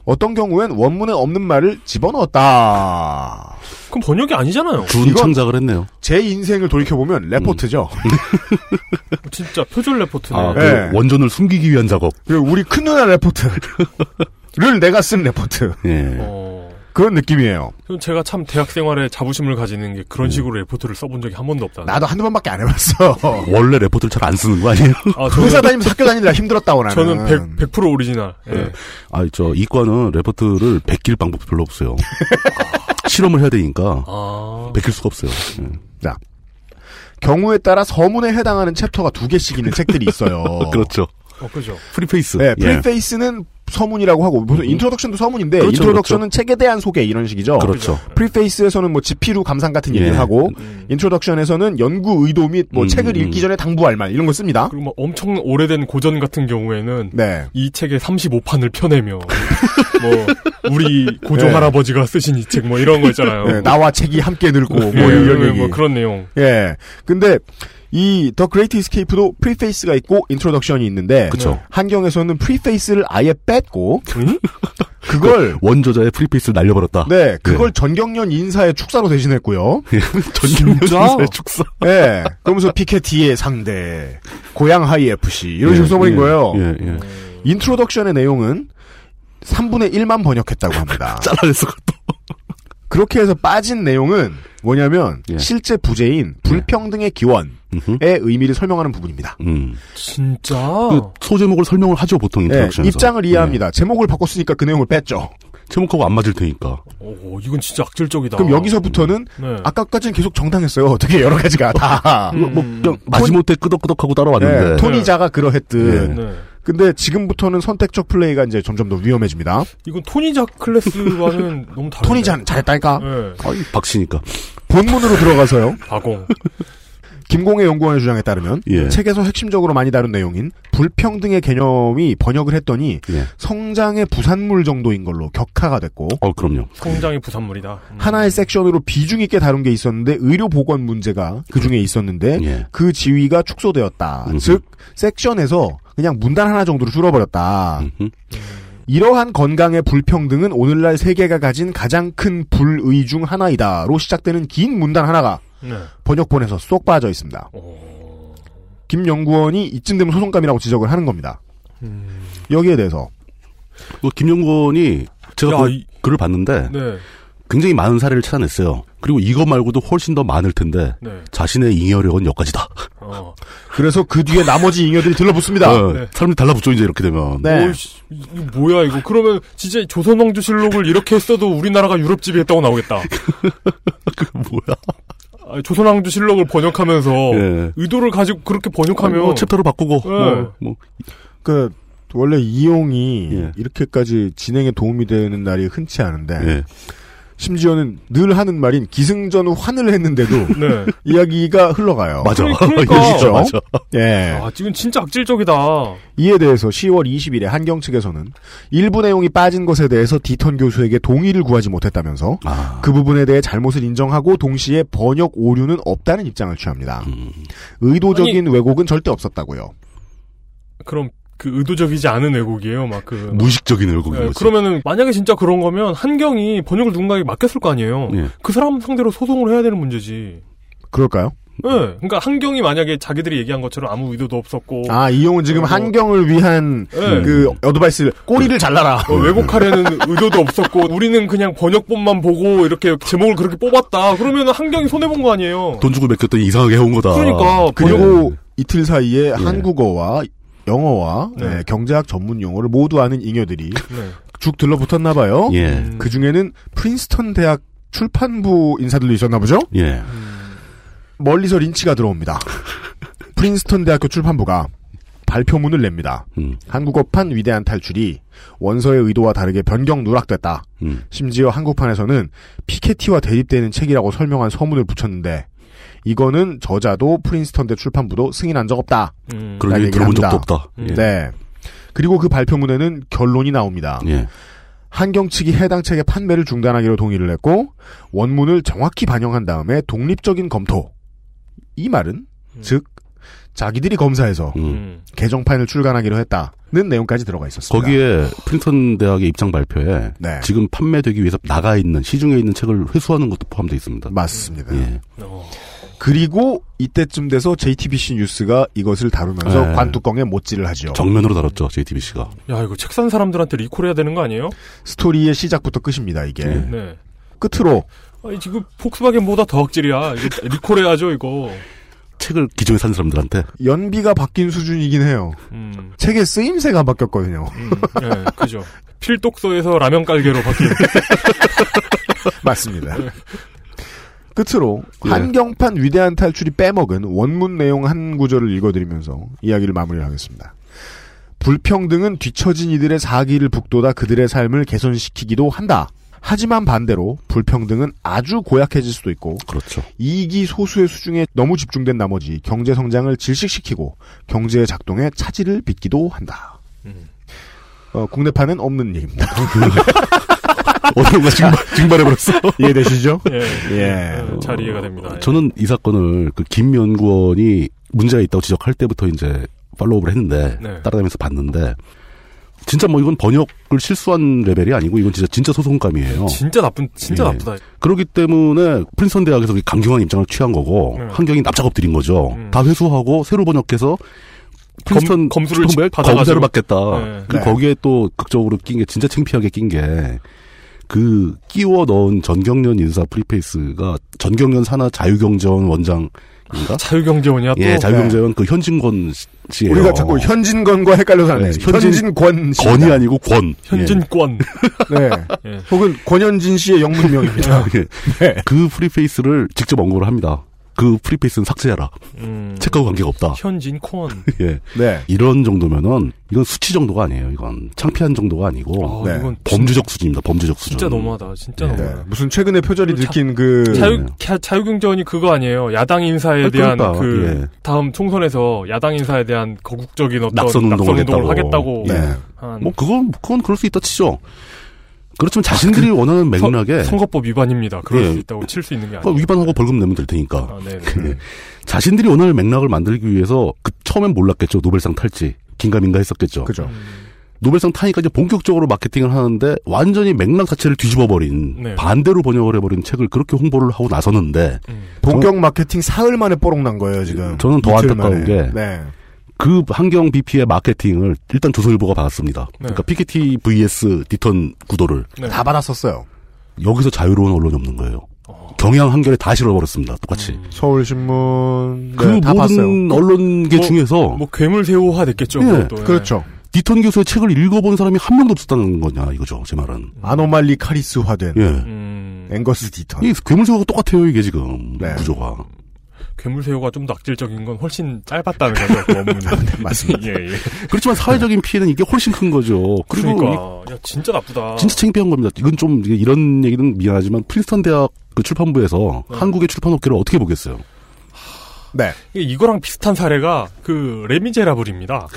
어떤 경우엔 원문에 없는 말을 집어넣었다.
그럼 번역이 아니잖아요.
이건
했네요.
제 인생을 돌이켜보면 레포트죠.
음. 진짜 표절 레포트네.
아, 그 원전을 숨기기 위한 작업.
그리고 우리 큰 누나 레포트를 *laughs* 내가 쓴 레포트.
예.
그런 느낌이에요.
어. 그럼 제가 참 대학 생활에 자부심을 가지는 게 그런 식으로 레포트를 써본 적이 한 번도 없다.
나도 한두 번밖에 안 해봤어.
*laughs*
그
원래 레포트를 잘 안 쓰는 거 아니에요?
아,
회사 다니면서 학교 다니느라 힘들었다고 나는.
저는 100, 100% 오리지널. 예.
아, 저 이과는 레포트를 베낄 방법이 별로 없어요. 실험을 해야 되니까
아,
베낄 수가 없어요. 예.
자, 경우에 따라 서문에 해당하는 챕터가 두 개씩 있는 책들이 있어요.
*laughs* 그렇죠. 예.
어, 그죠.
프리페이스.
네, 프리페이스는 서문이라고 하고 무슨 인트로덕션도 서문인데
음. 그렇죠,
인트로덕션은 책에 대한 소개 이런 식이죠.
그렇죠.
프리페이스에서는 뭐 지피루 감상 같은 얘기를
예.
하고 인트로덕션에서는 연구 의도 및 뭐
음,
책을
음.
읽기 전에 당부할 말 이런 거 씁니다.
그리고 막 엄청 오래된 고전 같은 경우에는
네.
이 책의 35판을 펴내며 *laughs* 뭐 우리 고조
예.
할아버지가 쓰신 이 책 뭐 이런 거 있잖아요.
그렇죠.
네, 나와 책이 함께 늙고 뭐
예,
이런
예,
얘기.
뭐 그런 내용.
예. 근데 이 더 그레이트 이스케이프도 프리페이스가 있고 인트로덕션이 있는데
그쵸.
한경에서는 프리페이스를 아예 뺐고
음?
그걸
원저자의 프리페이스를 날려버렸다.
네, 그걸 전경련 인사의 축사로
*laughs*
대신했고요.
전경련 인사의 축사.
예. 그러면서 피케티의 상대, 고양 하이 FC 이런
예,
식으로 써버린
예,
거예요.
예, 예.
음. 인트로덕션의 내용은 3분의 1만 번역했다고
*laughs*
합니다.
잘라냈어,
또. 그렇게 해서 빠진 내용은 뭐냐면
예.
실제 부재인 불평등의 기원의 의미를 설명하는 부분입니다.
진짜.
음. 그
그
소제목을 설명을 하죠, 보통
예,
인터랙션에서.
어.
예.
입장을 이해합니다. 제목을 바꿨으니까 그 내용을 뺐죠.
제목하고 안 맞을 테니까.
오, 이건 진짜 악질적이다.
아,
그럼 여기서부터는
음.
네.
아까까지는 계속 정당했어요. *laughs* 되게 여러 가지가 다.
음.
음.
뭐, 뭐 그냥 마지못해 끄덕끄덕하고 따라왔는데.
네, 토니자가 그러했듯
네.
근데 지금부터는 선택적 플레이가 이제 점점 더 위험해집니다.
이건 토니자
*laughs*
클래스와는 너무 다른데.
토니자 잘했다니까.
네.
아이, 박씨니까.
본문으로 들어가서요.
가공.
김공의 연구원의 주장에 따르면
예.
책에서 핵심적으로 많이 다룬 내용인 불평등의 개념이 번역을 했더니
예.
성장의 부산물 정도인 걸로 격하가 됐고
어 그럼요.
성장이 부산물이다. 음.
하나의 섹션으로 비중 있게 다룬 게 있었는데 의료 보건 문제가 그 중에 있었는데
예.
그 지위가 축소되었다. 즉 섹션에서 그냥 문단 하나 정도로 줄어버렸다.
음.
이러한 건강의 불평등은 오늘날 세계가 가진 가장 큰 불의 중 하나이다로 시작되는 긴 문단 하나가
네.
번역본에서 쏙 빠져 있습니다. 김 연구원이 이쯤 되면 소송감이라고 지적을 하는 겁니다. 여기에 대해서
그 김용곤이 제가
야,
그
이-
글을 봤는데
네.
굉장히 많은 사례를 찾아냈어요. 그리고 이거 말고도 훨씬 더 많을 텐데
네. 어.
자신의 잉여력은 여기까지다.
그래서 그 뒤에 나머지 잉여들이 들러붙습니다.
네.
어, 사람들이 달라붙죠 이제 이렇게 되면.
네.
*laughs*
오, 씨, 이거 뭐야 이거? 그러면 진짜 조선왕조실록을 이렇게 했어도 우리나라가 유럽집이
*laughs*
했다고 나오겠다.
그
뭐야? 조선왕조실록을 번역하면서
어. 네.
예.
의도를 가지고 그렇게 번역하면
뭐 챕터로 바꾸고 뭐,
그 원래 이용이
예.
이렇게까지 진행에 도움이 되는 날이 흔치 않은데
예.
예.
심지어는 늘 하는 말인 기승전 환을 했는데도
*laughs* 네.
이야기가 흘러가요.
맞아.
*laughs*
그러니까.
그죠?
맞아.
네.
예.
아, 지금 진짜 악질적이다.
이에 대해서 10월 20일에 한경 측에서는 일부 내용이 빠진 것에 대해서 디턴 교수에게 동의를 구하지 못했다면서
아.
그 부분에 대해 잘못을 인정하고 동시에 번역 오류는 없다는 입장을 취합니다.
음.
음,
의도적인 왜곡은 절대 없었다고요.
그럼 그 의도적이지 않은 왜곡이에요, 막 그.
무의식적인 왜곡인
예,
거지.
그러면은 만약에 진짜 그런 거면 한경이 번역을 누군가에게 맡겼을 거 아니에요.
예.
그 사람 상대로 소송을 해야 되는 문제지.
그럴까요?
음.
예. 그러니까 한경이 만약에 자기들이 얘기한 것처럼 아무 의도도 없었고
아, 이용은 지금
뭐-
한경을 위한
네.
그 어드바이스를 꼬리를 잘라라.
어, 왜곡하려는 *laughs* 의도도 없었고 우리는 그냥 번역본만 보고 이렇게 제목을 그렇게 뽑았다. 그러면 한경이 손해 본 거 아니에요.
돈 주고 맡겼더니 이상하게 해온 거다.
그러니까,
그리고 이틀 사이에 한국어와 영어와
예. 네.
예, 경제학 전문 용어를 모두 아는 잉여들이
네.
죽 들러붙었나 봐요.
예.
그 중에는 프린스턴 대학 출판부 인사들도 있었나 보죠.
예.
멀리서 린치가 들어옵니다. 프린스턴 대학교 출판부가 발표문을 냅니다.
음,
한국어판 위대한 탈출이 원서의 의도와 다르게 변경 누락됐다.
음.
심지어 한국판에서는 피케티와 대립되는 책이라고 설명한 서문을 붙였는데 이거는 저자도 프린스턴 대 출판부도 승인한 적 없다.
음.
라는
그런 얘기
얘기를
들어본
합니다.
적도 없다. 예.
네. 그리고 그 발표문에는 결론이 나옵니다.
예,
한경 측이 해당 책의 판매를 중단하기로 동의를 했고 원문을 정확히 반영한 다음에 독립적인 검토. 이 말은 즉 자기들이 검사해서
음.
음.
개정판을 출간하기로 했다는 내용까지 들어가 있었습니다.
거기에 프린턴 대학의 입장 발표에
네.
지금 판매되기 위해서 나가 있는 시중에 있는 책을 회수하는 것도 포함되어 있습니다.
네. 맞습니다.
예.
그리고 이때쯤 돼서 JTBC 뉴스가 이것을 다루면서
네.
관뚜껑에 못질을 하죠.
정면으로 다뤘죠 JTBC가.
야 이거 책 산 사람들한테 리콜해야 되는 거 아니에요?
스토리의 시작부터 끝입니다. 이게
예.
네.
끝으로
아니 지금 폭스바겐보다 더 악질이야. 이거 리콜해야죠 이거.
책을 기존에 산 사람들한테
연비가 바뀐 수준이긴 해요.
음.
책의 쓰임새가 바뀌었거든요.
음.
예, 그죠. 필독서에서 라면 깔개로 바뀐.
*laughs* 맞습니다. 끝으로 한경판 위대한 탈출이 빼먹은 원문 내용 한 구절을 읽어드리면서 이야기를 마무리하겠습니다. 불평등은 뒤처진 이들의 사기를 북돋아 그들의 삶을 개선시키기도 한다. 하지만 반대로 불평등은 아주 고약해질 수도 있고 이익이 소수의 수중에 너무 집중된 나머지 경제 성장을 질식시키고 경제의 작동에 차질을 빚기도 한다. 어, 국내판은 없는 얘기입니다.
*laughs* 어떤가 증발해버렸어.
*laughs* 이해되시죠?
예.
예.
음.
잘 이해가 됩니다. 예.
저는 이 사건을 그김 연구원이 문제가 있다고 지적할 때부터 이제 팔로우를 했는데
네.
따라다니면서 봤는데 진짜 뭐 이건 번역을 실수한 레벨이 아니고 이건 진짜 진짜 소송감이에요.
진짜 나쁜 진짜
예.
나쁘다.
그렇기 때문에 프린스턴 대학에서 그 강경한 입장을 취한 거고
네. 음.
한경이 납작업 들인 거죠. 다 회수하고 새로 번역해서 프린스턴
검- 검수를
출판부에
받아가지고.
검사를 받겠다.
네.
그리고
네.
거기에 또 극적으로 낀 게 진짜 창피하게 낀 게 그 끼워 넣은 전경련 인사 프리페이스가 전경련 산하 자유경제원 원장인가?
아, 자유경제원이야 또.
예, 자유경제원 그 현진권 씨예요.
네. 우리가 자꾸 현진건과 헷갈려서 안
네,
네,
현진-
현진권 씨.
건이 아니고 예. 권. 예.
현진권.
*laughs*
네. 혹은 권현진 씨의 영문명입니다.
아,
네.
예. 그 프리페이스를 직접 언급을 합니다. 그 프리페이스는 삭제해라. 책하고 관계가 없다.
음. 현진 콘.
예. 이런 정도면은 이건 수치 정도가 아니에요. 이건 창피한 정도가 아니고
아, 네. 이건
어, 범죄적 음. 수준입니다. 범죄적 수준.
진짜 너무하다. 진짜
네.
너무하다.
무슨 최근에 표절이 들킨 그
음.
자유 자- 자유경제원이 그거 아니에요. 야당 인사에
아,
대한
그러니까,
그
예.
다음 총선에서 야당 인사에 대한 거국적인 어떤
낙선 운동을 했다고.
하겠다고.
네.
한
뭐 그건 그건 그럴 수 있다 치죠. 그렇지만 자신들이 원하는
아, 선-
맥락에
선거법 위반입니다. 그럴
예.
수 있다고 칠 수 있는 게
그거
아니에요.
위반하고 벌금 내면 될 테니까.
아, 네.
예. 자신들이 원하는 맥락을 만들기 위해서 그 처음엔 몰랐겠죠. 노벨상 탈지 긴가민가 했었겠죠.
그죠.
노벨상 타니까 이제 본격적으로 마케팅을 하는데 완전히 맥락 자체를 뒤집어 버린
네.
반대로 번역을 해버린 책을 그렇게 홍보를 하고 나섰는데
본격 마케팅 사흘 만에 뽀록 난 거예요 지금.
저는 더
이틀
안타까운
만에.
게
네.
그 한경 BP의 마케팅을 일단 조선일보가 받았습니다.
네.
그러니까 PKT vs 디턴 구도를
네. 다 받았었어요.
여기서 자유로운 언론이 없는 거예요.
어.
경향 한결에 다 실어버렸습니다. 똑같이.
음.
서울신문
그
네, 다
모든
봤어요.
언론계
뭐,
중에서
뭐 괴물 새우화 됐겠죠.
네,
그것도. 예.
그렇죠.
그렇죠.
디턴 교수의 책을 읽어본 사람이 한 명도 없었다는 거냐 이거죠. 제 말은.
아노말리 카리스화된
네.
예.
음.
앵거스 디턴.
이 괴물새우가 똑같아요 이게 지금
네.
구조가.
괴물 새우가 좀 낙질적인 건 훨씬 짧았다는
*laughs*
거죠.
네,
맞습니다. 예, 예.
그렇지만 사회적인 피해는 이게 훨씬 큰 거죠. 그리고
그러니까 야 진짜 나쁘다.
이- 진짜 창피한 겁니다. 이건 좀 이게 이런 얘기는 미안하지만 프린스턴 대학 그 출판부에서
네.
한국의 출판업계를 어떻게 보겠어요?
음.
네.
이게 이거랑 비슷한 사례가 그 레미제라블입니다.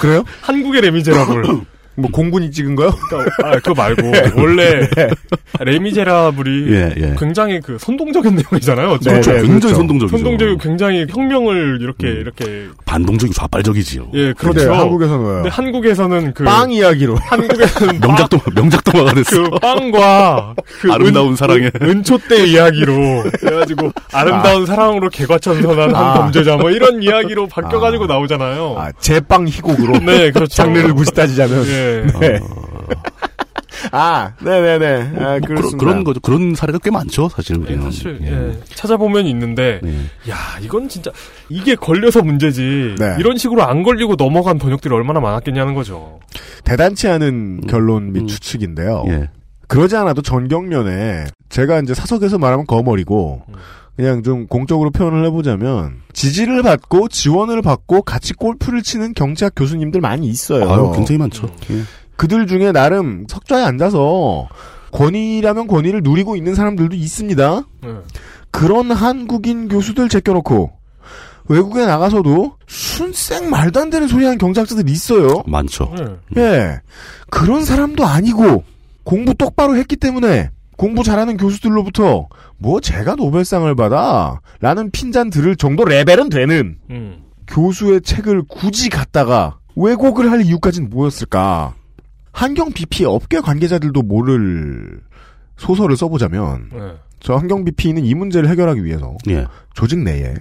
그래요?
한국의
*laughs*
레미제라블.
뭐 공군이 찍은 거요?
아, 그거 말고 원래 레미제라블이
네. 예, 예.
굉장히 그 선동적인 내용이잖아요. 어쩌면.
그렇죠. 네, 굉장히 그렇죠. 선동적이죠. 음.
선동적이고 굉장히 혁명을 이렇게 이렇게
반동적이고 좌빨적이지요.
예 *laughs* 그렇죠.
네,
근데 한국에서는 그 빵
이야기로
*laughs* 한국에서는
명작도 명작도마가 됐어.
그 빵과 그
아름다운 사랑에.
은, 초때 이야기로 그래가지고 아름다운 사랑으로 개과천선한
아.
한 범죄자 뭐 이런 이야기로 바뀌어가지고 나오잖아요.
제빵 희곡으로.
뭐. 네, 그렇죠.
장르를 굳이 따지자면.
예.
네. 아,
뭐
네네네. 아, 그렇습니다.
그런 거죠. 그런 사례가 꽤 많죠, 사실 우리는.
사실 예, 찾아보면 있는데 야 이건 진짜 이게 걸려서 문제지
네.
이런 식으로 안 걸리고 넘어간 번역들이 얼마나 많았겠냐는 거죠.
대단치
음.
않은 결론 및 추측인데요.
예.
예.
그러지 않아도 전경련에 제가 이제 사석에서 말하면 거머리고 그냥 좀 공적으로 표현을 해보자면 지지를 받고 지원을 받고 같이 골프를 치는 경제학 교수님들 많이 있어요.
아유, 굉장히 많죠.
그들 중에 나름 석좌에 앉아서 권위라면 권위를 누리고 있는 사람들도 있습니다.
예.
그런 한국인 교수들 제껴놓고 외국에 나가서도 순생 말도 안 되는 소리 하는 경제학자들이 있어요.
많죠.
예. 그런 사람도 아니고 공부 똑바로 했기 때문에 공부 잘하는 교수들로부터 뭐 제가 노벨상을 받아 라는 핀잔 들을 정도 레벨은 되는
음,
교수의 책을 굳이 갖다가 왜곡을 할 이유까지는 뭐였을까? 한경 BP 업계 관계자들도 모를 소설을 써보자면
예.
저 한경 BP는 이 문제를 해결하기 위해서
예,
조직 내에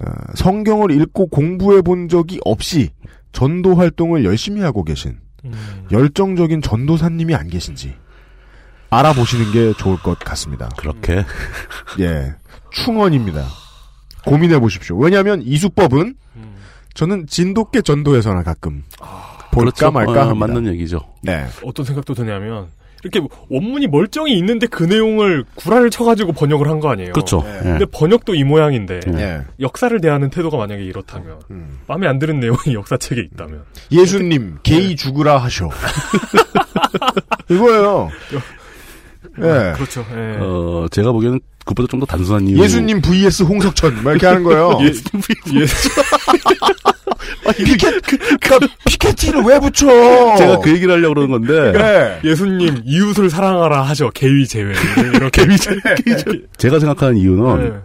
어, 성경을 읽고 공부해 본 적이 없이 전도 활동을 열심히 하고 계신
음,
열정적인 전도사님이 안 계신지 알아보시는 게 좋을 것 같습니다.
그렇게
예 충언입니다. 고민해 보십시오. 왜냐하면 이수법은
음.
저는 진돗개 전도에서나 가끔 볼까
그렇죠.
말까
아,
합니다.
맞는 얘기죠.
네.
어떤 생각도 드냐면 이렇게 원문이 멀쩡히 있는데 그 내용을 구라를 쳐가지고 번역을 한 거 아니에요.
그렇죠. 예.
근데 번역도 이 모양인데
네.
예.
역사를 대하는 태도가 만약에 이렇다면 마음에 안 드는 내용이 *laughs* 역사책에 있다면
네.
예수님 개이 죽으라
*laughs*
하셔. 이거예요.
아,
예.
그렇죠. 예.
어, 제가 보기에는 그보다 좀 더 단순한 이유.
예수님 vs 홍석천 막 이렇게 하는 거예요.
*laughs* 예수님 vs.
피켓 그러니까 피켓티를 왜 붙여?
제가 그 얘기를 하려고 그러는 건데.
그러니까
예수님 이웃을 사랑하라 하죠. 개위 제외. 이렇게 *laughs*
제가 생각하는 이유는
네.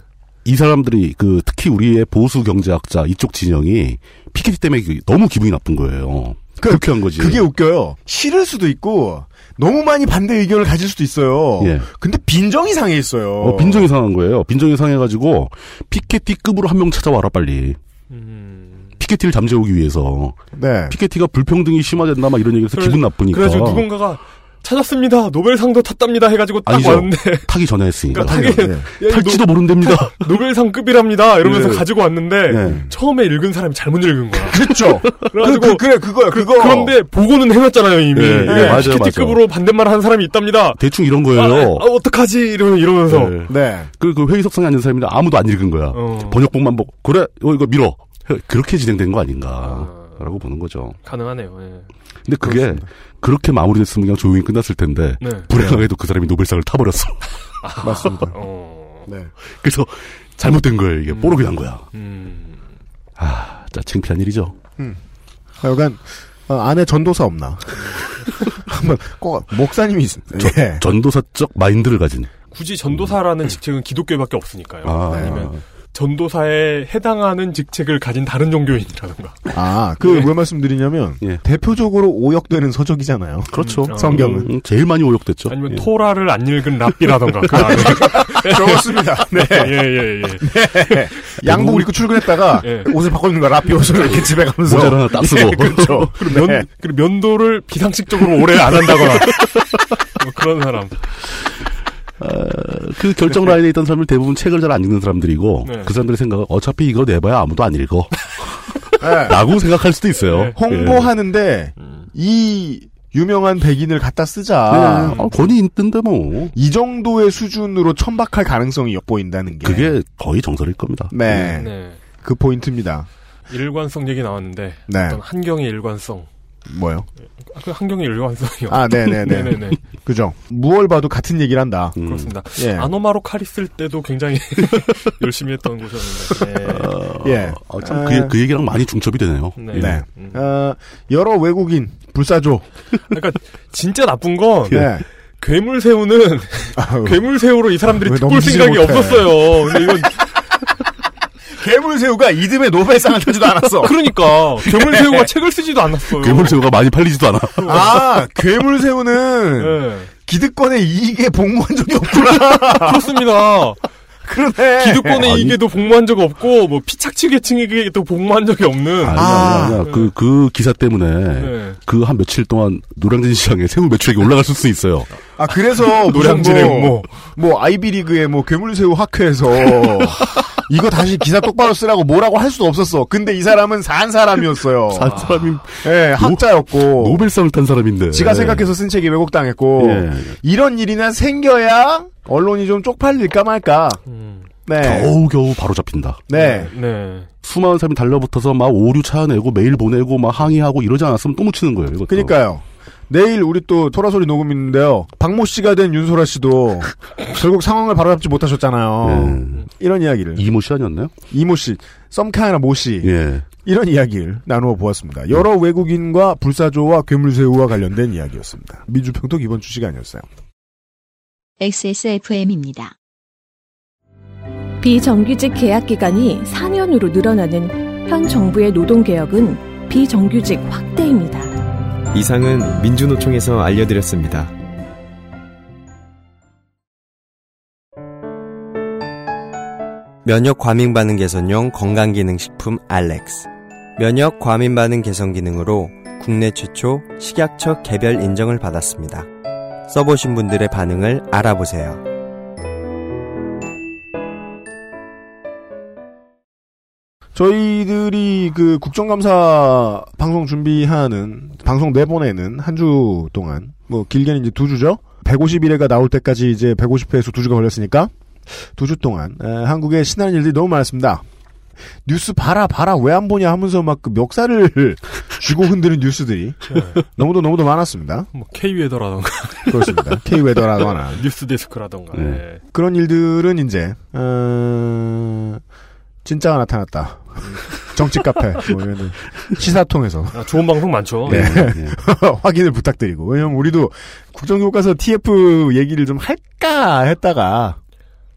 이 사람들이 그 특히 우리의 보수 경제학자 이쪽 진영이 피켓 때문에 그 너무 기분이 나쁜 거예요. 그, 렇게한 거지.
그게 웃겨요. 싫을 수도 있고 너무 많이 반대 의견을 가질 수도 있어요.
예.
근데 빈정이 상해 있어요.
어, 빈정이 상한 거예요. 빈정이 상해가지고 피켓티급으로 한 명 찾아와라 빨리.
음.
피켓티를 잠재우기 위해서.
네.
피켓티가 불평등이 심화된다 막 이런 얘기해서 기분 나쁘니까.
그래가지고 누군가가 찾았습니다. 노벨상도 탔답니다. 해가지고 딱
아니죠.
왔는데. *laughs*
타기 전에 했으니까.
그러니까 타기-
네.
야, 이거
탈지도
노- *laughs*
모른답니다. *laughs*
타- 노벨상급이랍니다. 이러면서
네.
가지고 왔는데
네.
처음에 읽은 사람이 잘못 읽은 거야.
*laughs* 그렇죠.
그래가지고 그, 래 그거야 그거. 그런데 보고는 해놨잖아요 이미.
네, 네, 맞아요,
PT급으로 반대말 하는 사람이 있답니다.
대충 이런
아, 아,
거예요.
어떡하지 이러, 이러면서.
네. 그, 그 회의석상에 앉은 사람인데 아무도 안 읽은 거야.
어.
번역본만 보고, 그래, 어, 이거 밀어. 그렇게 진행된 거 아닌가. 라고 보는 거죠.
가능하네요. 예.
근데 그게 그렇게 마무리됐으면 그냥 조용히 끝났을 텐데
네.
불행하게도 그 사람이 노벨상을 타버렸어. *laughs*
맞습니다.
*laughs* 어.
네. 그래서 잘못된 거예요. 이게
음.
뽀록이 난 거야.
음.
아, 자, 창피한 일이죠.
하여간 어, 안에 전도사 없나? *laughs* 한번 꼭 목사님이 있. 예.
저- 전도사적 마인드를 가진.
굳이
음.
전도사라는 직책은 기독교밖에 없으니까요.
아.
아, 니면 전도사에 해당하는 직책을 가진 다른 종교인이라든가.
아그
예.
왜 말씀드리냐면 대표적으로 오역되는 서적이잖아요. 그렇죠. 성경은
음, 제일 많이 오역됐죠. 예.
예.
아니면 토라를 안 읽은 랍비라던가. *laughs* 그
*laughs*
안에.
좋습니다. 네.
예, 예, 예.
양복을 입고 출근했다가
뭐, 예.
옷을 바꿔입는 거야. 라피 옷을 이렇게 집에 가면서
모자를 하나 딱 쓰고.
예, 그렇죠.
그리고 면, 그리고 면도를 비상식적으로 오래
*laughs*
안 한다거나. 뭐 그런 사람.
아, *laughs* 그 결정 라인에 있던 사람들 대부분 책을 잘 안 읽는 사람들이고
네.
그 사람들의 생각은 어차피 이거 내봐야 아무도 안 읽어.
네.
라고 *laughs* 생각할 수도 있어요.
홍보하는데 이 유명한 백인을 갖다 쓰자.
네. 아, 권위 있던데 뭐.
이 정도의 수준으로 천박할 가능성이 엿보인다는 게
그게 거의 정설일 겁니다. 예.
네.
네.
그 포인트입니다.
일관성 얘기 나왔는데.
네.
어떤 한경의 일관성.
뭐요?
아, 그 한경의 일관성이요.
아, *laughs* 네네네.
네네네.
그죠. 무얼 봐도 같은 얘기를 한다.
그렇습니다.
예.
아노마로 칼 있을 때도 굉장히 *laughs* 열심히 했던 곳이었는데.
어,
예.
어, 참 그, 얘- 그 얘기랑 많이 중첩이 되네요.
네.
예.
네. 어, 여러 외국인 불사조.
그러니까 진짜 나쁜 건
네.
괴물 새우는 괴물 새우로 이 사람들이
왜
듣볼
넘기지
생각이
못해.
없었어요. 근데 이건
괴물 새우가 이듬해 노벨상을 타지도 않았어.
그러니까 괴물
네.
새우가 책을 쓰지도 않았어요.
괴물새우가 많이 팔리지도 않아.
*laughs* 아, 괴물
예.
새우는 기득권의 이익에 복무한 적이 *laughs* 없구나.
그렇습니다.
그러네.
기득권의
아니.
이게도 복무한 적 없고 뭐 피착취 계층에게도 복무한 적이 없는.
아니야, 아니야, 아니야. *laughs* 그, 그 기사 때문에
네.
그 한 며칠 동안 노량진 시장에 새우 매출액이 올라갈 수도 있어요.
아 그래서
*laughs* 노량진의
무슨
음모.
뭐, 뭐 아이비리그의 뭐 괴물새우
*laughs*
학회에서 이거 다시 기사 똑바로 쓰라고 뭐라고 할 수도 없었어. 근데 이 사람은 산 사람이었어요.
*laughs* 산 사람이
예, 학자였고
노벨상을 탄 사람인데.
지가 생각해서 뭐. 쓴 책이 왜곡당했고
예.
이런 일이나 생겨야 언론이 좀 쪽팔릴까 말까. 네.
겨우 예. 겨우 바로 잡힌다.
네.
네.
수많은 사람이 달라붙어서 막 오류 차내고 메일 보내고 막 항의하고 이러지 않았으면 또 묻히는 거예요. 이것도.
그니까요. 내일 우리 또 토라소리 녹음 있는데요. 박모 씨가 된 윤소라 씨도
*laughs*
결국 상황을 바로잡지 못하셨잖아요. 이런 이야기를
예. 이모 예. 씨 아니었나요?
이모 씨, 썸카이나 모 씨. 이런 이야기를 나누어 보았습니다. 여러 외국인과 불사조와 괴물새우와 관련된 이야기였습니다. 민주평통 이번 주 시간이었어요.
XSFM입니다.
비정규직 계약 기간이 4년으로 늘어나는 현 정부의 노동개혁은 비정규직 확대입니다.
이상은 민주노총에서 알려드렸습니다.
면역 과민 반응 개선용 건강 기능 식품 알렉스. 면역 과민 반응 개선 기능으로 국내 최초 식약처 개별 인정을 받았습니다. 써보신 분들의 반응을 알아보세요.
저희들이 그 국정감사 방송 준비하는 방송 내보내는 한 주 동안 뭐 길게는 이제 두 주죠. 151회가 나올 때까지 이제 150회에서 두 주가 걸렸으니까 두 주 동안 에, 한국에 신나는 일들이 너무 많았습니다. 뉴스 봐라 봐라 왜 안 보냐 하면서 막그 멱살을 *laughs* 쥐고 흔드는 뉴스들이 너무도 너무도 많았습니다.
뭐 K웨더라던가. *laughs*
그렇습니다. K웨더라거나
뉴스데스크라던가. 네.
그런 일들은 이제 어, 진짜가 나타났다. 정치 카페 뭐 이런 시사 통해서 *laughs*
아, 좋은 방송 많죠.
네.
예.
확인을 부탁드리고 왜냐면 우리도 국정교과서 TF 얘기를 좀 할까 했다가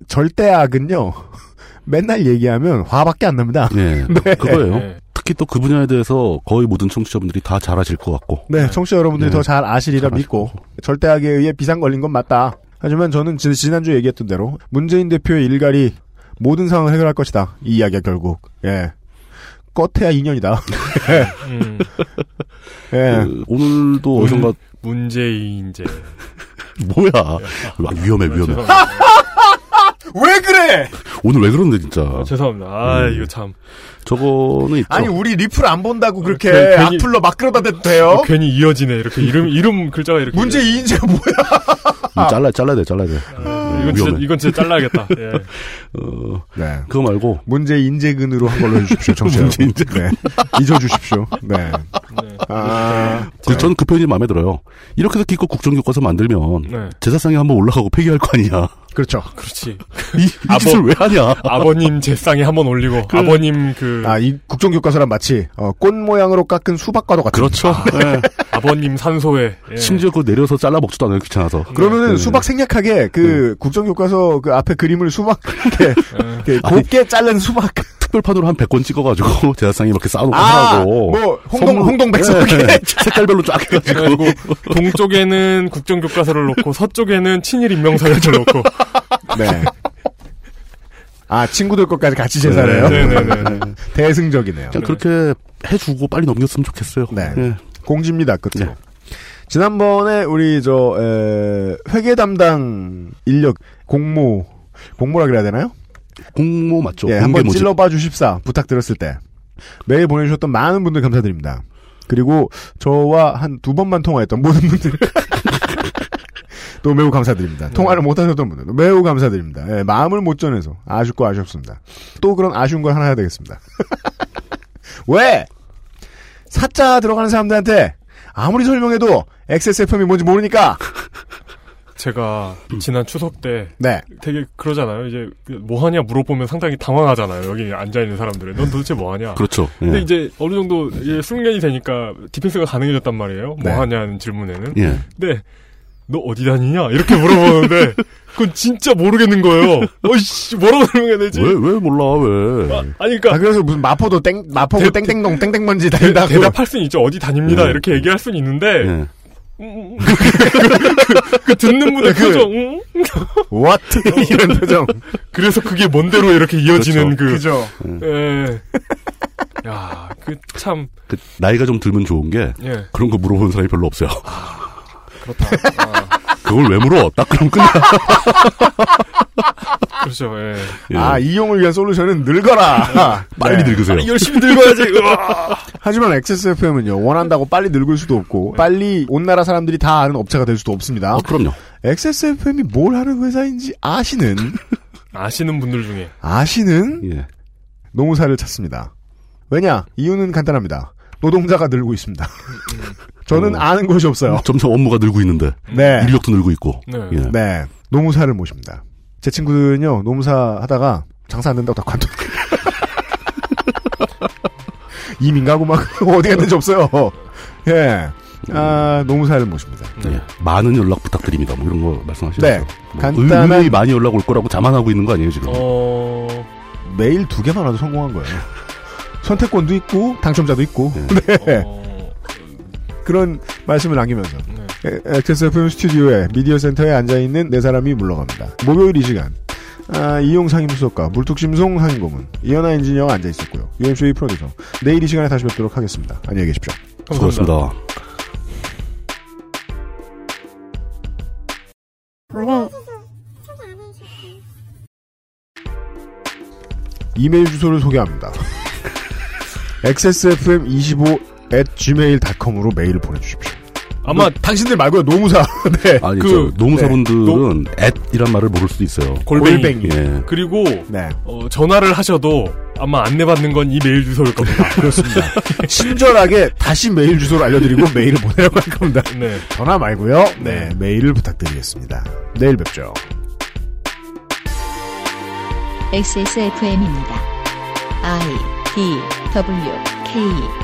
절대악은요 *laughs* 맨날 얘기하면 화밖에 안 납니다.
네.
네.
그거예요.
네.
특히 또 그 분야에 대해서 거의 모든 청취자분들이 다 잘하실 것 같고.
네, 청취자 여러분들이
네.
더 잘 아시리라
잘
믿고 절대악에 의해 비상 걸린 건 맞다. 하지만 저는 지- 지난주에 얘기했던 대로 문재인 대표의 일갈이 모든 상황을 해결할 것이다. 이 이야기가 결국 예. 껐해야 2년이다.
음.
예. 음.
그 오늘도 어디선가
문재인제.
뭐야. 아, 위험해, 위험해.
왜 그래?
오늘 왜 그런데, 진짜.
죄송합니다. 아, 이거 참.
저거는 있죠.
아니 우리 리플 안 본다고 그렇게 그
괜- 괜히-
악플로 막 끌어다 대도 돼요?
괜히 이어지네. 이렇게 이름, 이름 글자가 이렇게.
문제 이인재 뭐야?
이거 음, 잘라, 잘라야 돼, 잘라야 돼.
이건 진짜, 이건 진짜 잘라야겠다. 예.
어,
네.
그거 말고.
문제 인재근으로 한 걸로 *laughs* 해주십시오, 청취자
문제
여러분. 네. 잊어주십시오. 네. 아,
그, 저는 그 표현이 마음에 들어요. 이렇게 해서 기껏 국정교과서 만들면
네.
제사상에 한번 올라가고 폐기할 거 아니냐.
그렇죠.
그렇지.
이, 이 짓을 왜 하냐.
아버님 제상에 한번 올리고, 아버님 그.
아, 이 국정교과서랑 마치 어, 꽃 모양으로 깎은 수박과도 같은. 아,
그렇죠. 네.
아버님 산소에. 예.
심지어 그거 내려서 잘라 먹지도 않아요, 귀찮아서.
그러면은
네.
수박 생략하게 그 국정교과서 그 앞에 그림을 수박 *laughs* 이렇게, 이렇게
아니,
곱게 잘른 수박.
특별판으로 한 100권 찍어가지고 *laughs* 제사상에 이렇게 쌓아놓고
아,
하라고.
뭐 홍동
선물-
홍동 백석
네,
이렇게 *laughs*
네. 색깔별로 쫙 해가지고.
그래가지고 동쪽에는 국정교과서를 놓고 서쪽에는 친일 임명사회를
*laughs*
놓고
네. 아 친구들 것까지 같이 제사를 해요.
네네네.
*laughs* 대승적이네요.
그냥 그렇게 해주고 빨리 넘겼으면 좋겠어요.
네.
예.
공지입니다. 끝으로. 네. 지난번에 우리 저 에, 회계 담당 인력 공모 공모라 그래야 되나요?
공모 맞죠.
예,
공개
한번
모집.
찔러봐 주십사 부탁드렸을 때 메일 보내주셨던 많은 분들 감사드립니다. 그리고 저와 한 두 번만 통화했던 모든 분들 *laughs* 또 매우 감사드립니다.
네.
통화를 못 하셨던 분들 도 매우 감사드립니다. 예, 마음을 못 전해서 아쉽고 아쉽습니다. 또 그런 아쉬운 걸 하나 해야 되겠습니다. *laughs* 왜 사자 들어가는 사람들한테 아무리 설명해도 XSFM이 뭔지 모르니까
제가 지난 추석 때
네
되게 그러잖아요. 이제 뭐 하냐 물어보면 상당히 당황하잖아요. 여기 앉아 있는 사람들은 넌 도대체 뭐 하냐.
그렇죠. 예.
근데 이제 어느 정도 이제 숙련이 되니까 디펜스가 가능해졌단 말이에요. 뭐
네.
하냐는 질문에는.
예.
근데 너 어디 다니냐 이렇게 물어보는데 그건 진짜 모르겠는 거예요. 어이씨 뭐라고 설명해야 되지?
왜, 왜 몰라, 왜.
아니 그러니까
아, 그래서 무슨 마포도 땡 마포구 땡땡동 땡땡먼지
대,
달다고
대답할 수는 있죠. 어디 다닙니다.
예.
이렇게 얘기할 수는 있는데
예.
음, 음, 그, 그 듣는 분의
그-
표정. 음?
What *laughs* 이런 표정
그래서 그게 뭔대로 이렇게 이어지는 그
그죠
예. 야, 그 참
그 나이가 좀 들면 좋은 게
예.
그런 거 물어보는 사람이 별로 없어요.
그렇다. 아,
그걸 왜 물어? 딱 그럼 끝나.
그렇죠. 예.
예.
*laughs* 아, 이용을 위한 솔루션은 늙어라.
*laughs* 빨리
네.
늙으세요.
열심히 늙어야지. 으아.
하지만 XSFM은요, 원한다고 빨리 늙을 수도 없고,
네.
빨리 온 나라 사람들이 다 아는 업체가 될 수도 없습니다.
아, 그럼요.
XSFM이 뭘 하는 회사인지 아시는,
아시는 분들 중에
아시는
예.
노무사를 찾습니다. 왜냐? 이유는 간단합니다. 노동자가 늘고 있습니다. *laughs* 저는
어.
아는 곳이 없어요.
점점 업무가 늘고 있는데
네.
인력도 늘고 있고.
네.
예.
네. 노무사를 모십니다. 제 친구는요, 노무사 하다가 장사 안 된다고 다 관둬. *laughs* 이민가고 막 *laughs* 어디 갔는지 없어요. 예. 아, 노무사를 모십니다.
예. 많은 연락 부탁드립니다. 뭐 이런 거 말씀하시죠.
네.
뭐
간단한-
의외의 많이 연락 올 거라고 자만하고 있는 거 아니에요 지금?
어
매일 두 개만 와도 성공한 거예요. 선택권도 있고, 당첨자도 있고. 네.
어,
그런 말씀을 남기면서.
네.
XSFM 스튜디오에 미디어 센터에 앉아있는 네 사람이 물러갑니다. 목요일 이 시간. 아, 이용 상임수석과 물뚝심송 상임고문, 이현아 엔지니어가 앉아있었고요. UMC의 프로듀서. 내일 이 시간에 다시 뵙도록 하겠습니다. 안녕히 계십시오.
감사합니다.
수고하셨습니다.
이메일 주소를 소개합니다. *laughs* xsfm25 at gmail.com으로 메일을 보내주십시오.
아마
당신들 말고요, 노무사. 네.
아니
그-
저 노무사분들은 @이란 말을 모를 수도 있어요.
골뱅이.
골뱅이.
예.
그리고
네.
어, 전화를 하셔도 아마 안내받는 건 이 메일 주소일 겁니다.
그렇습니다. 친절하게 다시 메일 주소를 알려드리고 메일을 보내라고 할 겁니다.
*laughs* 네.
전화 말고요. 네, 메일을 부탁드리겠습니다. 내일 뵙죠.
XSFM입니다. I D W K